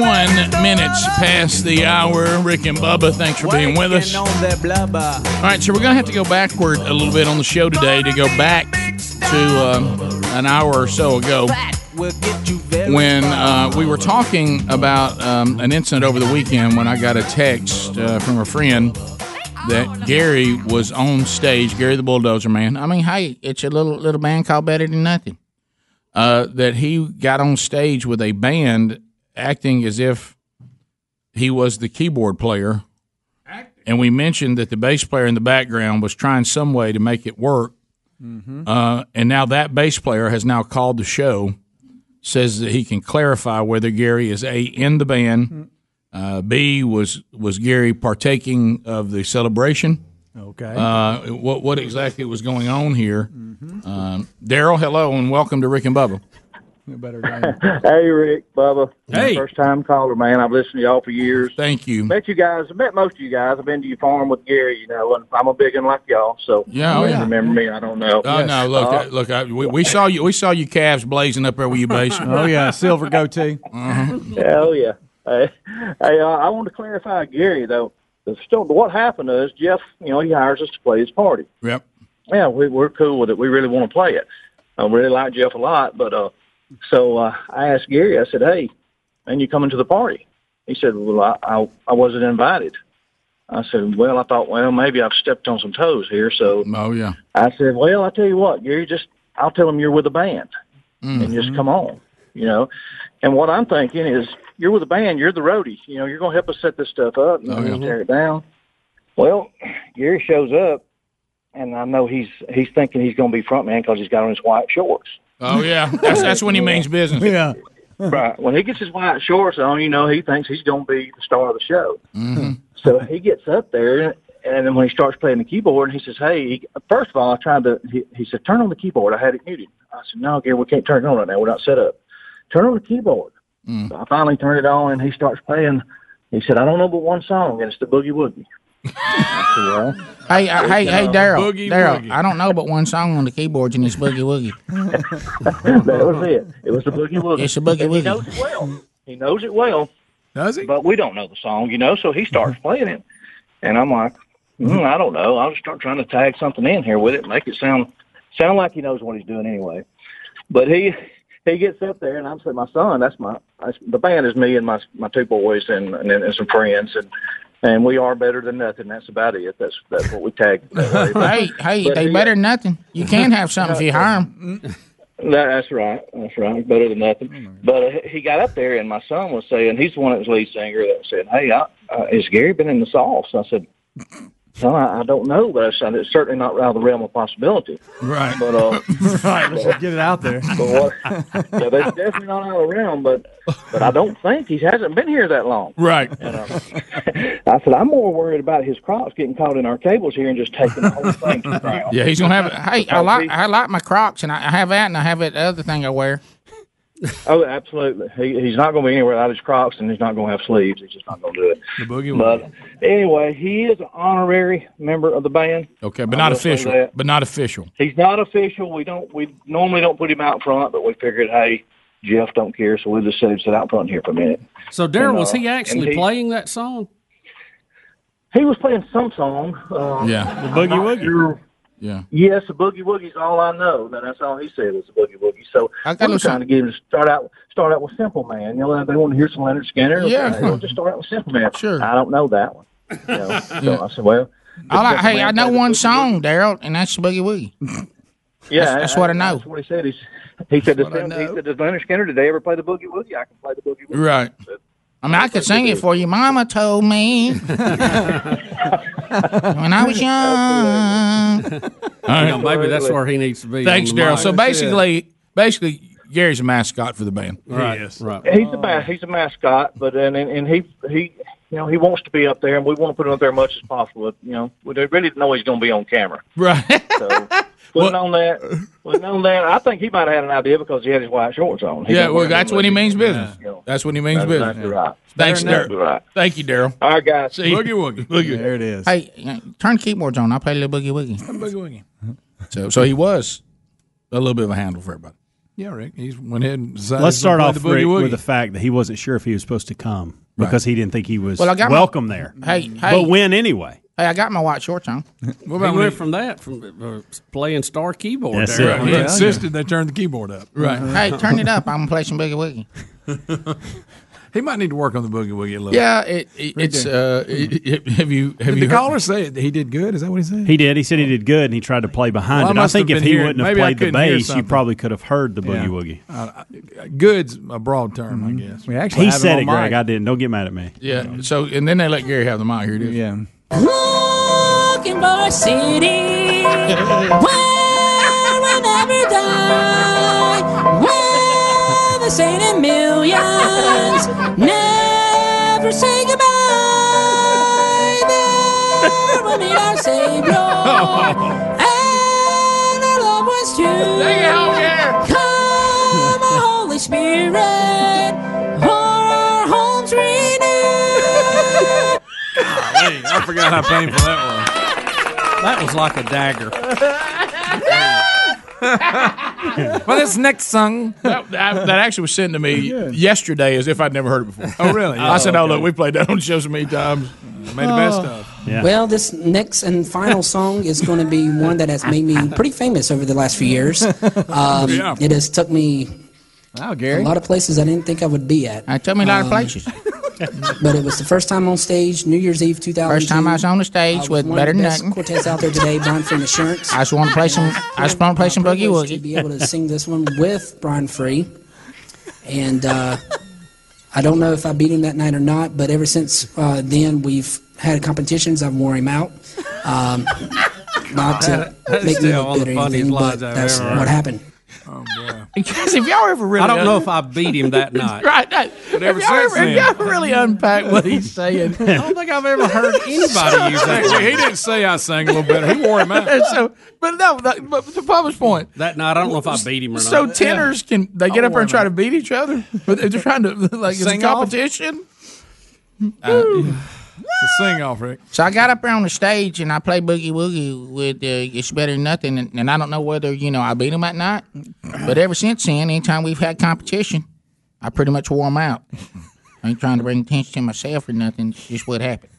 B: minutes past the hour. Rick and Bubba, thanks for being with us.
J: Waking on that blubber.
B: All right, so we're going to have to go backward a little bit on the show today to go back to um, an hour or so ago
J: We'll get you very
B: when uh, we were talking about um, an incident over the weekend when I got a text uh, from a friend that Gary was on stage, Gary the Bulldozer Man. I mean, hey, it's a little little band called Better Than Nothing. Uh, that he got on stage with a band acting as if he was the keyboard player. And we mentioned that the bass player in the background was trying some way to make it work. Uh, and now that bass player has now called the show, says that he can clarify whether Gary is a in the band, uh, b was was Gary partaking of the celebration.
D: Okay.
B: Uh, what what exactly was going on here? Um, Daryl, hello and welcome to Rick and Bubba.
O: hey, Rick, Bubba.
B: Hey.
O: First time caller, man. I've listened to y'all for years.
B: Thank you.
O: Met you guys. Met most of you guys. I've been to your farm with Gary, you know, and I'm a big one like y'all. So
B: Yeah,
O: you
B: oh,
O: may
B: yeah.
O: remember me? I don't know.
B: Oh no! Look, uh, look! I, we, we saw you. We saw you calves blazing up there with your bass.
O: Oh, yeah, silver
B: goatee. Uh-huh.
O: Hell yeah. Hey, hey, uh, I want to clarify Gary though. The sto- What happened is Jeff, you know, he hires us to play his party.
B: Yep.
O: Yeah, we, we're cool with it. We really want to play it. I really like Jeff a lot, but uh, so uh, I asked Gary. I said, "Hey, and you coming to the party?" He said, "Well, I, I I wasn't invited." I said, "Well, I thought, well, maybe I've stepped on some toes here." So
B: oh yeah,
S: Mm-hmm.
O: I said, "Well, I tell you what, Gary, just I'll tell him you're with a band and just come on." you know. And what I'm thinking is, you're with a band, you're the roadie, you know, you're going to help us set this stuff up and
S: Oh, yeah.
O: tear it down. Well, Gary shows up, and I know he's he's thinking he's going to be front man because he's got on his white shorts.
R: Oh yeah, that's that's when he means business.
X: Yeah.
O: right. When he gets his white shorts on, you know, he thinks he's going to be the star of the show. So he gets up there, and then when he starts playing the keyboard, and he says, "Hey, he, first of all, I tried to." He, he said, "Turn on the keyboard." I had it muted. I said, "No, Gary, we can't turn it on right now. We're not set up. Turn on the keyboard."
R: Hmm.
O: So I finally turned it on, and he starts playing. He said, "I don't know but one song, and it's the Boogie Woogie." I said, "Well,
R: Hey, uh, hey, hey,
O: Uh,
R: Daryl,
O: boogie
R: Daryl.
O: woogie.
R: I don't know but one song on the keyboards, and it's boogie woogie.
O: that was it. It was the Boogie Woogie.
R: It's the Boogie
O: And He
R: Woogie.
O: knows it well. He knows it well. Does he? Mm-hmm. But we don't know the song, you know. So he starts playing it, and I'm like, mm, I don't know. I'll just start trying to tag something in here with it, and make it sound sound like he knows what he's doing anyway. But he he gets up there, and I'm saying, my son, that's my that's, the band is me and my my two boys and and, and some friends and. And we are better than nothing. That's about it. That's that's what we tag. that way.
R: hey, hey,
O: But
R: they
O: he-
R: better than nothing. You can have something if you hire them.
O: That, that's right. That's right. Better than nothing. But uh, he got up there, and my son was saying he's the one that was lead singer that said, "Hey, I, uh, has Gary been in the sauce?" I said, "No, I, I don't know, but I said it's certainly not out of the realm of possibility."
E: Right.
O: But uh,
E: right. Let's just get it out there.
O: but what, yeah, that's definitely not out of the realm. But but I don't think he hasn't been here that long. uh,
R: Right.
O: I said I'm more worried about his crops getting caught in our cables here and just taking the whole thing to the ground.
R: Yeah, he's gonna have. Hey,
O: Oh,
R: I like I like my Crocs, and I I have that, and I have that other thing I wear.
O: Oh, absolutely. He, he's not going to be anywhere without his Crocs, and he's not going to have sleeves. He's just not going to do it. The boogie But anyway, he is an honorary member of the band.
R: Okay, but
O: I
R: not
O: will say
R: official.
O: that.
R: But not official.
O: He's not official. We don't. We normally don't put him out front, but we figured, hey, Jeff don't care, so we'll just set him sit out front here for a minute.
C: So Daryl, was
O: And,
C: he
O: uh,
C: actually
O: and he-
C: playing that song?
O: He was playing some song. Uh,
R: Yeah.
O: The Boogie Woogie.
R: Yeah.
O: Yes, the boogie woogie's all I know. Now, That's all he said was the boogie woogie. So
R: I
O: I'm
R: got
O: trying
R: some-
O: to get him to start out start out with simple man. You know, they want to hear some Leonard Skinner.
R: Yeah.
O: okay, well, just start out with simple man. Sure. I don't know that one. You know, So I said, well,
R: I like.
O: just
R: Hey,
O: man
R: I know
O: played the
R: one
O: boogie
R: song, Daryl, and that's Boogie Woogie.
O: Yeah,
R: that's, that's what I know.
O: That's what he said. He's, he said, does,
R: what I
O: Sam- he said, does Leonard Skinner today ever play the boogie woogie? I can play the boogie woogie.
R: Right. I mean, I could sing it for you. Mama told me when I was young.
C: You know, maybe that's where he needs to be.
R: Thanks,
C: on the
R: Daryl.
C: mic.
R: So basically, basically, Gary's a mascot for the band.
C: Right, Yes. right.
O: He's a ma- he's a mascot, but and, and and he he you know he wants to be up there, and we want to put him up there as much as possible. You know, we don't really know he's going to be on camera.
R: Right.
O: So, well, known that, well, known that, I think he might have had an idea because he had his white shorts on. He
R: yeah,
O: don't
R: well,
O: wear
R: that's
O: them
R: what he
O: with-
R: means business. That's what he means
O: That's
R: business.
O: exactly right.
R: Thanks,
O: Better than
R: Daryl. Thank you, Daryl.
O: All right, guys.
R: See you. Boogie woogie.
X: There it is.
R: Hey, uh, turn keyboards on. I'll play a little boogie woogie. So, so he was a little bit of a handle for everybody.
B: Yeah, Rick. He's went ahead and decided
E: Let's
B: he's gonna
E: start off
B: play the boogie
E: Rick,
B: woogie.
E: with the fact that he wasn't sure if he was supposed to come because he didn't think he was
R: Well, I got my-
E: welcome there.
R: Hey, hey,
E: But win anyway.
R: hey, I got my white shorts on.
C: What about he went from that from uh, playing star keyboard.
E: That's
C: there.
E: it.
C: I mean,
E: He
C: yeah.
B: insisted they turned the keyboard up.
R: Right. hey, turn it up. I'm gonna play some boogie woogie.
B: He might need to work on the boogie woogie a little.
R: Yeah, it, it, it's uh, it, it- have you have
B: Did
R: you
B: the
R: heard-
B: caller say he did good? Is that what he said?
E: He did. He said he did good, and he tried to play behind
B: Well, I
E: it. I,
B: must
E: think
B: have
E: if
B: been
E: he
B: hearing-
E: wouldn't have
B: maybe I
E: played the
B: couldn't hear
E: bass, you
B: something.
E: probably could have heard the boogie
B: Yeah.
E: woogie.
B: Uh, uh, good's a broad term, I guess. We
E: he said it, Greg. I didn't. Don't get mad at me.
R: Mm-hmm. Yeah. So and then they let Gary have the mic. Here it is.
X: Yeah.
D: Walking by city. Where we never die. Where the saint in millions never say goodbye. There we'll meet our Savior. And our loved ones too.
Y: Sing it, Homer.
D: Come, O Holy Spirit, for our homes renewed.
B: I forgot how painful that
C: that was like a dagger.
R: well, this next song that, that, that actually was sent to me yesterday, as if I'd never heard it before.
B: Oh, really?
R: I said,
B: Oh,
R: "Oh,
B: okay.
R: look, we played that on the show so many times. Made
B: the best
R: of."
Q: Well, this next and final song is going to be one that has made me pretty famous over the last few years. Um, Yeah. It has took me a lot of places I didn't think I would be at. Um,
R: It took me a lot of places.
Q: But it was the first time on stage, New Year's Eve 2000.
R: First time I was on the stage with
Q: one
R: Better
Q: of the
R: Than
Q: best
R: Nothing.
Q: quartets out there today, Brian Free and Assurance.
R: I just want to play some. I just want to play some boogie
Q: privilege to
R: woogie.
Q: be able to sing this one with Brian Free. and uh, I don't know if I beat him that night or not. But ever since uh, then, we've had competitions. I've wore him out. Um, not to
C: That- that's
Q: make me
C: still
Q: look
C: one of
Q: good
C: the
Q: or
C: funniest
Q: anything, but
C: lies I've
Q: that's
C: ever heard.
Q: what happened.
B: Because if y'all ever really,
C: I don't know if I beat him that night.
B: right, no.
C: But ever
B: If y'all
C: since
B: ever- if
C: then-
B: y'all ever really unpack what he's saying.
C: I don't think I've ever heard anybody use that.
D: Actually, he didn't say I sang a little better. He wore him out.
B: so, but no, that- but to Bubba's point,
C: That night, I don't know if I beat him or
B: so
C: not.
B: tenors can they get up there and try to beat each other? But they're trying to like it's a
D: Sing off?
B: competition.
D: It's a sing off, Rick.
R: So I got up there on the stage and I played Boogie Woogie with uh, It's Better Than Nothing, and, and I don't know whether, you know, I beat him at night, but ever since then, anytime we've had competition, I pretty much wore him out. I ain't trying to bring attention to myself or nothing, it's just what happened.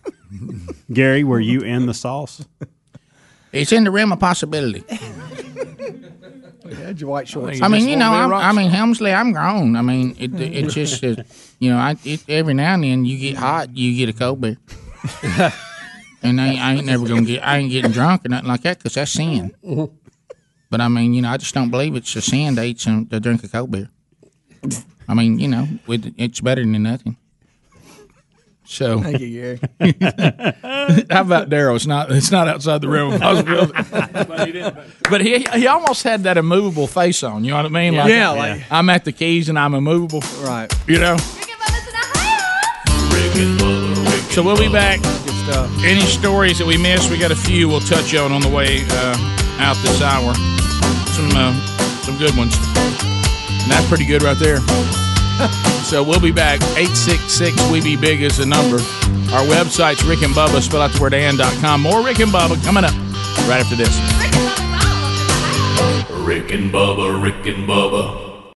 E: Gary, were you in the sauce?
R: It's in the realm of possibility.
H: Had your white shorts.
R: I mean, you know, I'm, I mean, Helmsley, I'm grown. I mean, it, it, it's just, uh, you know, I, it, every now and then you get hot, you get a cold beer. and I, I ain't never going to get, I ain't getting drunk or nothing like that because that's sin.
C: Mm-hmm.
R: But I mean, you know, I just don't believe it's a sin to eat some, to drink a cold beer. I mean, you know, with, it's better than nothing.
B: So
R: Thank
H: you,
B: Gary. How about Daryl? It's not it's not outside the realm of possibility. but he he almost had that immovable face on. You know what I mean?
P: Yeah, like-
B: I'm at the keys and I'm immovable. Right. You know. So we'll be back. Any stories that we missed, we got a few we'll touch on on the way uh, out this hour. Some uh, some good ones. And that's pretty good right there. so we'll be back. 866 We Be Big is the number. Our website's Rick and Bubba, spell out the word and.com. More Rick and Bubba coming up right after this.
L: Rick and Bubba, Rick and Bubba,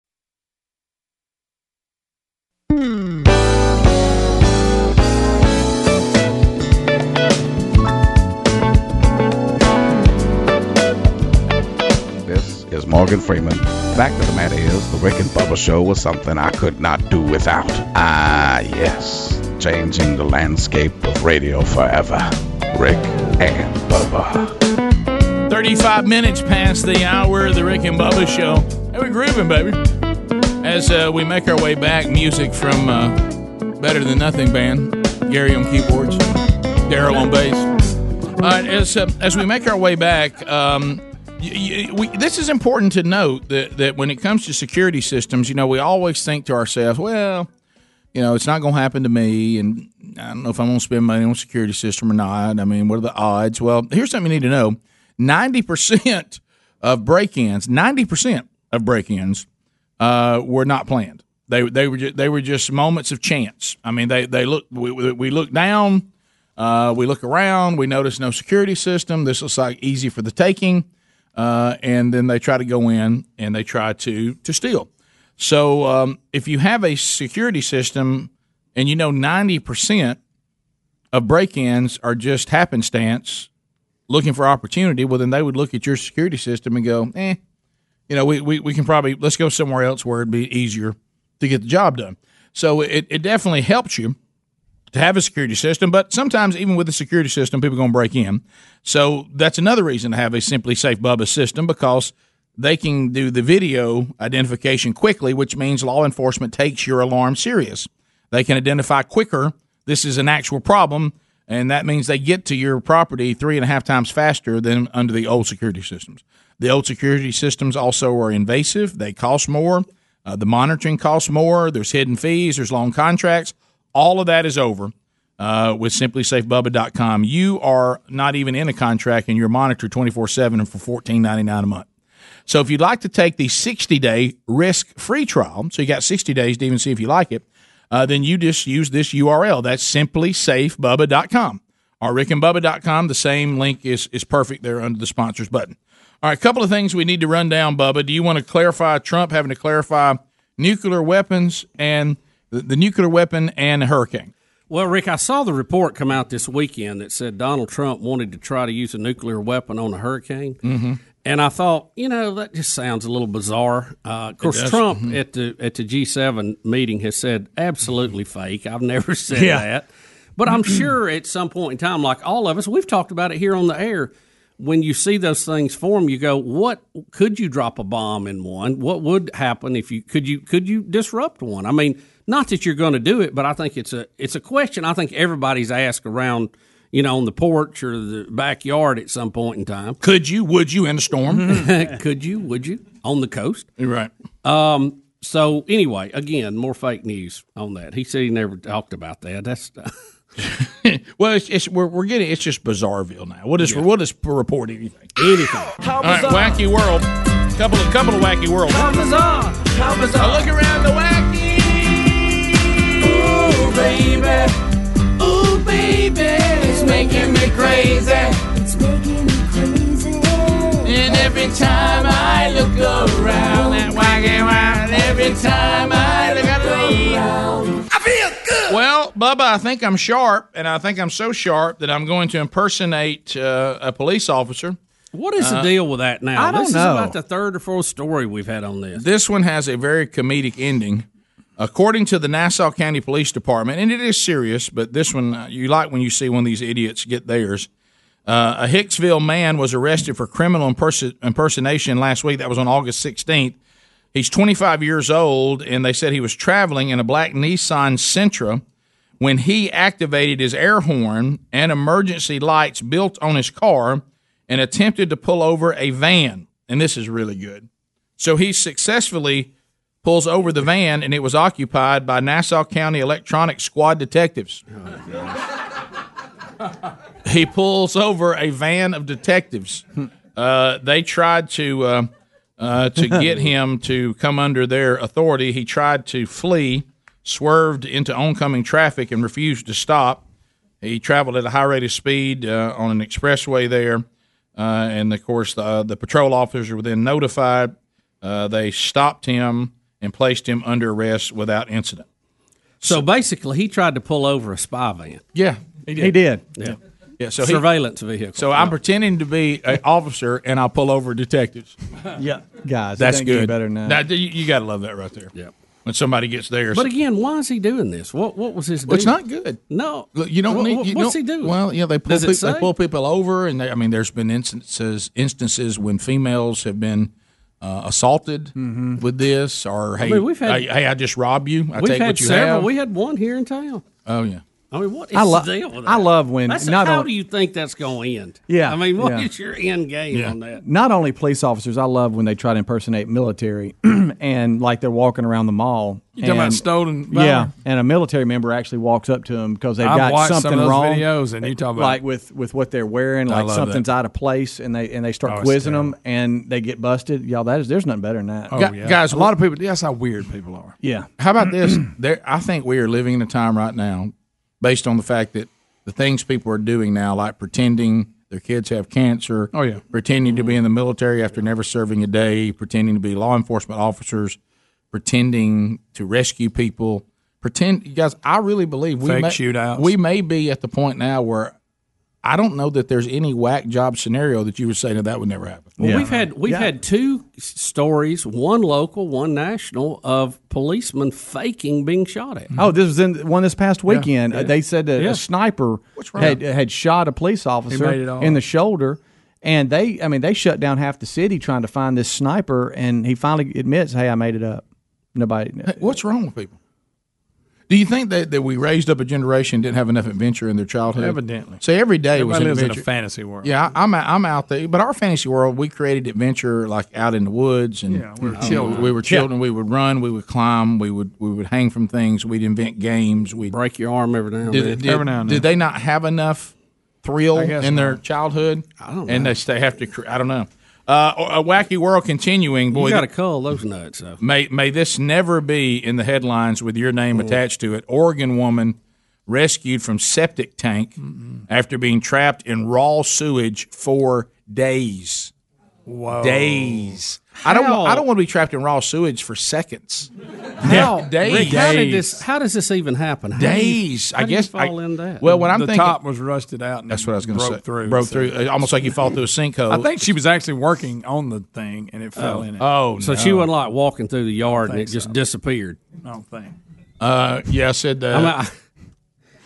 S: This is Morgan Freeman. Fact of the matter is, the Rick and Bubba Show was something I could not do without. Ah, yes, changing the landscape of radio forever. Rick and Bubba.
B: 35 minutes past the hour of the Rick and Bubba show. Hey, we're grooving, baby. As uh, we make our way back, music from uh, Better Than Nothing band, Gary on keyboards, Daryl on bass. All right, as, uh, as we make our way back, um, y- y- we, this is important to note that, that when it comes to security systems, you know, we always think to ourselves, well, you know, it's not going to happen to me. And I don't know if I'm going to spend money on a security system or not. I mean, what are the odds? Well, here's something you need to know 90% of break ins, 90% of break ins uh, were not planned. They, they were just, they were just moments of chance. I mean, they they look we, we we look down, uh, we look around, we notice no security system. This looks like easy for the taking, uh, and then they try to go in and they try to to steal. So um, if you have a security system and you know ninety percent of break-ins are just happenstance, looking for opportunity, well then they would look at your security system and go, eh, you know, we, we, we can probably let's go somewhere else where it'd be easier to get the job done. So it, it definitely helps you to have a security system, but sometimes even with a security system, people are going to break in. So that's another reason to have a Simply Safe Bubba system because they can do the video identification quickly, which means law enforcement takes your alarm serious. They can identify quicker this is an actual problem, and that means they get to your property three and a half times faster than under the old security systems. The old security systems also are invasive, they cost more, uh, the monitoring costs more, there's hidden fees, there's long contracts. All of that is over uh, with simplysafebubba.com. You are not even in a contract and you're monitored 24 7 and for $14.99 a month. So if you'd like to take the 60 day risk free trial, so you got 60 days to even see if you like it, uh, then you just use this URL. That's simplysafebubba.com or rickandbubba.com. The same link is, is perfect there under the sponsors button. All right, a couple of things we need to run down, Bubba. Do you want to clarify Trump having to clarify nuclear weapons and the, the nuclear weapon and hurricane?
C: Well, Rick, I saw the report come out this weekend that said Donald Trump wanted to try to use a nuclear weapon on a hurricane.
P: Mm-hmm.
C: And I thought, you know, that just sounds a little bizarre. Uh, of course,
P: does. Mm-hmm.
C: Trump at the at the G7 meeting has said absolutely fake. I've never said
P: Yeah.
C: that, but I'm sure at some point in time, like all of us, we've talked about it here on the air. when you see those things form, you go, "What could you drop a bomb in one? What would happen if you could you could you disrupt one?" I mean, not that you're going to do it, but I think it's a it's a question I think everybody's asked around, you know, on the porch or the backyard at some point in time.
B: Could you? Would you in a storm?
C: could you? Would you on the coast?
B: Right.
C: Um. So anyway, again, more fake news on that. He said he never talked about that. That's.
B: well, it's, it's we're, we're getting it's just bizarreville now. We'll just we'll just report anything. Anything. All right,
P: bizarre.
B: wacky world. Couple of couple of wacky world.
P: How bizarre. How bizarre.
B: I look around the wacky.
P: Ooh, baby. Ooh, baby. It's making me crazy. It's making me crazy. And every time I look around, that wacky wild. Every time I look around. I feel
B: Well, Bubba, I think I'm sharp, and I think I'm so sharp that I'm going to impersonate uh, a police officer.
C: What is the
B: Uh,
C: deal with that now?
B: I don't
C: this
B: know.
C: is about the third or fourth story we've had on this.
B: This one has a very comedic ending. According to the Nassau County Police Department, and it is serious, but this one uh, you like when you see one of these idiots get theirs. Uh, a Hicksville man was arrested for criminal imperson- impersonation last week. That was on August 16th. He's 25 years old, and they said he was traveling in a black Nissan Sentra when he activated his air horn and emergency lights built on his car and attempted to pull over a van. And this is really good. So he successfully pulls over the van, and it was occupied by Nassau County Electronic Squad detectives. he pulls over a van of detectives. Uh, they tried to uh, uh, to get him to come under their authority. He tried to flee, swerved into oncoming traffic, and refused to stop. He traveled at a high rate of speed uh, on an expressway there, uh, and of course the the patrol officers were then notified. Uh, they stopped him and placed him under arrest without incident.
C: So basically, he tried to pull over a spy van.
B: Yeah,
C: He did.
B: Yeah,
C: Yeah.
B: yeah. So he-
C: surveillance vehicle.
B: So I'm pretending to be an officer, and I'll pull over detectives.
H: Yeah, guys, it
B: that's
H: doesn't get
B: good.
H: Better than
B: Now,
H: that.
B: you, you got to love that right there.
C: Yeah.
B: When somebody gets theirs,
C: But again, why is he doing this? What What was his?
B: Well, it's
C: deal?
B: not good.
C: No,
B: Look, you don't
C: Wha-
B: need.
C: wha-
B: you
C: what's
B: don't-
C: he doing?
B: Well, yeah, they pull,
C: Does it
B: people,
C: say?
B: they pull people over, and they, I mean, there's been instances instances when females have been uh, assaulted with this, or
C: Mm-hmm. I
B: hey,
C: mean, we've had-
B: hey, hey, I just rob you. I
C: We've
B: take
C: had
B: what you
C: several.
B: have.
C: We had one here in town.
B: oh yeah.
C: I mean, what is
B: I lo-
C: the deal with that?
H: I love when-
C: That's,
H: not
C: how
H: only-
C: do you think that's going to end?
H: Yeah,
C: I mean, what is
H: yeah.
C: your end game on that?
H: Not only police officers, I love when they try to impersonate military, and like they're walking around the mall.
D: You talking about
H: and-
D: stolen valor?
H: Yeah, and a military member actually walks up to them because they've
D: I've
H: got
D: watched some of
H: something
D: those
H: wrong.
D: videos, and you talk about-
H: like with with what they're wearing,
D: I
H: like
D: love
H: something's out of place, and they and they
D: Oh,
H: start
D: it's
H: quizzing them, and they get busted. Y'all, that is there's nothing better than that.
D: Oh,
B: Gu- guys,
D: a lot of people. That's how weird people are.
H: Yeah.
B: How about this? There, I think we are living in a time right now, based on the fact that the things people are doing now, like pretending their kids have cancer.
D: Oh, yeah.
B: Pretending to be in the military after never serving a day. Pretending to be law enforcement officers. Pretending to rescue people. Pretend, you guys. I really believe we
D: Fake
B: may,
D: shootouts.
B: We may be at the point now where. I don't know that there's any whack job scenario that you would say that that would never happen.
C: Well, we've had we've had two s- stories, one local, one national, of policemen faking being shot at.
B: Mm-hmm.
H: Oh, this was in one this past weekend.
C: Yeah.
H: Uh, They said that
C: Yeah.
H: a sniper
C: wrong?
H: had had shot a police officer
D: made it all
H: in the shoulder, and they, I mean, they shut down half the city trying to find this sniper, and he finally admits, "Hey, I made it up. Nobody."
B: Hey, What's wrong with people? Do you think that, that we raised up a generation didn't have enough adventure in their childhood?
D: Evidently.
B: So every day was
D: Everybody
B: an
D: lives in a
B: adventure.
D: fantasy world.
B: Yeah, I- I'm out- I'm out there, but our fantasy world, we created adventure like out in the woods, and
D: Yeah, we were
B: Oh,
D: children.
B: We were
D: Yeah.
B: children. We would run, we would climb, we would we would hang from things, we'd invent games, we'd
C: break your arm every now and
B: did,
C: then.
B: Did,
C: Every now and
B: did
C: then.
B: they not have enough thrill
C: I guess
B: in their
C: not.
B: childhood?
C: I don't
B: And
C: know.
B: they, they have to. cre- I don't know. Uh, a wacky world continuing. Boy,
C: you got to
B: th-
C: cull those nuts. Though.
B: May may this never be in the headlines with your
D: Oh.
B: name attached to it. Oregon woman rescued from septic tank after being trapped in raw sewage for days.
D: Whoa.
B: Days. I don't. wa- I don't want to be trapped in raw sewage for seconds.
C: How,
B: days.
C: Rick, how did this? How does this even happen? How do you-
B: Days.
C: how
B: I
C: do you
B: guess I-
C: fall in that.
B: well, when I'm
D: the
B: thinking-
D: top was rusted out. And
B: That's what I was going to
D: broke
B: say.
D: Through,
B: Broke
D: so-
B: through. uh, Almost like you fall through a sinkhole. Oh.
D: I think she was actually working on the thing and it fell in it.
C: Oh. so she wasn't like walking through the yard and it
D: think
C: just disappeared.
D: I don't think.
B: Uh, yeah, I said. Uh,
C: I mean, I-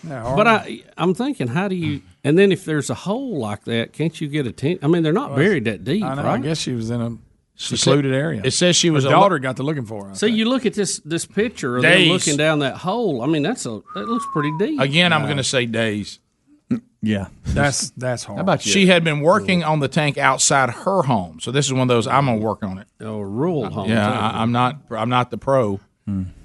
D: Yeah,
C: but
D: horrible.
C: I, I'm thinking, how do you? And then if there's a hole like that, can't you get a tent? I mean, they're not buried that deep,
D: I, know, I
C: right?
D: guess she was in a secluded area.
C: it says she was
D: Her
C: a-
D: daughter got to looking for her.
C: See, you look at this this picture of them
D: Days.
C: looking down that hole. I mean, that's a that looks pretty deep.
B: Again, I'm going to say days.
H: Yeah,
D: That's that's hard.
B: She had been working on the tank outside her home, so this is one of those. I'm going to work on it.
C: Oh, rural home.
B: Yeah,
C: too.
B: I, I'm not. I'm not the pro.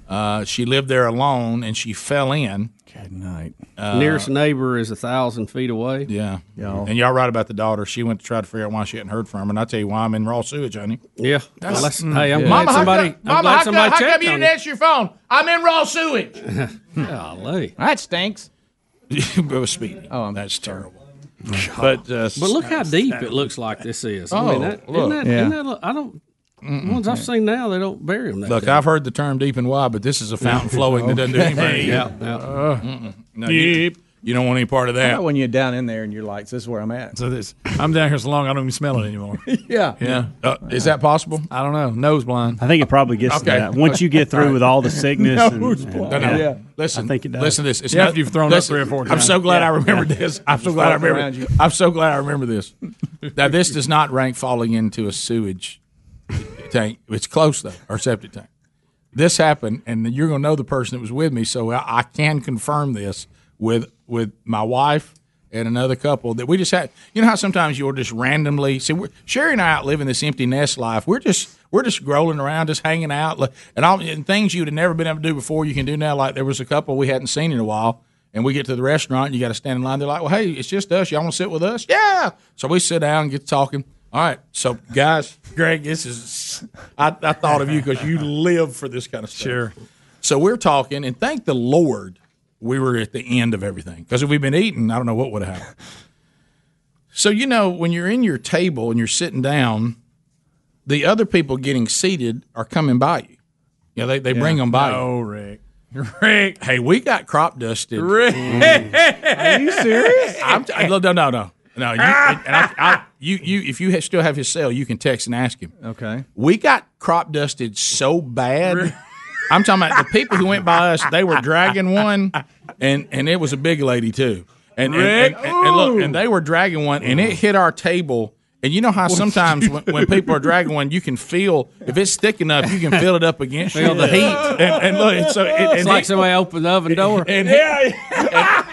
B: Uh, she lived there alone, and she fell in.
H: Good night.
C: Nearest neighbor is a thousand feet away.
B: Uh, Yeah, And y'all right about the daughter. She went to try to figure out why she hadn't heard from her. And I tell you why I'm in raw sewage, honey.
C: Yeah.
B: That's-
C: Well, that's-
B: Mm.
C: hey, I'm
B: Yeah.
C: glad
B: Mama, how
C: somebody.
B: come-
C: I'm
B: Mama,
C: glad
B: how come-
C: somebody
B: how come
C: checked
B: you
C: on
B: didn't answer your phone? I'm in raw sewage.
C: Golly.
W: That stinks.
B: it was speedy. Oh, that's terrible. But uh,
C: But look how deep it looks like this is. I mean,
B: Oh,
C: that,
B: look.
C: isn't that,
B: Yeah.
C: isn't that, I don't. the Ones I've seen now, they don't bury them. That
B: Look,
C: deep.
B: I've heard the term deep and wide, but this is a fountain flowing that doesn't do
C: Okay.
B: anything. Uh,
C: Yeah, yeah.
B: Mm-mm. No, you, you don't want any part of
H: How
B: that.
H: about when you're down in there and you're like, "This is where I'm at."
D: So this, I'm down here so long I don't even smell it anymore.
H: yeah,
B: Yeah. Uh, is that possible?
D: I don't know. Nose blind.
E: I think it probably gets
D: Okay.
E: to that. Once you get through with all the sickness, and,
D: Nose
E: and-
D: block.
B: No, no.
D: Yeah.
B: Listen,
E: I think it does.
B: listen to this.
D: Yeah,
B: not-
D: after you've thrown up
B: listen,
D: three or four
B: I'm
D: times.
B: so glad
D: Yeah.
B: I remembered
D: Yeah.
B: this. I'm so
D: Just
B: glad I
D: floating around
B: remember.
D: you.
B: I'm so glad I remember this. Now this does not rank falling into a sewage tank. It's close though, or septic tank. This happened, and you're going to know the person that was with me, so I, I can confirm this with with my wife and another couple that we just had. You know how sometimes you're just randomly. See, we're, Sherry and I out living this empty nest life. We're just we're just growling around, just hanging out, like- and all and things you'd have never been able to do before. You can do now. Like there was a couple we hadn't seen in a while, and we get to the restaurant, and you got to stand in line. They're like, "Well, hey, it's just us. Y'all want to sit with us?" Yeah. So we sit down and get talking. All right, so guys, Greg, this is I, I thought of you because you live for this kind of stuff. Sure. So we're talking, and thank the Lord we were at the end of everything because if we'd been eating, I don't know what would have happened. So you know when you're in your table and you're sitting down, the other people getting seated are coming by you. You know they, they bring them by.
D: Oh,
B: you.
D: Rick. Rick.
B: Hey, we got crop dusted. Mm.
D: Rick.
B: Are you serious? I'm t- no, no, no, no. No, you, and I, I, you, you, if you ha- still have his cell, you can text and ask him.
H: Okay.
B: We got crop dusted so bad. I'm talking about the people who went by us. They were dragging one, and and it was a big lady too. And and,
D: Rick,
B: and, and, and look, and they were dragging one, and it hit our table. And you know how sometimes when, when people are dragging one, you can feel if it's thick enough, you can feel it up against you.
C: Feel the heat.
B: and, and look, and so it,
C: it's
B: and
C: like
B: it-
C: somebody opened the oven door.
B: and he- and,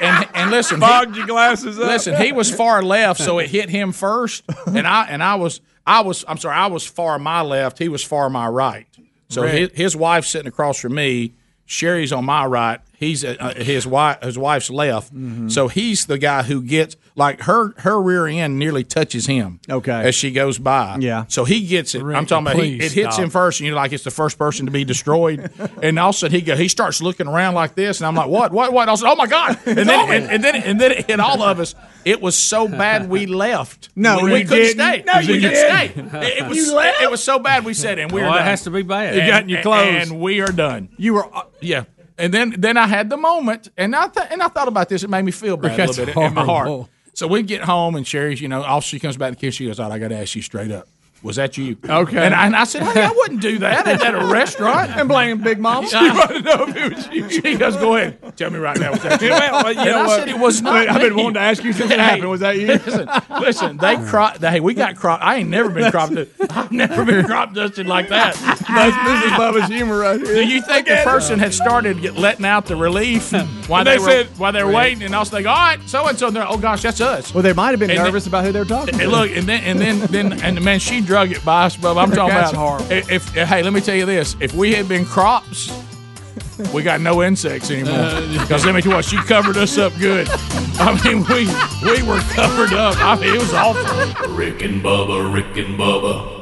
B: and, and listen, fogged your glasses
D: up.
B: Listen, he was far left, so it hit him first, and I and I was I was I'm sorry, I was far my left, he was far my right. So his,
D: Right.
B: his wife's sitting across from me. Sherry's on my right. He's uh, his wife. His wife's left. So he's the guy who gets like her. Her rear end nearly touches him.
H: Okay.
B: as she goes by. Yeah. So he gets it. I'm talking about he,
H: please
B: it hits
H: stop.
B: him first, and you're like, it's the first person to be destroyed. and all of a sudden he go, he starts looking around like this, and I'm like, what, what, what? And I said, oh my god! And then and, and then and then it hit all of us. It was so bad we left.
H: No,
B: we, we
H: you
B: couldn't
H: didn't.
B: stay.
H: No,
B: we
H: you
B: couldn't
H: didn't.
B: stay. It, it was
H: You left?
B: it was so bad we said, and we we're
C: Well, it
B: done.
C: has to be bad.
B: And-
C: You got in your
B: and-
C: clothes.
B: and we are done.
H: You were uh,
B: yeah. And then then I had the moment, and I th- and I thought about this. It made me feel bad a
D: That's
B: little bit in my heart.
D: horrible.
B: So we get home, and Sherry's, you know, all she comes back to kiss. She goes, "All right, I got to ask you straight up, was that you?"
D: Okay.
B: And I, and I said, "Hey, I wouldn't do that at, at a restaurant." And
H: blame Big Mama.
B: She wanted to know if it was you. She goes, "Go ahead, tell me right now." Was that you?
D: Well, well, you
B: and
D: know
B: I
D: what?
B: said, "It was not."
D: I've been
B: me."
D: wanting to ask you since it
B: Hey,
D: happened. Was that you?
B: Listen, listen. They crop. Hey, we got crop. I ain't never been crop. dusted. I've never been crop dusted like that.
D: That's- this is Bubba's humor right here.
B: Do you think the
D: Look at it.
B: person had started get- letting out the relief while
D: And
B: they,
D: they
B: were
D: said-
B: while they were waiting, and also they go, all right, so and so, they're oh gosh, that's us.
H: Well, they might have been
B: And
H: nervous about who they're talking to.
B: And look, and then and then then and man, she drug it by us, Bubba. I'm talking
H: That's
B: about
H: horrible.
B: If, if- hey, let me tell you this: if we had been crops, we got no insects anymore.
H: Uh,
B: Because let me tell you what, she covered us up good. I mean, we we were covered up. I mean, it was awful.
L: Rick and Bubba, Rick and Bubba,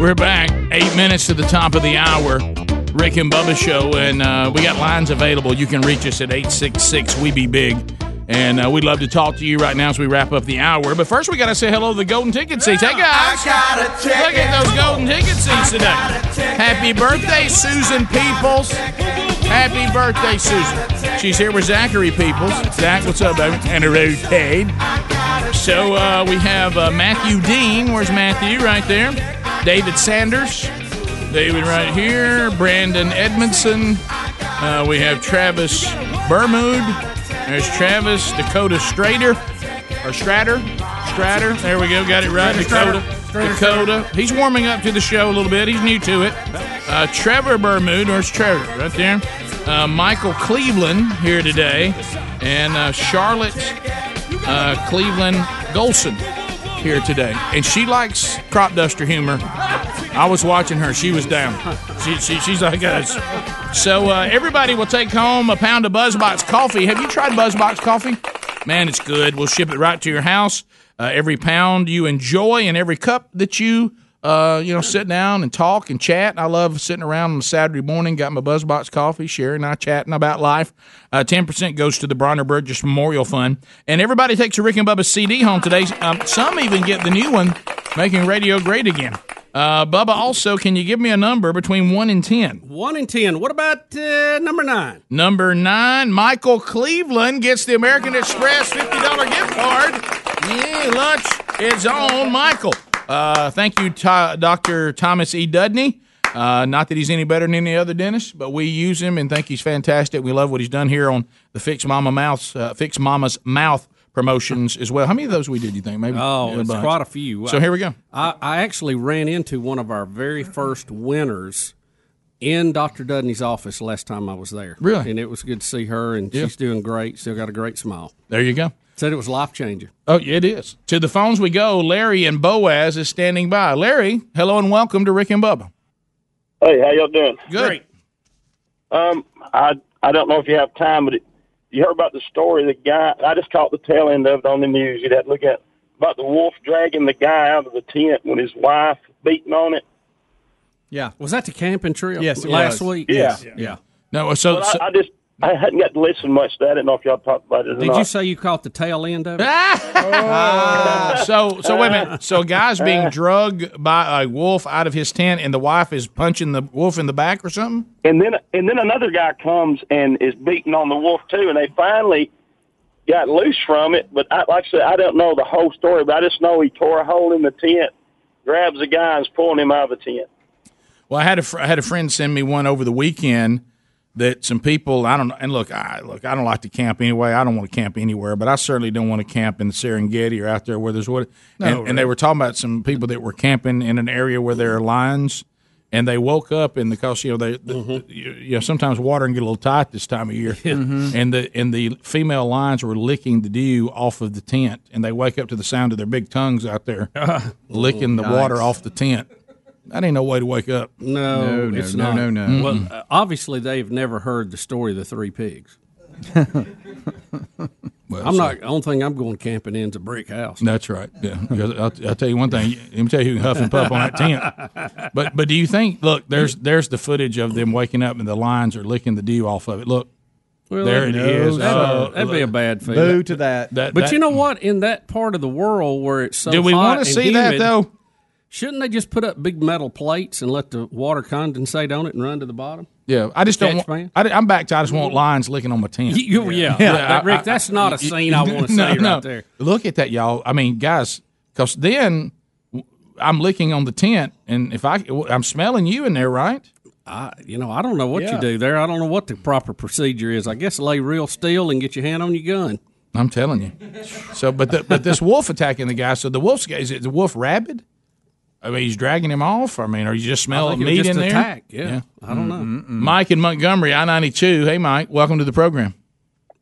B: We're back. Eight minutes to the top of the hour. Rick and Bubba Show, and uh, we got lines available. You can reach us at 866 We Be Big. And uh, we'd love to talk to you right now as we wrap up the hour. But first, we got to say hello to the Golden Ticket Seats. Hey, guys. Look at those Golden Ticket Seats today. Happy birthday, Susan Peoples. Happy birthday, Susan. She's here with Zachary Peoples. Zach, what's up, baby? And a routine. So uh, we have uh, Matthew Dean. Where's Matthew? Right there. David Sanders. David right here. Brandon Edmondson. Uh, we have Travis Bermood. There's Travis. Dakota Strader. Or Stratter. Stratter. There we go. Got it right.
P: Strader,
B: Dakota.
P: Strader. Strader,
B: Dakota. He's warming up to the show a little bit. He's new to it. Uh, Trevor Bermood. There's Trevor right there. Uh, Michael Cleveland here today. And uh, Charlotte uh, Cleveland Golson here today, and she likes crop duster humor. I was watching her; she was down. She, she, she's like us. So uh, everybody will take home a pound of BuzzBox coffee. Have you tried BuzzBox coffee? Man, it's good. We'll ship it right to your house. Uh, every pound you enjoy, and every cup that you uh, you know sit down and talk and chat. I love sitting around on a Saturday morning, got my BuzzBox coffee, Sherry and I chatting about life. Uh, Ten percent goes to the Bronner Burgess Memorial Fund, and everybody takes a Rick and Bubba CD home today. Um, some even get the new one, making radio great again. Uh, Bubba, also, can you give me a number between one and ten?
C: One in ten. What about uh, number nine?
B: Number nine, Michael Cleveland gets the American Express $50 gift card. Yeah, lunch is on Michael. Uh, thank you, to- Dr. Thomas E. Dudney. Uh, not that he's any better than any other dentist, but we use him and think he's fantastic. We love what he's done here on the Fix Mama Mouth, uh, Fix Mama's Mouth promotions as well. How many of those we did? You think maybe?
C: Oh, it's
B: bunch.
C: quite a few.
B: So here we go.
C: I, I actually ran into one of our very first winners in Dr. Dudney's office last time I was there.
B: Really?
C: And it was good to see her, and
B: Yeah.
C: she's doing great. Still got a great smile.
B: There you go.
C: Said it was life changing.
B: Oh, it is. To the phones we go. Larry and Boaz is standing by. Larry, hello and welcome to Rick and Bubba.
F: Hey, how y'all doing?
B: Good.
F: Um, I I don't know if you have time, but it, you heard about the story. The guy I just caught the tail end of it on the news. You'd have to look at about the wolf dragging the guy out of the tent when his wife beating on it.
C: Yeah. Was that the camping trail?
F: Yes, it
C: Last
F: was.
C: week?
F: Yeah.
C: Yes.
F: Yeah.
C: Yeah.
B: No,
F: But I, I just I hadn't got to listen much to that. I didn't know if y'all talked about it. Or
C: Did
F: not.
C: you say you caught the tail end of it? Oh.
B: Ah, so so wait a minute. So a guy's being drugged by a wolf out of his tent, and the wife is punching the wolf in the back or something.
F: And then and then another guy comes and is beating on the wolf too, and they finally got loose from it. But I, like I said, I don't know the whole story, but I just know he tore a hole in the tent, grabs the guy and's pulling him out of the tent.
B: Well, I had a fr- I had a friend send me one over the weekend that some people I don't know. And look, I look, I don't like to camp anyway. I don't want to camp anywhere, but I certainly don't want to camp in Serengeti or out there where there's what.
D: No,
B: and,
D: right.
B: and they were talking about some people that were camping in an area where there are lions. And they woke up and because you know they, the,
C: Mm-hmm.
B: you, you know sometimes water can get a little tight this time of year,
C: Mm-hmm.
B: and the and the female lions were licking the dew off of the tent, and they wake up to the sound of their big tongues out there licking the
C: Nice.
B: water off the tent. That ain't no way to wake up.
C: No,
B: no,
C: it's
B: no,
C: not.
B: no, no.
C: Well, uh, obviously they've never heard the story of the three pigs. I'm not. The only thing I'm going camping in is a brick house.
B: That's right. Yeah. Because I'll, I'll tell you one thing. Let me tell you who huff and puff on that tent. But but do you think? Look, there's there's the footage of them waking up and the lions are licking the dew off of it. Look, there it
C: no,
B: is.
C: That'd,
B: Oh,
C: that'd be a
B: look.
C: bad thing.
B: That-
C: but
B: that-
C: you know what? In that part of the world where it's so
B: Do we
C: want
B: wanna see that, though?
C: Shouldn't they just put up big metal plates and let the water condensate on it and run to the bottom?
B: yeah. I just don't.
C: Catch
B: Want, I, am back to I just want lions licking on my tent.
C: You- you- yeah. That- Rick, that's not a scene I wanna see right there.
B: Look at that, y'all. I mean, guys, because then w- I'm licking on the tent, and if I I'm smelling you in there, right?
C: I you know I don't know what
B: Yeah.
C: you do there. I don't know what the proper procedure is. I guess lay real still and get your hand on your gun.
B: I'm telling you. So, but the, but this wolf attacking the guy. So the wolf's is it the wolf rabid? I mean, he's dragging him off. I mean, are you just
C: I
B: smelling
C: think it
B: meat
C: was just
B: in there?
C: attack, yeah. I don't know.
B: Mike in Montgomery, I ninety two. Hey, Mike, welcome to the program.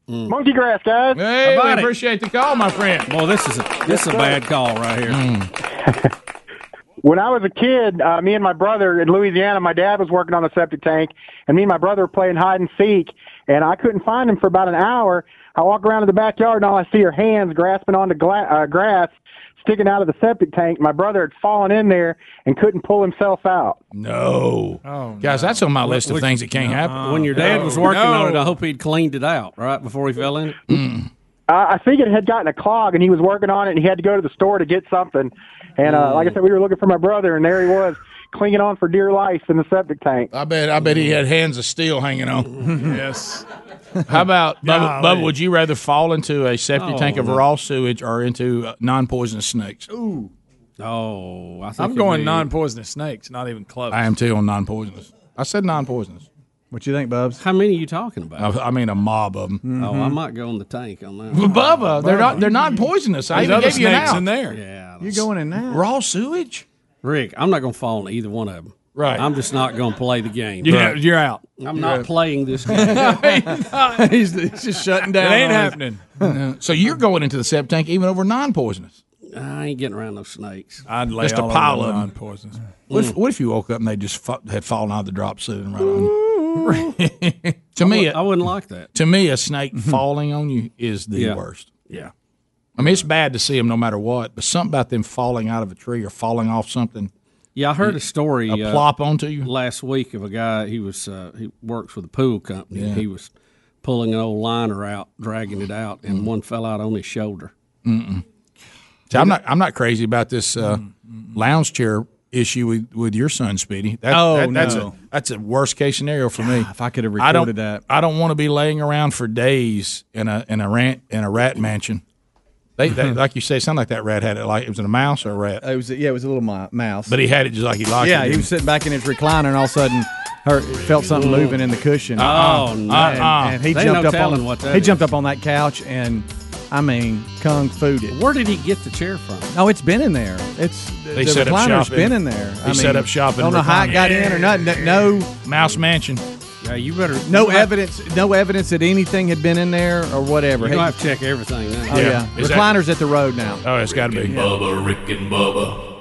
F: Mm. Monkey grass, guys.
B: Hey,
F: How about
B: we
F: it?
B: appreciate the call, my friend. Mm.
C: Well, this is a this is a
F: sir.
C: bad call right here.
F: When I was a kid, uh, me and my brother in Louisiana, my dad was working on a septic tank, and me and my brother were playing hide and seek, and I couldn't find him for about an hour. I walk around in the backyard, and all I see are hands grasping onto gla- uh, grass, sticking out of the septic tank. My brother had fallen in there and couldn't pull himself out.
B: No, oh, guys, that's on my list of
C: Which-
B: things that can't happen.
C: When your dad was working on it, I hope he'd cleaned it out right before he fell in.
B: Mm-hmm.
F: I I think it had gotten a clog, and he was working on it, and he had to go to the store to get something. And uh, like I said, we were looking for my brother, and there he was, clinging on for dear life in the septic tank.
B: I bet I bet he had hands of steel hanging on. yes. How about Bubba,
P: Golly.
B: Bubba? Would you rather fall into a septic
P: Oh,
B: tank of
P: no.
B: raw sewage or into uh, non-poisonous snakes?
D: Ooh.
C: Oh, I
D: I'm going non-poisonous snakes. Not even close.
B: I am too on non-poisonous. I said non-poisonous.
H: What you think, Bubs?
C: How many are you talking about?
B: I, I mean a mob of them.
C: Oh, I might go on the tank on that.
B: Well, Bubba, they're not they're not poisonous. I
C: There's
B: even
C: other
B: gave you an
C: snakes
B: out.
C: in there.
B: Yeah,
H: You're going in now.
B: Raw sewage.
C: Rick, I'm not going to fall in either one of them.
B: Right.
C: I'm just not going to play the game.
B: You're-
C: Right.
B: you're out.
C: I'm
B: You're
C: not
B: out.
C: playing this game.
H: he's, he's just shutting
C: down on us.
B: No. So you're going into the septic tank even over non-poisonous.
C: I ain't getting around those snakes. Mm.
D: I'd
C: lay
B: just a
C: all over
B: pile of
C: the
B: them.
D: poisonous.
B: What, if, what if you woke up and they just fa- had fallen out of the drop sitting right on you? to me,
C: I wouldn't like that. Mm-hmm.
B: To me, a snake falling on you is the
C: Yeah.
B: worst.
C: Yeah.
B: I mean, it's bad to see them no matter what, but something about them falling out of a tree or falling off something.
C: Yeah, I heard a story. uh,
B: A plop onto you
C: last week of a guy. He was uh, he works with a pool company.
B: Yeah.
C: He was pulling an old liner out, dragging it out, and one fell out on his shoulder.
B: Mm-mm. Mm. See, I'm not. I'm not crazy about this uh, lounge chair issue with, with your son, Speedy. That,
H: Oh,
B: that- that's
H: no.
B: a that's a worst case scenario for
C: Ah,
B: me. If I could have
H: recorded that.
B: I don't want to be laying around for days in a in a rant in a rat mansion. They, they like you say, it sounded like that rat had it like it was a mouse or a rat.
H: It was yeah, it was a little mi- mouse.
B: But he had it just like he liked
H: yeah,
B: it,
H: he
B: didn't
H: was sitting back in his recliner, and all of a sudden, her felt something moving in the cushion.
C: Oh,
B: Uh-uh.
H: And-
B: Uh-uh.
H: And, he
B: They
H: jumped
B: no
H: up on
B: telling what that
H: he
B: is.
H: jumped up on that couch, and I mean, kung food it.
C: Where did he get the chair from?
H: Oh, it's been in there. It's
B: They
H: the
B: set up
H: recliner's
B: shop in-
H: been in there.
B: he set up shop in
H: Don't know how it
B: recliner.
H: got in or nothing. No
B: mouse mansion.
C: Yeah, you better
H: No evidence. No evidence that anything had been in there or whatever.
C: You're
H: Hey,
C: gonna have to check everything. Now.
H: Oh yeah,
B: Is that-
H: recliners at the road now.
B: Oh, it's got to
L: Rick
B: be.
L: and Bubba, Rick and Bubba.